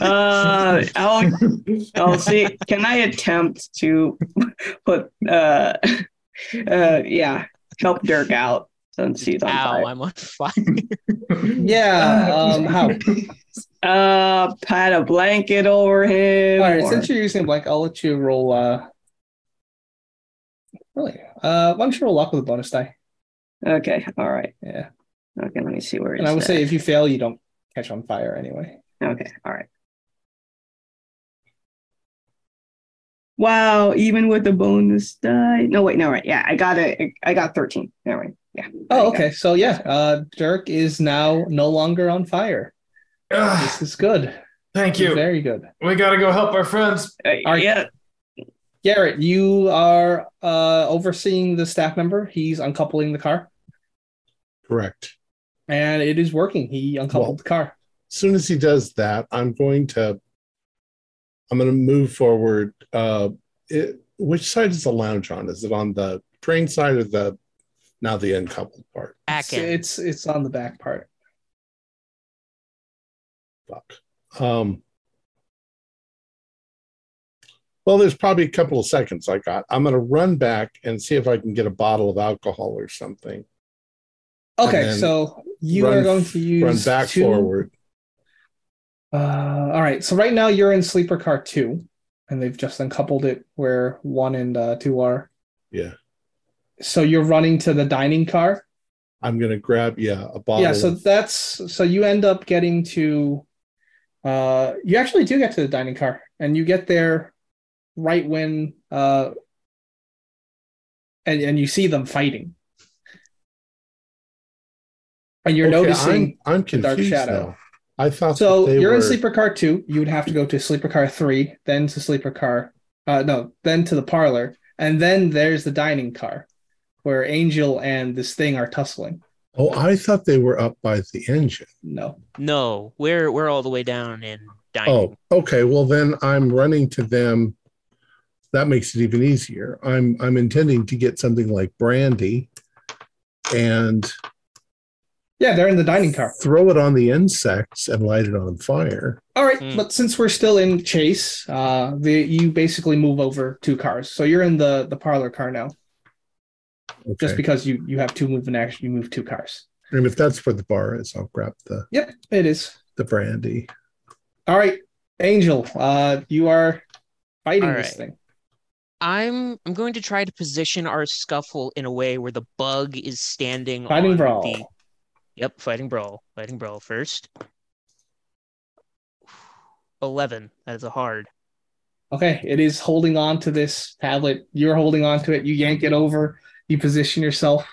S5: Uh, I'll, I'll see. Can I attempt to put, uh, uh, yeah, help Dirk out since he's on
S3: Ow,
S5: fire.
S3: I'm on fire.
S2: yeah. Um, how? All
S5: Uh, pat a blanket over him.
S2: right.
S5: or-
S2: Since you're using blank, I'll let you roll. Uh, really? Uh, why don't you roll luck with a bonus die?
S5: okay, all right.
S2: Yeah.
S5: Okay, let me see where
S2: And I would
S5: it's
S2: say if you fail, you don't catch on fire anyway.
S5: Okay, all right. Wow, even with the bonus die. No, wait, no, right. Yeah, I got it. I got 13. No, right. Yeah. there
S2: Oh,
S5: you go.
S2: okay. So yeah, uh, Dirk is now no longer on fire.
S4: Ah,
S2: This is good.
S4: thank you.
S2: Very good.
S4: We got to go help our friends.
S5: Uh,
S2: Are-
S5: yeah.
S2: Garrett, you are uh, overseeing the staff member. He's uncoupling the car,
S1: Correct.
S2: and it is working. He uncoupled
S1: Well-
S2: the car.
S1: As soon as he does that, I'm going to I'm going to move forward. Uh, it, which side is the lounge on? Is it on the train side or the now the uncoupled part?
S3: Back end.
S2: It's it's on the back part.
S1: Fuck. Um, well, there's probably a couple of seconds I got. I'm going to run back and see if I can get a bottle of alcohol or something.
S2: Okay,
S1: then
S2: so you
S1: run
S2: are going
S1: f-
S2: to use
S1: run back
S2: two-
S1: forward.
S2: Uh, all right. So right now you're in sleeper car two, and they've just uncoupled it where one and uh, two are.
S1: Yeah.
S2: So you're running to the dining car.
S1: I'm going to grab, yeah, a bottle.
S2: Yeah, so
S1: of-
S2: that's so you end up getting to uh you actually do get to the dining car and you get there right when uh and and you see them fighting. And you're
S1: Okay,
S2: noticing
S1: I'm, I'm
S2: the dark
S1: confused
S2: shadow.
S1: now. I thought
S2: so
S1: that they
S2: you're in
S1: were-
S2: sleeper car 2, you would have to go to sleeper car 3, then to sleeper car uh no, then to the parlor, and then there's the dining car where Angel and this thing are tussling.
S1: Oh, I thought they were up by the engine.
S2: No.
S3: No, we're we're all the way down in dining.
S1: Oh, okay. Well, then I'm running to them. That makes it even easier. I'm I'm intending to get something like brandy, and
S2: Yeah, they're in the dining car.
S1: throw it on the insects and light it on fire.
S2: All right,
S3: Mm.
S2: but since we're still in chase, uh, the, you basically move over two cars. So you're in the the parlor car now,
S1: Okay.
S2: just because you you have two movement action, you move two cars.
S1: and if that's where the bar is, I'll grab the
S2: Yep, it is.
S1: the brandy.
S2: All right, Angel, uh, you are fighting
S3: All
S2: this
S3: right.
S2: thing.
S3: I'm I'm going to try to position our scuffle in a way where the bug is standing
S2: Fighting
S3: on
S2: brawl.
S3: the Yep, fighting brawl. Fighting brawl first. 11. That is a hard.
S2: Okay, it is holding on to this tablet. You're holding on to it. You yank it over. You position yourself.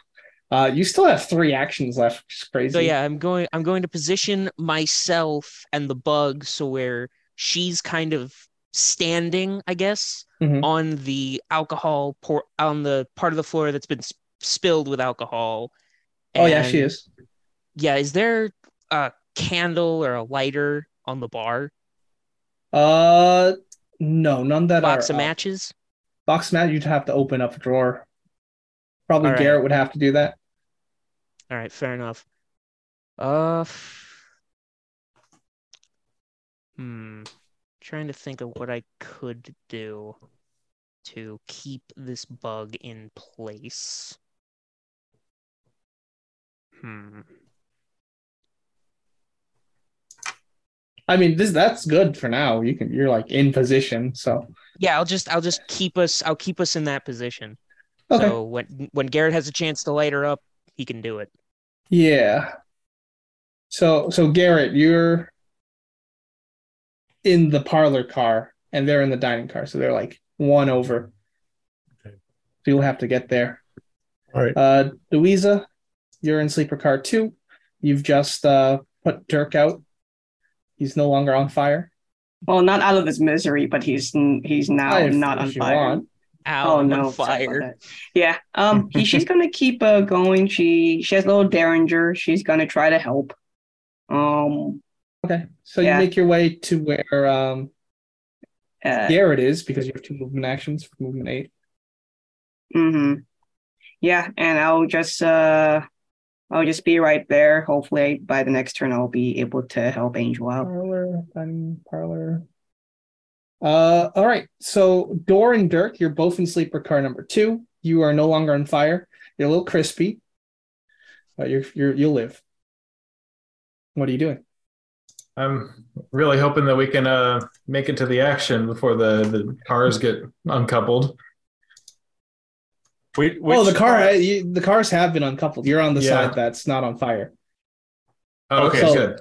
S2: Uh, you still have three actions left, which is crazy.
S3: So yeah, I'm going I'm going to position myself and the bug so where she's kind of standing, I guess,
S2: Mhm.
S3: on the alcohol por- on the part of the floor that's been sp- spilled with alcohol.
S2: Oh yeah, she
S3: And-
S2: is.
S3: Yeah, is there a candle or a lighter on the bar?
S2: Uh, no, none that
S3: Box
S2: are
S3: of
S2: up.
S3: matches?
S2: box mat you'd have to open up a drawer probably
S3: All right.
S2: garrett would have to do that
S3: All right, fair enough. Uh, f- hmm. Trying to think of what I could do. to keep this bug in place.
S8: Hmm.
S2: I mean, this that's good for now. You can you're like in position, so
S3: Yeah, I'll just I'll just keep us I'll keep us in that position.
S2: okay.
S3: So when when Garrett has a chance to light her up, he can do it.
S2: Yeah. So so Garrett, you're in the parlor car and they're in the dining car, so they're like one over.
S1: Okay.
S2: So you'll have to get there.
S1: All right.
S2: Uh Louisa, you're in sleeper car two. You've just uh put Dirk out. He's no longer on fire.
S5: Well, not out of his misery, but he's he's now
S2: If-
S5: not on
S2: if you
S5: fire.
S2: want.
S3: Ow,
S5: Oh
S3: I'm
S5: no!
S3: on
S5: sorry about
S3: fire.
S5: that. Yeah. Um. he- she's gonna keep uh going. She she has a little derringer. She's gonna try to help. Um.
S2: Okay. So
S5: Yeah.
S2: you make your way to where um
S5: Uh,
S2: Garrett is because you have two movement actions for movement eight.
S5: Mm-hmm. Yeah, and I'll just uh I'll just be right there. Hopefully by the next turn I'll be able to help Angel out.
S2: Parlor, dining parlor. Uh, all right. So Dor and Dirk, you're both in sleeper car number two. You are no longer on fire. You're a little crispy, but you're you're you'll live. What are you doing?
S4: I'm really hoping that we can uh, make it to the action before the, the cars get uncoupled.
S8: Wait, uh,
S2: oh, the car. You, the cars have been uncoupled. You're on the
S4: Yeah.
S2: side that's not on fire.
S4: Oh, okay,
S2: So-
S4: good.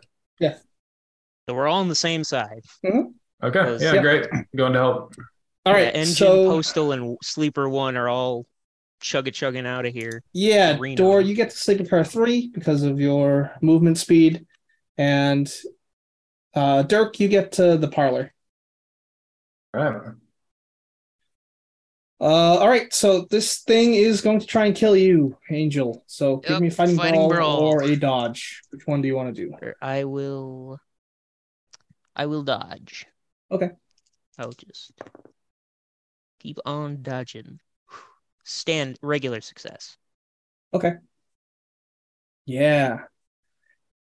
S3: So we're all on the same side.
S4: Okay, yeah,
S2: Yeah.
S4: great. Going to help.
S2: All right.
S3: Yeah, engine,
S2: so
S3: postal, and sleeper one are all chugga chugging out of here.
S2: Yeah,
S3: Reno.
S2: Dor, you get to sleeper car three because of your movement speed, and uh, Dirk, you get to the parlor.
S4: All right.
S2: Uh, all right, so this thing is going to try and kill you, Angel. So give
S3: Yep,
S2: me a fighting,
S3: fighting
S2: brawl,
S3: brawl.
S2: or a dodge. Which one do you want to do?
S3: Or I will I will dodge.
S2: Okay.
S3: I'll just keep on dodging. Stand regular success.
S2: Yeah,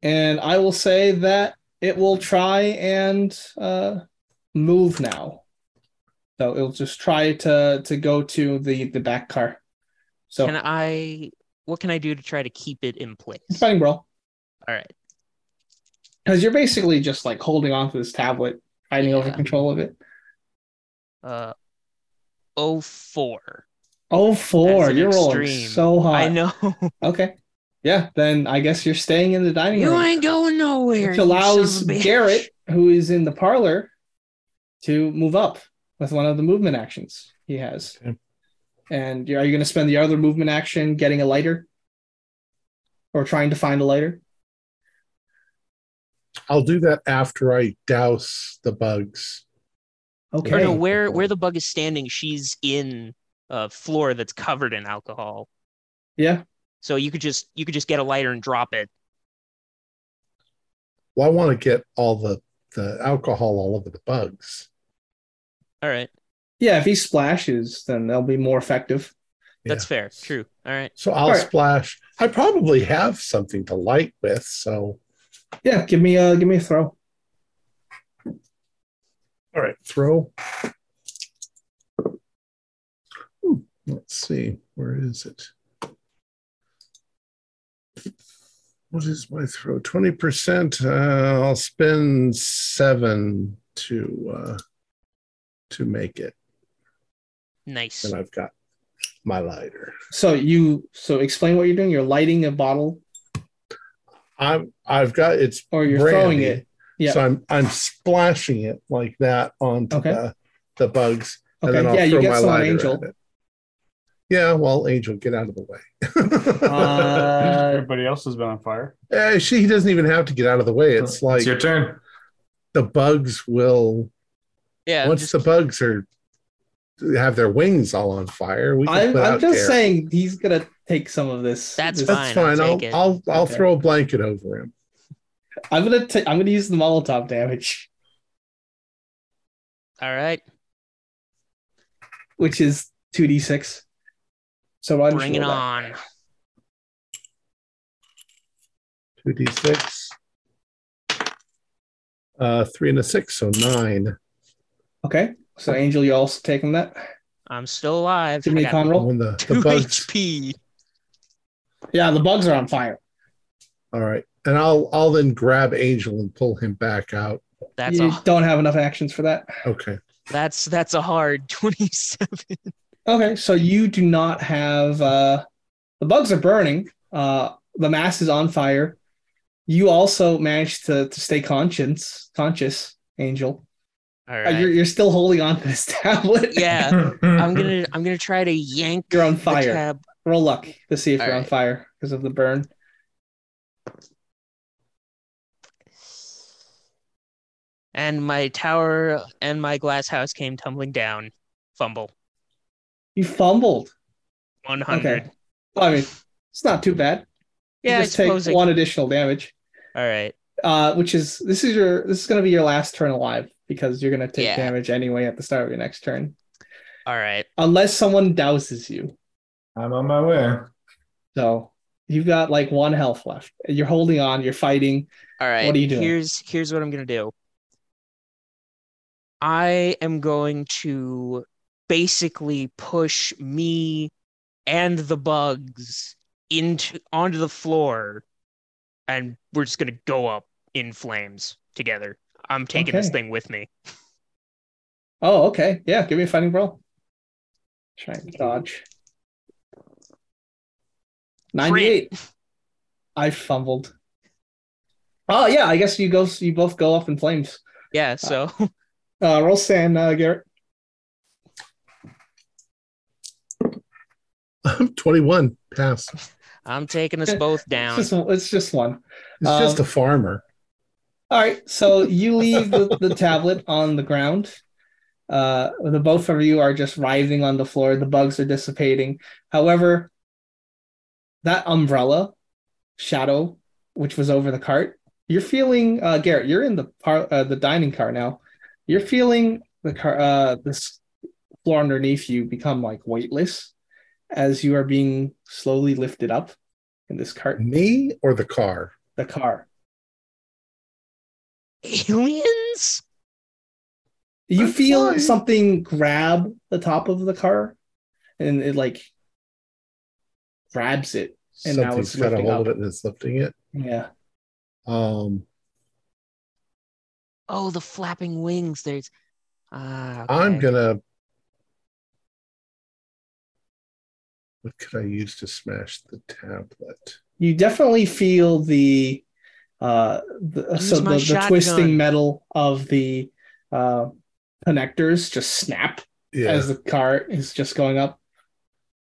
S2: and I will say that it will try and uh, move now. So it'll just try to to go to the the back car. So
S3: Can I what can I do to try to keep it in place?
S2: fighting brawl.
S3: All right.
S2: Because you're basically just like holding on to this tablet, fighting over
S3: Yeah.
S2: control of it.
S3: Uh oh four.
S2: Oh four,
S3: That's an
S2: you're rolling
S3: extreme.
S2: so high.
S3: I know.
S2: Okay. Yeah, then I guess you're staying in the dining
S3: you
S2: room.
S3: ain't going nowhere.
S2: which
S3: you
S2: allows
S3: son of a bitch.
S2: Garrett, who is in the parlor, to move up with one of the movement actions he has.
S1: Okay.
S2: And you- are you going to spend the other movement action getting a lighter? Or trying to find a lighter?
S1: I'll do that after I douse the bugs.
S3: Or
S2: Okay.
S3: no, where where the bug is standing, she's in a floor that's covered in alcohol.
S2: Yeah.
S3: So you could just you could just get a lighter and drop it.
S1: Well, I want to get all the, the alcohol all over the bugs.
S3: All right.
S2: Yeah, if he splashes, then they'll be more effective.
S3: That's fair. True. All right.
S1: So I'll
S2: Alright.
S1: splash. I probably have something to light with. So,
S2: Yeah, give me a give me a throw.
S1: all right, throw. Hmm, Let's see. Where is it? What is my throw? 20%. Uh, I'll spend seven to uh, to make it.
S3: Nice.
S1: And I've got my lighter.
S2: So you so explain what you're doing. You're lighting a bottle
S1: I'm I've got it's
S2: or Oh, you're
S1: brandy,
S2: throwing it. Yeah.
S1: So I'm I'm splashing it like that onto
S2: Okay.
S1: the, the bugs.
S2: Okay. Yeah, you get some on
S1: lighter
S2: Angel.
S1: at it. Yeah, well, Angel, get out of the way.
S2: Uh,
S8: Everybody else has been on fire.
S1: Eh, she doesn't even have to get out of the way. uh, It's like
S4: your turn.
S1: the bugs will
S3: Yeah.
S1: once
S3: just-
S1: the bugs are have their wings all on fire. We can
S2: I'm,
S1: put
S2: I'm
S1: out
S2: just
S1: there.
S2: saying he's gonna take some of this.
S3: That's
S2: this-
S1: that's
S3: Fine,
S1: fine.
S3: I'll
S1: I'll
S3: take it.
S1: I'll, I'll
S2: Okay.
S1: throw a blanket over him.
S2: I'm gonna i I'm gonna use the Molotov damage,
S3: all right.
S2: which is two d six. So I just
S3: Bring it
S2: roll that.
S3: on.
S1: Two d six. Uh, three and a six, so nine.
S2: Okay, so Angel, you also taking that?
S3: I'm still alive.
S2: Give me
S3: I
S2: a
S3: got
S2: con roll.
S1: When the,
S3: two
S1: the bugs.
S3: HP.
S2: Yeah, the bugs are on fire.
S1: All right. And I'll I'll then grab Angel and pull him back out.
S3: That's
S2: you
S3: a
S2: don't have enough actions for that.
S1: Okay.
S3: that's that's a hard 27.
S2: Okay, so you do not have uh, the bugs are burning. Uh, the mass is on fire. You also managed to, to stay conscious, conscious, Angel.
S3: All
S2: Uh, you're,
S3: right.
S2: you're still holding on to this tablet.
S3: Yeah, I'm gonna I'm gonna try to yank
S2: You're on
S3: the
S2: fire.
S3: tab.
S2: Roll luck to see if
S3: All
S2: you're on
S3: right.
S2: fire because of the burn.
S3: And my tower and my glass house came tumbling down. Fumble.
S2: You fumbled.
S3: 100.
S2: Okay. Well, I mean, it's not too bad. you
S3: Yeah, I
S2: just take
S3: suppose. it-
S2: one additional damage.
S3: All right.
S2: Uh, which is this is your this is gonna be your last turn alive because you're gonna take
S3: Yeah.
S2: damage anyway at the start of your next turn.
S3: All right.
S2: Unless someone douses you.
S4: I'm on my way.
S2: So you've got like one health left. You're holding on, you're fighting.
S3: All right.
S2: are you doing?
S3: Here's here's what I'm gonna do. I am going to basically push me and the bugs into onto the floor, and we're just gonna go up in flames together. I'm taking this
S2: Okay.
S3: thing with me.
S2: Oh, okay. Yeah, give me a fighting brawl. Try and dodge. 98. I fumbled. Oh yeah, I guess you go you both go up in flames.
S3: Yeah. So
S2: Uh roll sand, uh Garrett.
S1: I'm 21. Pass.
S3: I'm taking us both down.
S2: It's just it's just one.
S1: It's
S2: Um,
S1: just a farmer.
S2: All right, so you leave the, the tablet on the ground. Uh, the both of you are just writhing on the floor. The bugs are dissipating. However, that umbrella shadow, which was over the cart, you're feeling, uh, Garrett. You're in the par- uh, the dining car now. You're feeling the car, uh, this floor underneath you become like weightless as you are being slowly lifted up in this cart,
S1: Me or the car?
S2: the car.
S3: Aliens?
S2: You
S1: I'm
S2: feel
S1: fine.
S2: something grab the top of the car, and it like grabs it. And now
S1: Something's
S2: it's
S1: got a
S2: lifting
S1: hold of
S2: up.
S1: it and it's lifting it.
S2: Yeah.
S1: Um,
S3: Oh, the flapping wings. There's. Ah,
S1: I'm
S3: okay.
S1: gonna. What could I use to smash the tablet?
S2: You definitely feel the uh the,
S3: Use
S2: so
S3: my
S2: the, the
S3: shotgun.
S2: twisting metal of the uh connectors just snap
S1: Yeah.
S2: as the car is just going up.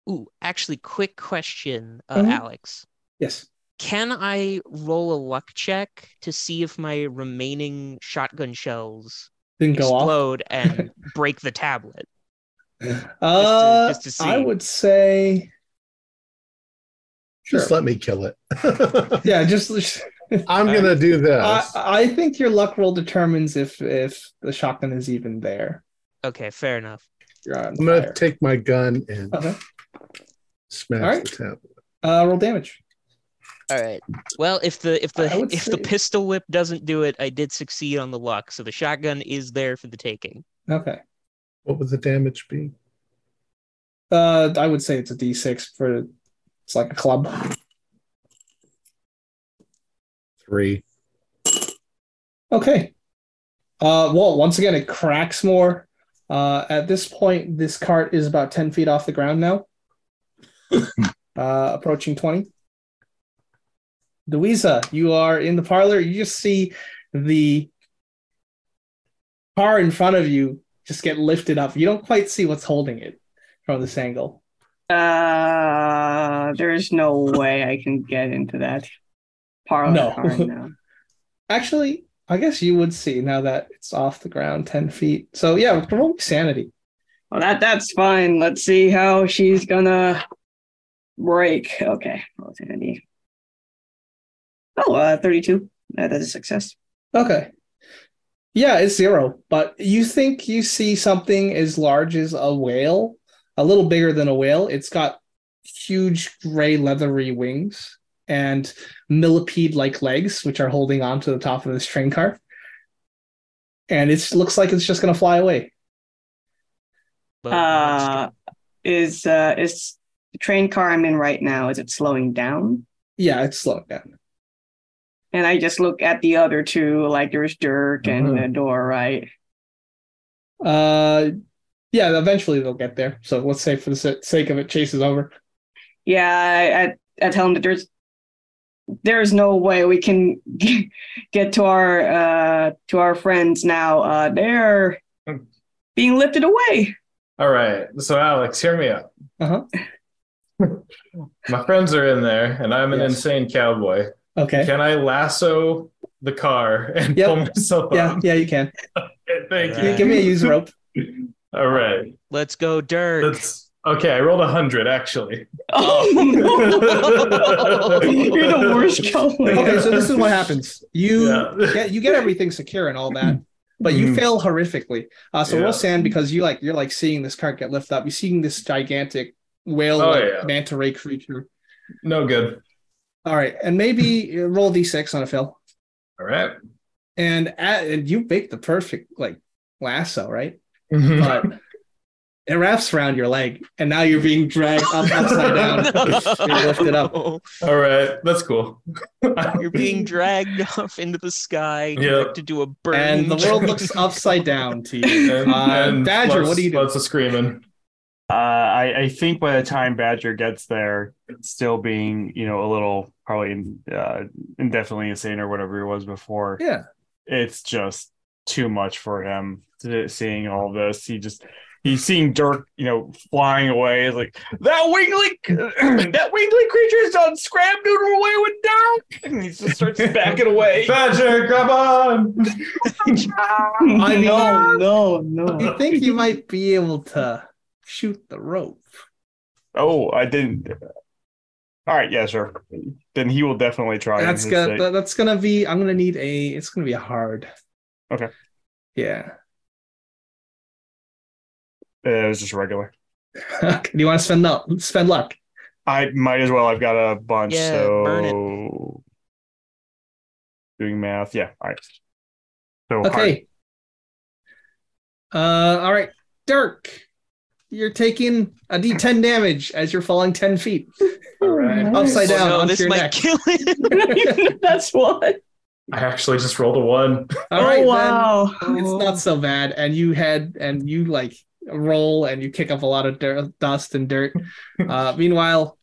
S3: Ooh, actually, quick question, uh,
S2: Mhm.
S3: Alex.
S2: Yes.
S3: Can I roll a luck check to see if my remaining shotgun shells
S2: Didn't go off.
S3: explode and break the tablet?
S2: Uh
S3: just to see.
S2: I would say
S1: Just let me kill it.
S2: yeah, just
S1: I'm gonna do this.
S2: I, I think your luck roll determines if if the shotgun is even there.
S3: Okay, fair enough.
S2: You're on
S1: I'm gonna
S2: fire. Uh-huh.
S1: take my gun and
S2: Okay.
S1: smash
S2: All right.
S1: the tablet.
S2: Uh, roll damage.
S3: All right. Well, if the if
S2: I
S3: the
S2: would
S3: if the
S2: say-
S3: pistol whip doesn't do it, I did succeed on the luck, so the shotgun is there for the taking.
S2: Okay.
S1: What would the damage be?
S2: Uh, I would say it's a D6 for it's like a club.
S1: Three.
S2: Okay. Uh, well, once again, it cracks more. Uh, at this point, this cart is about 10 feet off the ground now, uh, approaching 20. Louisa, you are in the parlor. You just see the car in front of you just get lifted up. You don't quite see what's holding it from this angle.
S5: Uh, there's no way I can get into that parlor
S2: No.
S5: car now.
S2: Actually, I guess you would see now that it's off the ground 10 feet. So, yeah, roll sanity.
S5: Well, that that's fine. Let's see how she's gonna break. Okay, roll sanity. Oh, uh, 32. Uh, that is a success.
S2: Okay. Yeah, it's zero, but you think you see something as large as a whale, a little bigger than a whale. It's got huge gray leathery wings and millipede like legs, which are holding onto the top of this train car. And it looks like it's just going to fly away.
S3: But
S5: Uh, is uh is the train car I'm in right now is it slowing down?
S2: Yeah, it's slowed down.
S5: And I just look at the other two, like there's Dirk and
S2: Mm-hmm.
S4: Mhm.
S5: the door, right?
S2: Uh, yeah, eventually they'll get there. So let's say for the sa- sake of it, Chase is over.
S5: Yeah, I, I, I tell him that there's there's no way we can get to our uh to our friends now. Uh they're
S2: Hmm.
S5: being lifted away.
S4: All right. So, Alex, hear me out.
S2: Uh-huh.
S4: My friends are in there, and I'm an
S2: Yes.
S4: insane cowboy.
S2: Okay.
S4: Can I lasso the car and
S2: Yep.
S4: pull myself
S2: Yeah,
S4: up?
S2: yeah, you can.
S4: Thank
S2: Give-
S4: you.
S2: Give me a use rope.
S4: All right.
S3: Let's go, Dirk.
S4: That's okay. I rolled a hundred actually.
S5: Oh,
S2: Oh.
S5: no. You're the worst cowboy.
S2: Okay, so this is what happens. You
S4: Yeah.
S2: get you get everything secure and all that, but you
S4: Mhm.
S2: fail horrifically. Uh, so
S4: Yeah.
S2: roll sand because you like you're like seeing this cart get lifted up. You're seeing this gigantic whale like
S4: Oh, yeah.
S2: manta ray creature.
S4: No good.
S2: All right, and maybe uh, roll d d6 on a fail,
S4: All right.
S2: and at, and you make the perfect like lasso, right?
S4: Mm.
S2: But it wraps around your leg, and now you're being dragged up upside down. They lift it up.
S4: All right. That's cool.
S3: You're being dragged off into the sky
S4: Yeah.
S3: to do a burn.
S2: And the world looks upside down to you.
S4: And-
S2: Uh,
S4: and
S2: Badger,
S4: lots-
S2: what do you do?
S4: Lots of screaming.
S8: Uh, I, I think by the time Badger gets there, it's still being you know a little probably uh, indefinitely insane or whatever he was before.
S2: Yeah.
S8: it's just too much for him to, seeing all this. He just he's seeing Dirk you know flying away. He's like
S6: That wingly, that wingly creature's done scram noodle away with Dirk, and he just starts backing away.
S4: Badger, grab on.
S2: I
S5: no, no, no.
S2: You think you might be able to shoot the rope?
S8: Oh, I didn't. All right, yeah, sure. Then he will definitely try.
S2: That's
S8: his
S2: gonna
S8: sake.
S2: that- that's gonna be. I'm gonna need a. It's gonna be a hard.
S8: Okay.
S2: Yeah.
S8: Uh, it was just regular.
S2: Okay, Do you want to spend luck? Spend luck.
S8: I might as well. I've got a bunch,
S3: Yeah,
S8: so
S3: burn it.
S8: doing math. Yeah, all right.
S3: Oh,
S8: So hard.
S2: Okay. Uh. All right, Dirk. You're taking a D10 damage as you're falling 10 feet
S4: All right.
S2: upside
S3: Oh,
S2: down
S3: no,
S2: onto
S3: this
S2: your
S3: might
S2: neck.
S3: kill it.
S5: That's what.
S4: I actually just rolled a one.
S2: All right,
S5: oh
S2: then
S5: wow.
S2: it's
S5: Oh.
S2: not so bad. And you head and you like roll and you kick up a lot of dirt, dust and dirt. Uh, meanwhile,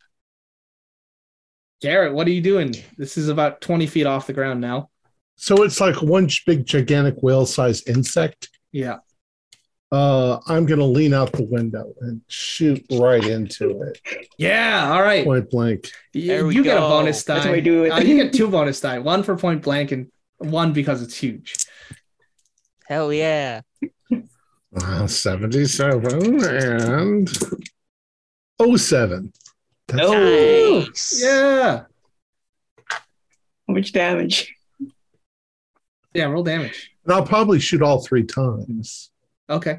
S2: Garrett, what are you doing? This is about 20 feet off the ground now.
S1: So it's like one ch- big gigantic whale-sized insect.
S2: Yeah.
S1: Uh, I'm going to lean out the window and shoot right into it,
S2: Yeah. All right.
S1: point blank.
S2: You,
S3: There we
S2: you get a
S3: go.
S2: bonus die.
S5: That's what we do with
S2: Uh, you get two bonus die one for point blank and one because it's huge.
S3: Hell yeah.
S1: Uh, 77 and 07. That's
S3: Nice.
S2: Yeah.
S5: Which damage?
S2: Yeah. Roll damage.
S1: And I'll probably shoot all three times.
S2: Okay.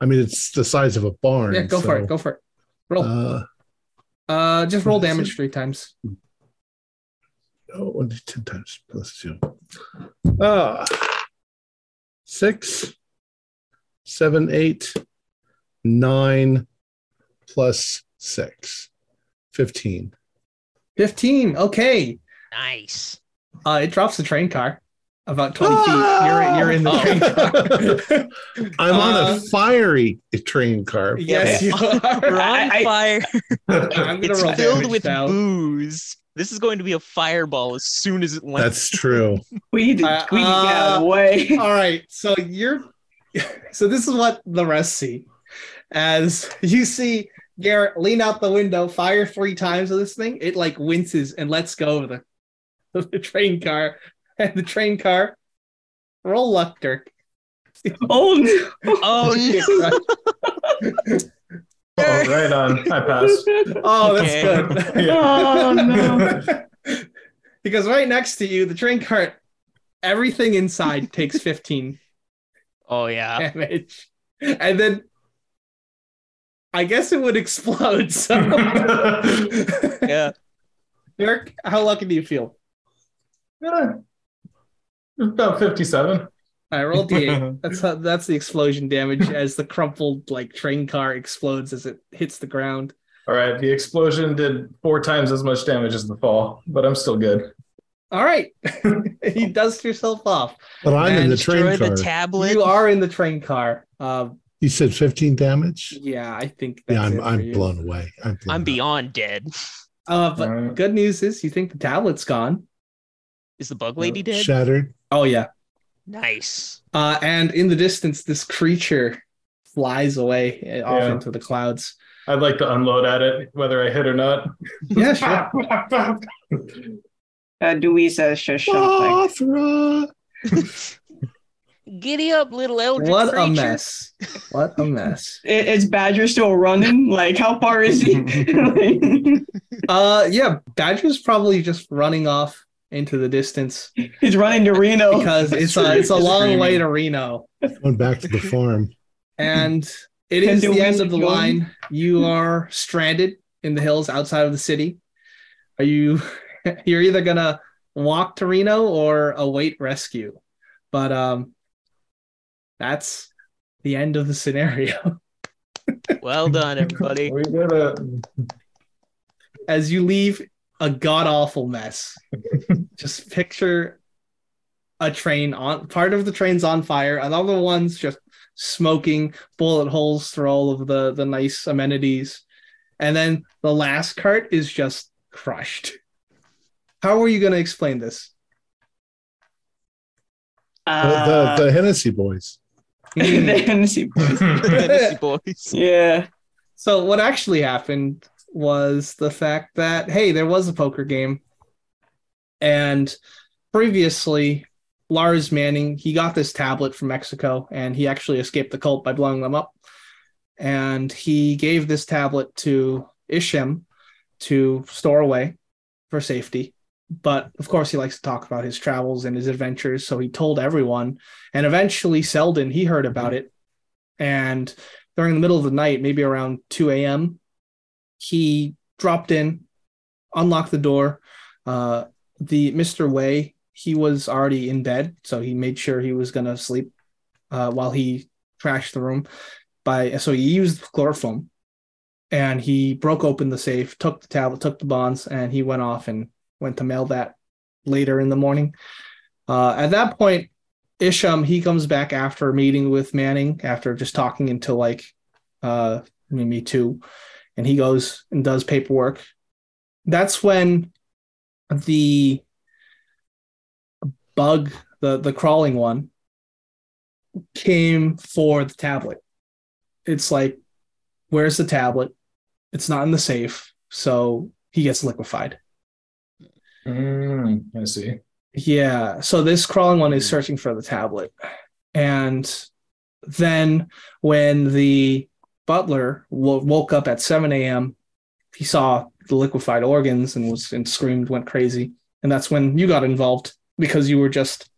S1: I mean, it's the size of a barn.
S2: Yeah. Go for it. Go for it. Roll. Uh,
S1: Uh,
S2: just roll damage three times.
S1: oh, only 10 times plus two. Uh, six, seven, eight, nine, plus six. 15.
S2: 15. Okay.
S3: Nice.
S2: Uh, it drops the train car about 20 feet. You're, you're in
S3: Oh.
S2: the train car.
S1: I'm on
S2: Uh,
S1: a fiery train car.
S2: yes, you
S3: We're
S2: are.
S3: on
S5: I- I-
S3: fire.
S2: I'm going to
S3: It's
S2: roll
S3: filled
S2: damage
S3: with
S2: now.
S3: booze. This is going to be a fireball as soon as it lands.
S1: That's true.
S5: We need to,
S2: Uh,
S5: we need to get out of
S2: uh,
S5: the way.
S2: All right. So you're. So this is what the rest see. As you see Garrett lean out the window, fire three times at this thing, it like winces and lets go of the, of the train car. And the train car, roll luck, Dirk.
S5: Oh, no.
S3: Oh no.
S4: Oh, right on. I passed.
S2: oh, that's
S3: Okay.
S2: good.
S5: oh no.
S2: because right next to you, the train cart, everything inside takes 15
S3: Oh yeah.
S2: damage. And then I guess it would explode. So,
S4: Yeah.
S3: Yeah.
S2: Dirk, how lucky do you feel?
S4: About 57.
S2: All I rolled d8. That's how, that's the explosion damage as the crumpled like train car explodes as it hits the ground.
S4: All right, the explosion did four times as much damage as the fall, but I'm still good.
S2: All right, he dust yourself off.
S1: But I'm in
S3: and
S1: the train
S3: destroy
S1: car.
S3: the tablet.
S2: You are in the train car. Uh,
S1: you said 15 damage?
S2: yeah, I think that's
S1: Yeah,
S2: it
S1: I'm,
S2: for
S1: I'm
S2: you.
S1: blown away. I'm, blown
S3: I'm
S1: away.
S3: beyond dead.
S2: Uh, but
S4: All right.
S2: good news is you think the tablet's gone.
S3: Is the bug lady dead?
S1: Shattered.
S2: Oh yeah.
S3: Nice.
S2: Uh, and in the distance, this creature flies away uh, off
S4: Yeah.
S2: into the clouds.
S4: I'd like to unload at it, whether I hit or not.
S2: Yeah, sure.
S5: Uh, Dewey's just shot. Like,
S1: Mothra!
S3: Giddy up, little eldritch
S2: what
S3: creature.
S2: a mess! What a mess.
S5: "I- is Badger still running? Like, how far is he?
S2: Uh, yeah, Badger's probably just running off into the distance
S5: He's running to
S3: Oh,
S5: Reno.
S2: because it's a it's a long way to Reno,
S1: Going back to the farm.
S2: and it
S5: Can
S2: is
S5: do
S2: the
S5: we Hmm.
S2: end of the
S5: keep going?
S2: line. You are stranded in the hills outside of the city. Are you? You're either gonna walk to Reno or await rescue, but um, that's the end of the scenario.
S3: Well done, everybody.
S4: We did it.
S2: as you leave a god awful mess. just picture a train on part of the train's on fire, another one's just smoking bullet holes through all of the the nice amenities, and then the last cart is just crushed. How are you going to explain this?
S5: Uh,
S1: the, the, the Hennessy boys.
S5: the Hennessy-
S3: Fantasy boys.
S5: yeah.
S2: So what actually happened was the fact that hey, there was a poker game, and previously Lars Manning he got this tablet from Mexico, and he actually escaped the cult by blowing them up, and he gave this tablet to Isham to store away for safety. But of course, he likes to talk about his travels and his adventures, so he told everyone. And eventually, Selden he heard about it, and during the middle of the night, maybe around 2 a.m. He dropped in, unlocked the door. Uh, the Mr. Way, he was already in bed, so he made sure he was going to sleep uh, while he trashed the room. By so he used chloroform, and he broke open the safe, took the tablet, took the bonds, and he went off and went to mail that later in the morning. Uh, at that point, Isham he comes back after a meeting with Manning after just talking until like uh maybe two and he goes and does paperwork. That's when the bug, the the crawling one, came for the tablet. It's like, where's the tablet? It's not in the safe, so he gets liquefied.
S4: Mm, I see.
S2: Yeah. So this crawling one is searching for the tablet. And then when the butler w- woke up at 7 a.m., he saw the liquefied organs and was and screamed, went crazy. And that's when you got involved because you were just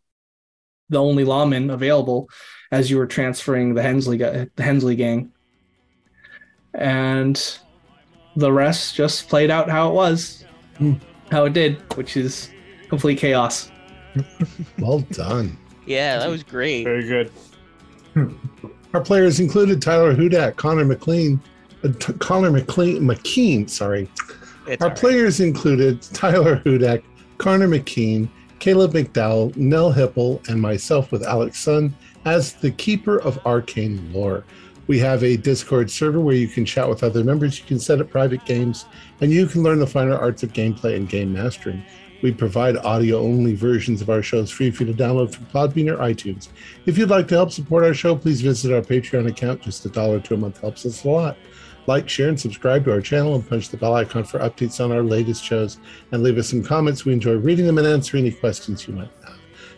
S2: the only lawman available as you were transferring the Hensley gu- the Hensley gang. And the rest just played out how it was,
S1: Hmm.
S2: how it did, which is complete chaos.
S1: Well done.
S3: Yeah, that was great.
S8: Very good.
S1: Our players included Tyler Hudak, Connor McLean, uh, T- Connor McLean, McKean, sorry.
S3: It's
S1: Our
S3: all right.
S1: players included Tyler Hudak, Connor McKean, Caleb McDowell, Nell Hipple, and myself with Alex Sun as the keeper of arcane lore. We have a Discord server where you can chat with other members, you can set up private games, and you can learn the finer arts of gameplay and game mastering. We provide audio only versions of our shows free for you to download from Podbean or iTunes. If you'd like to help support our show, please visit our Patreon account. Just a dollar to a month helps us a lot. Like, share, and subscribe to our channel and punch the bell icon for updates on our latest shows and leave us some comments. We enjoy reading them and answering any questions you might have.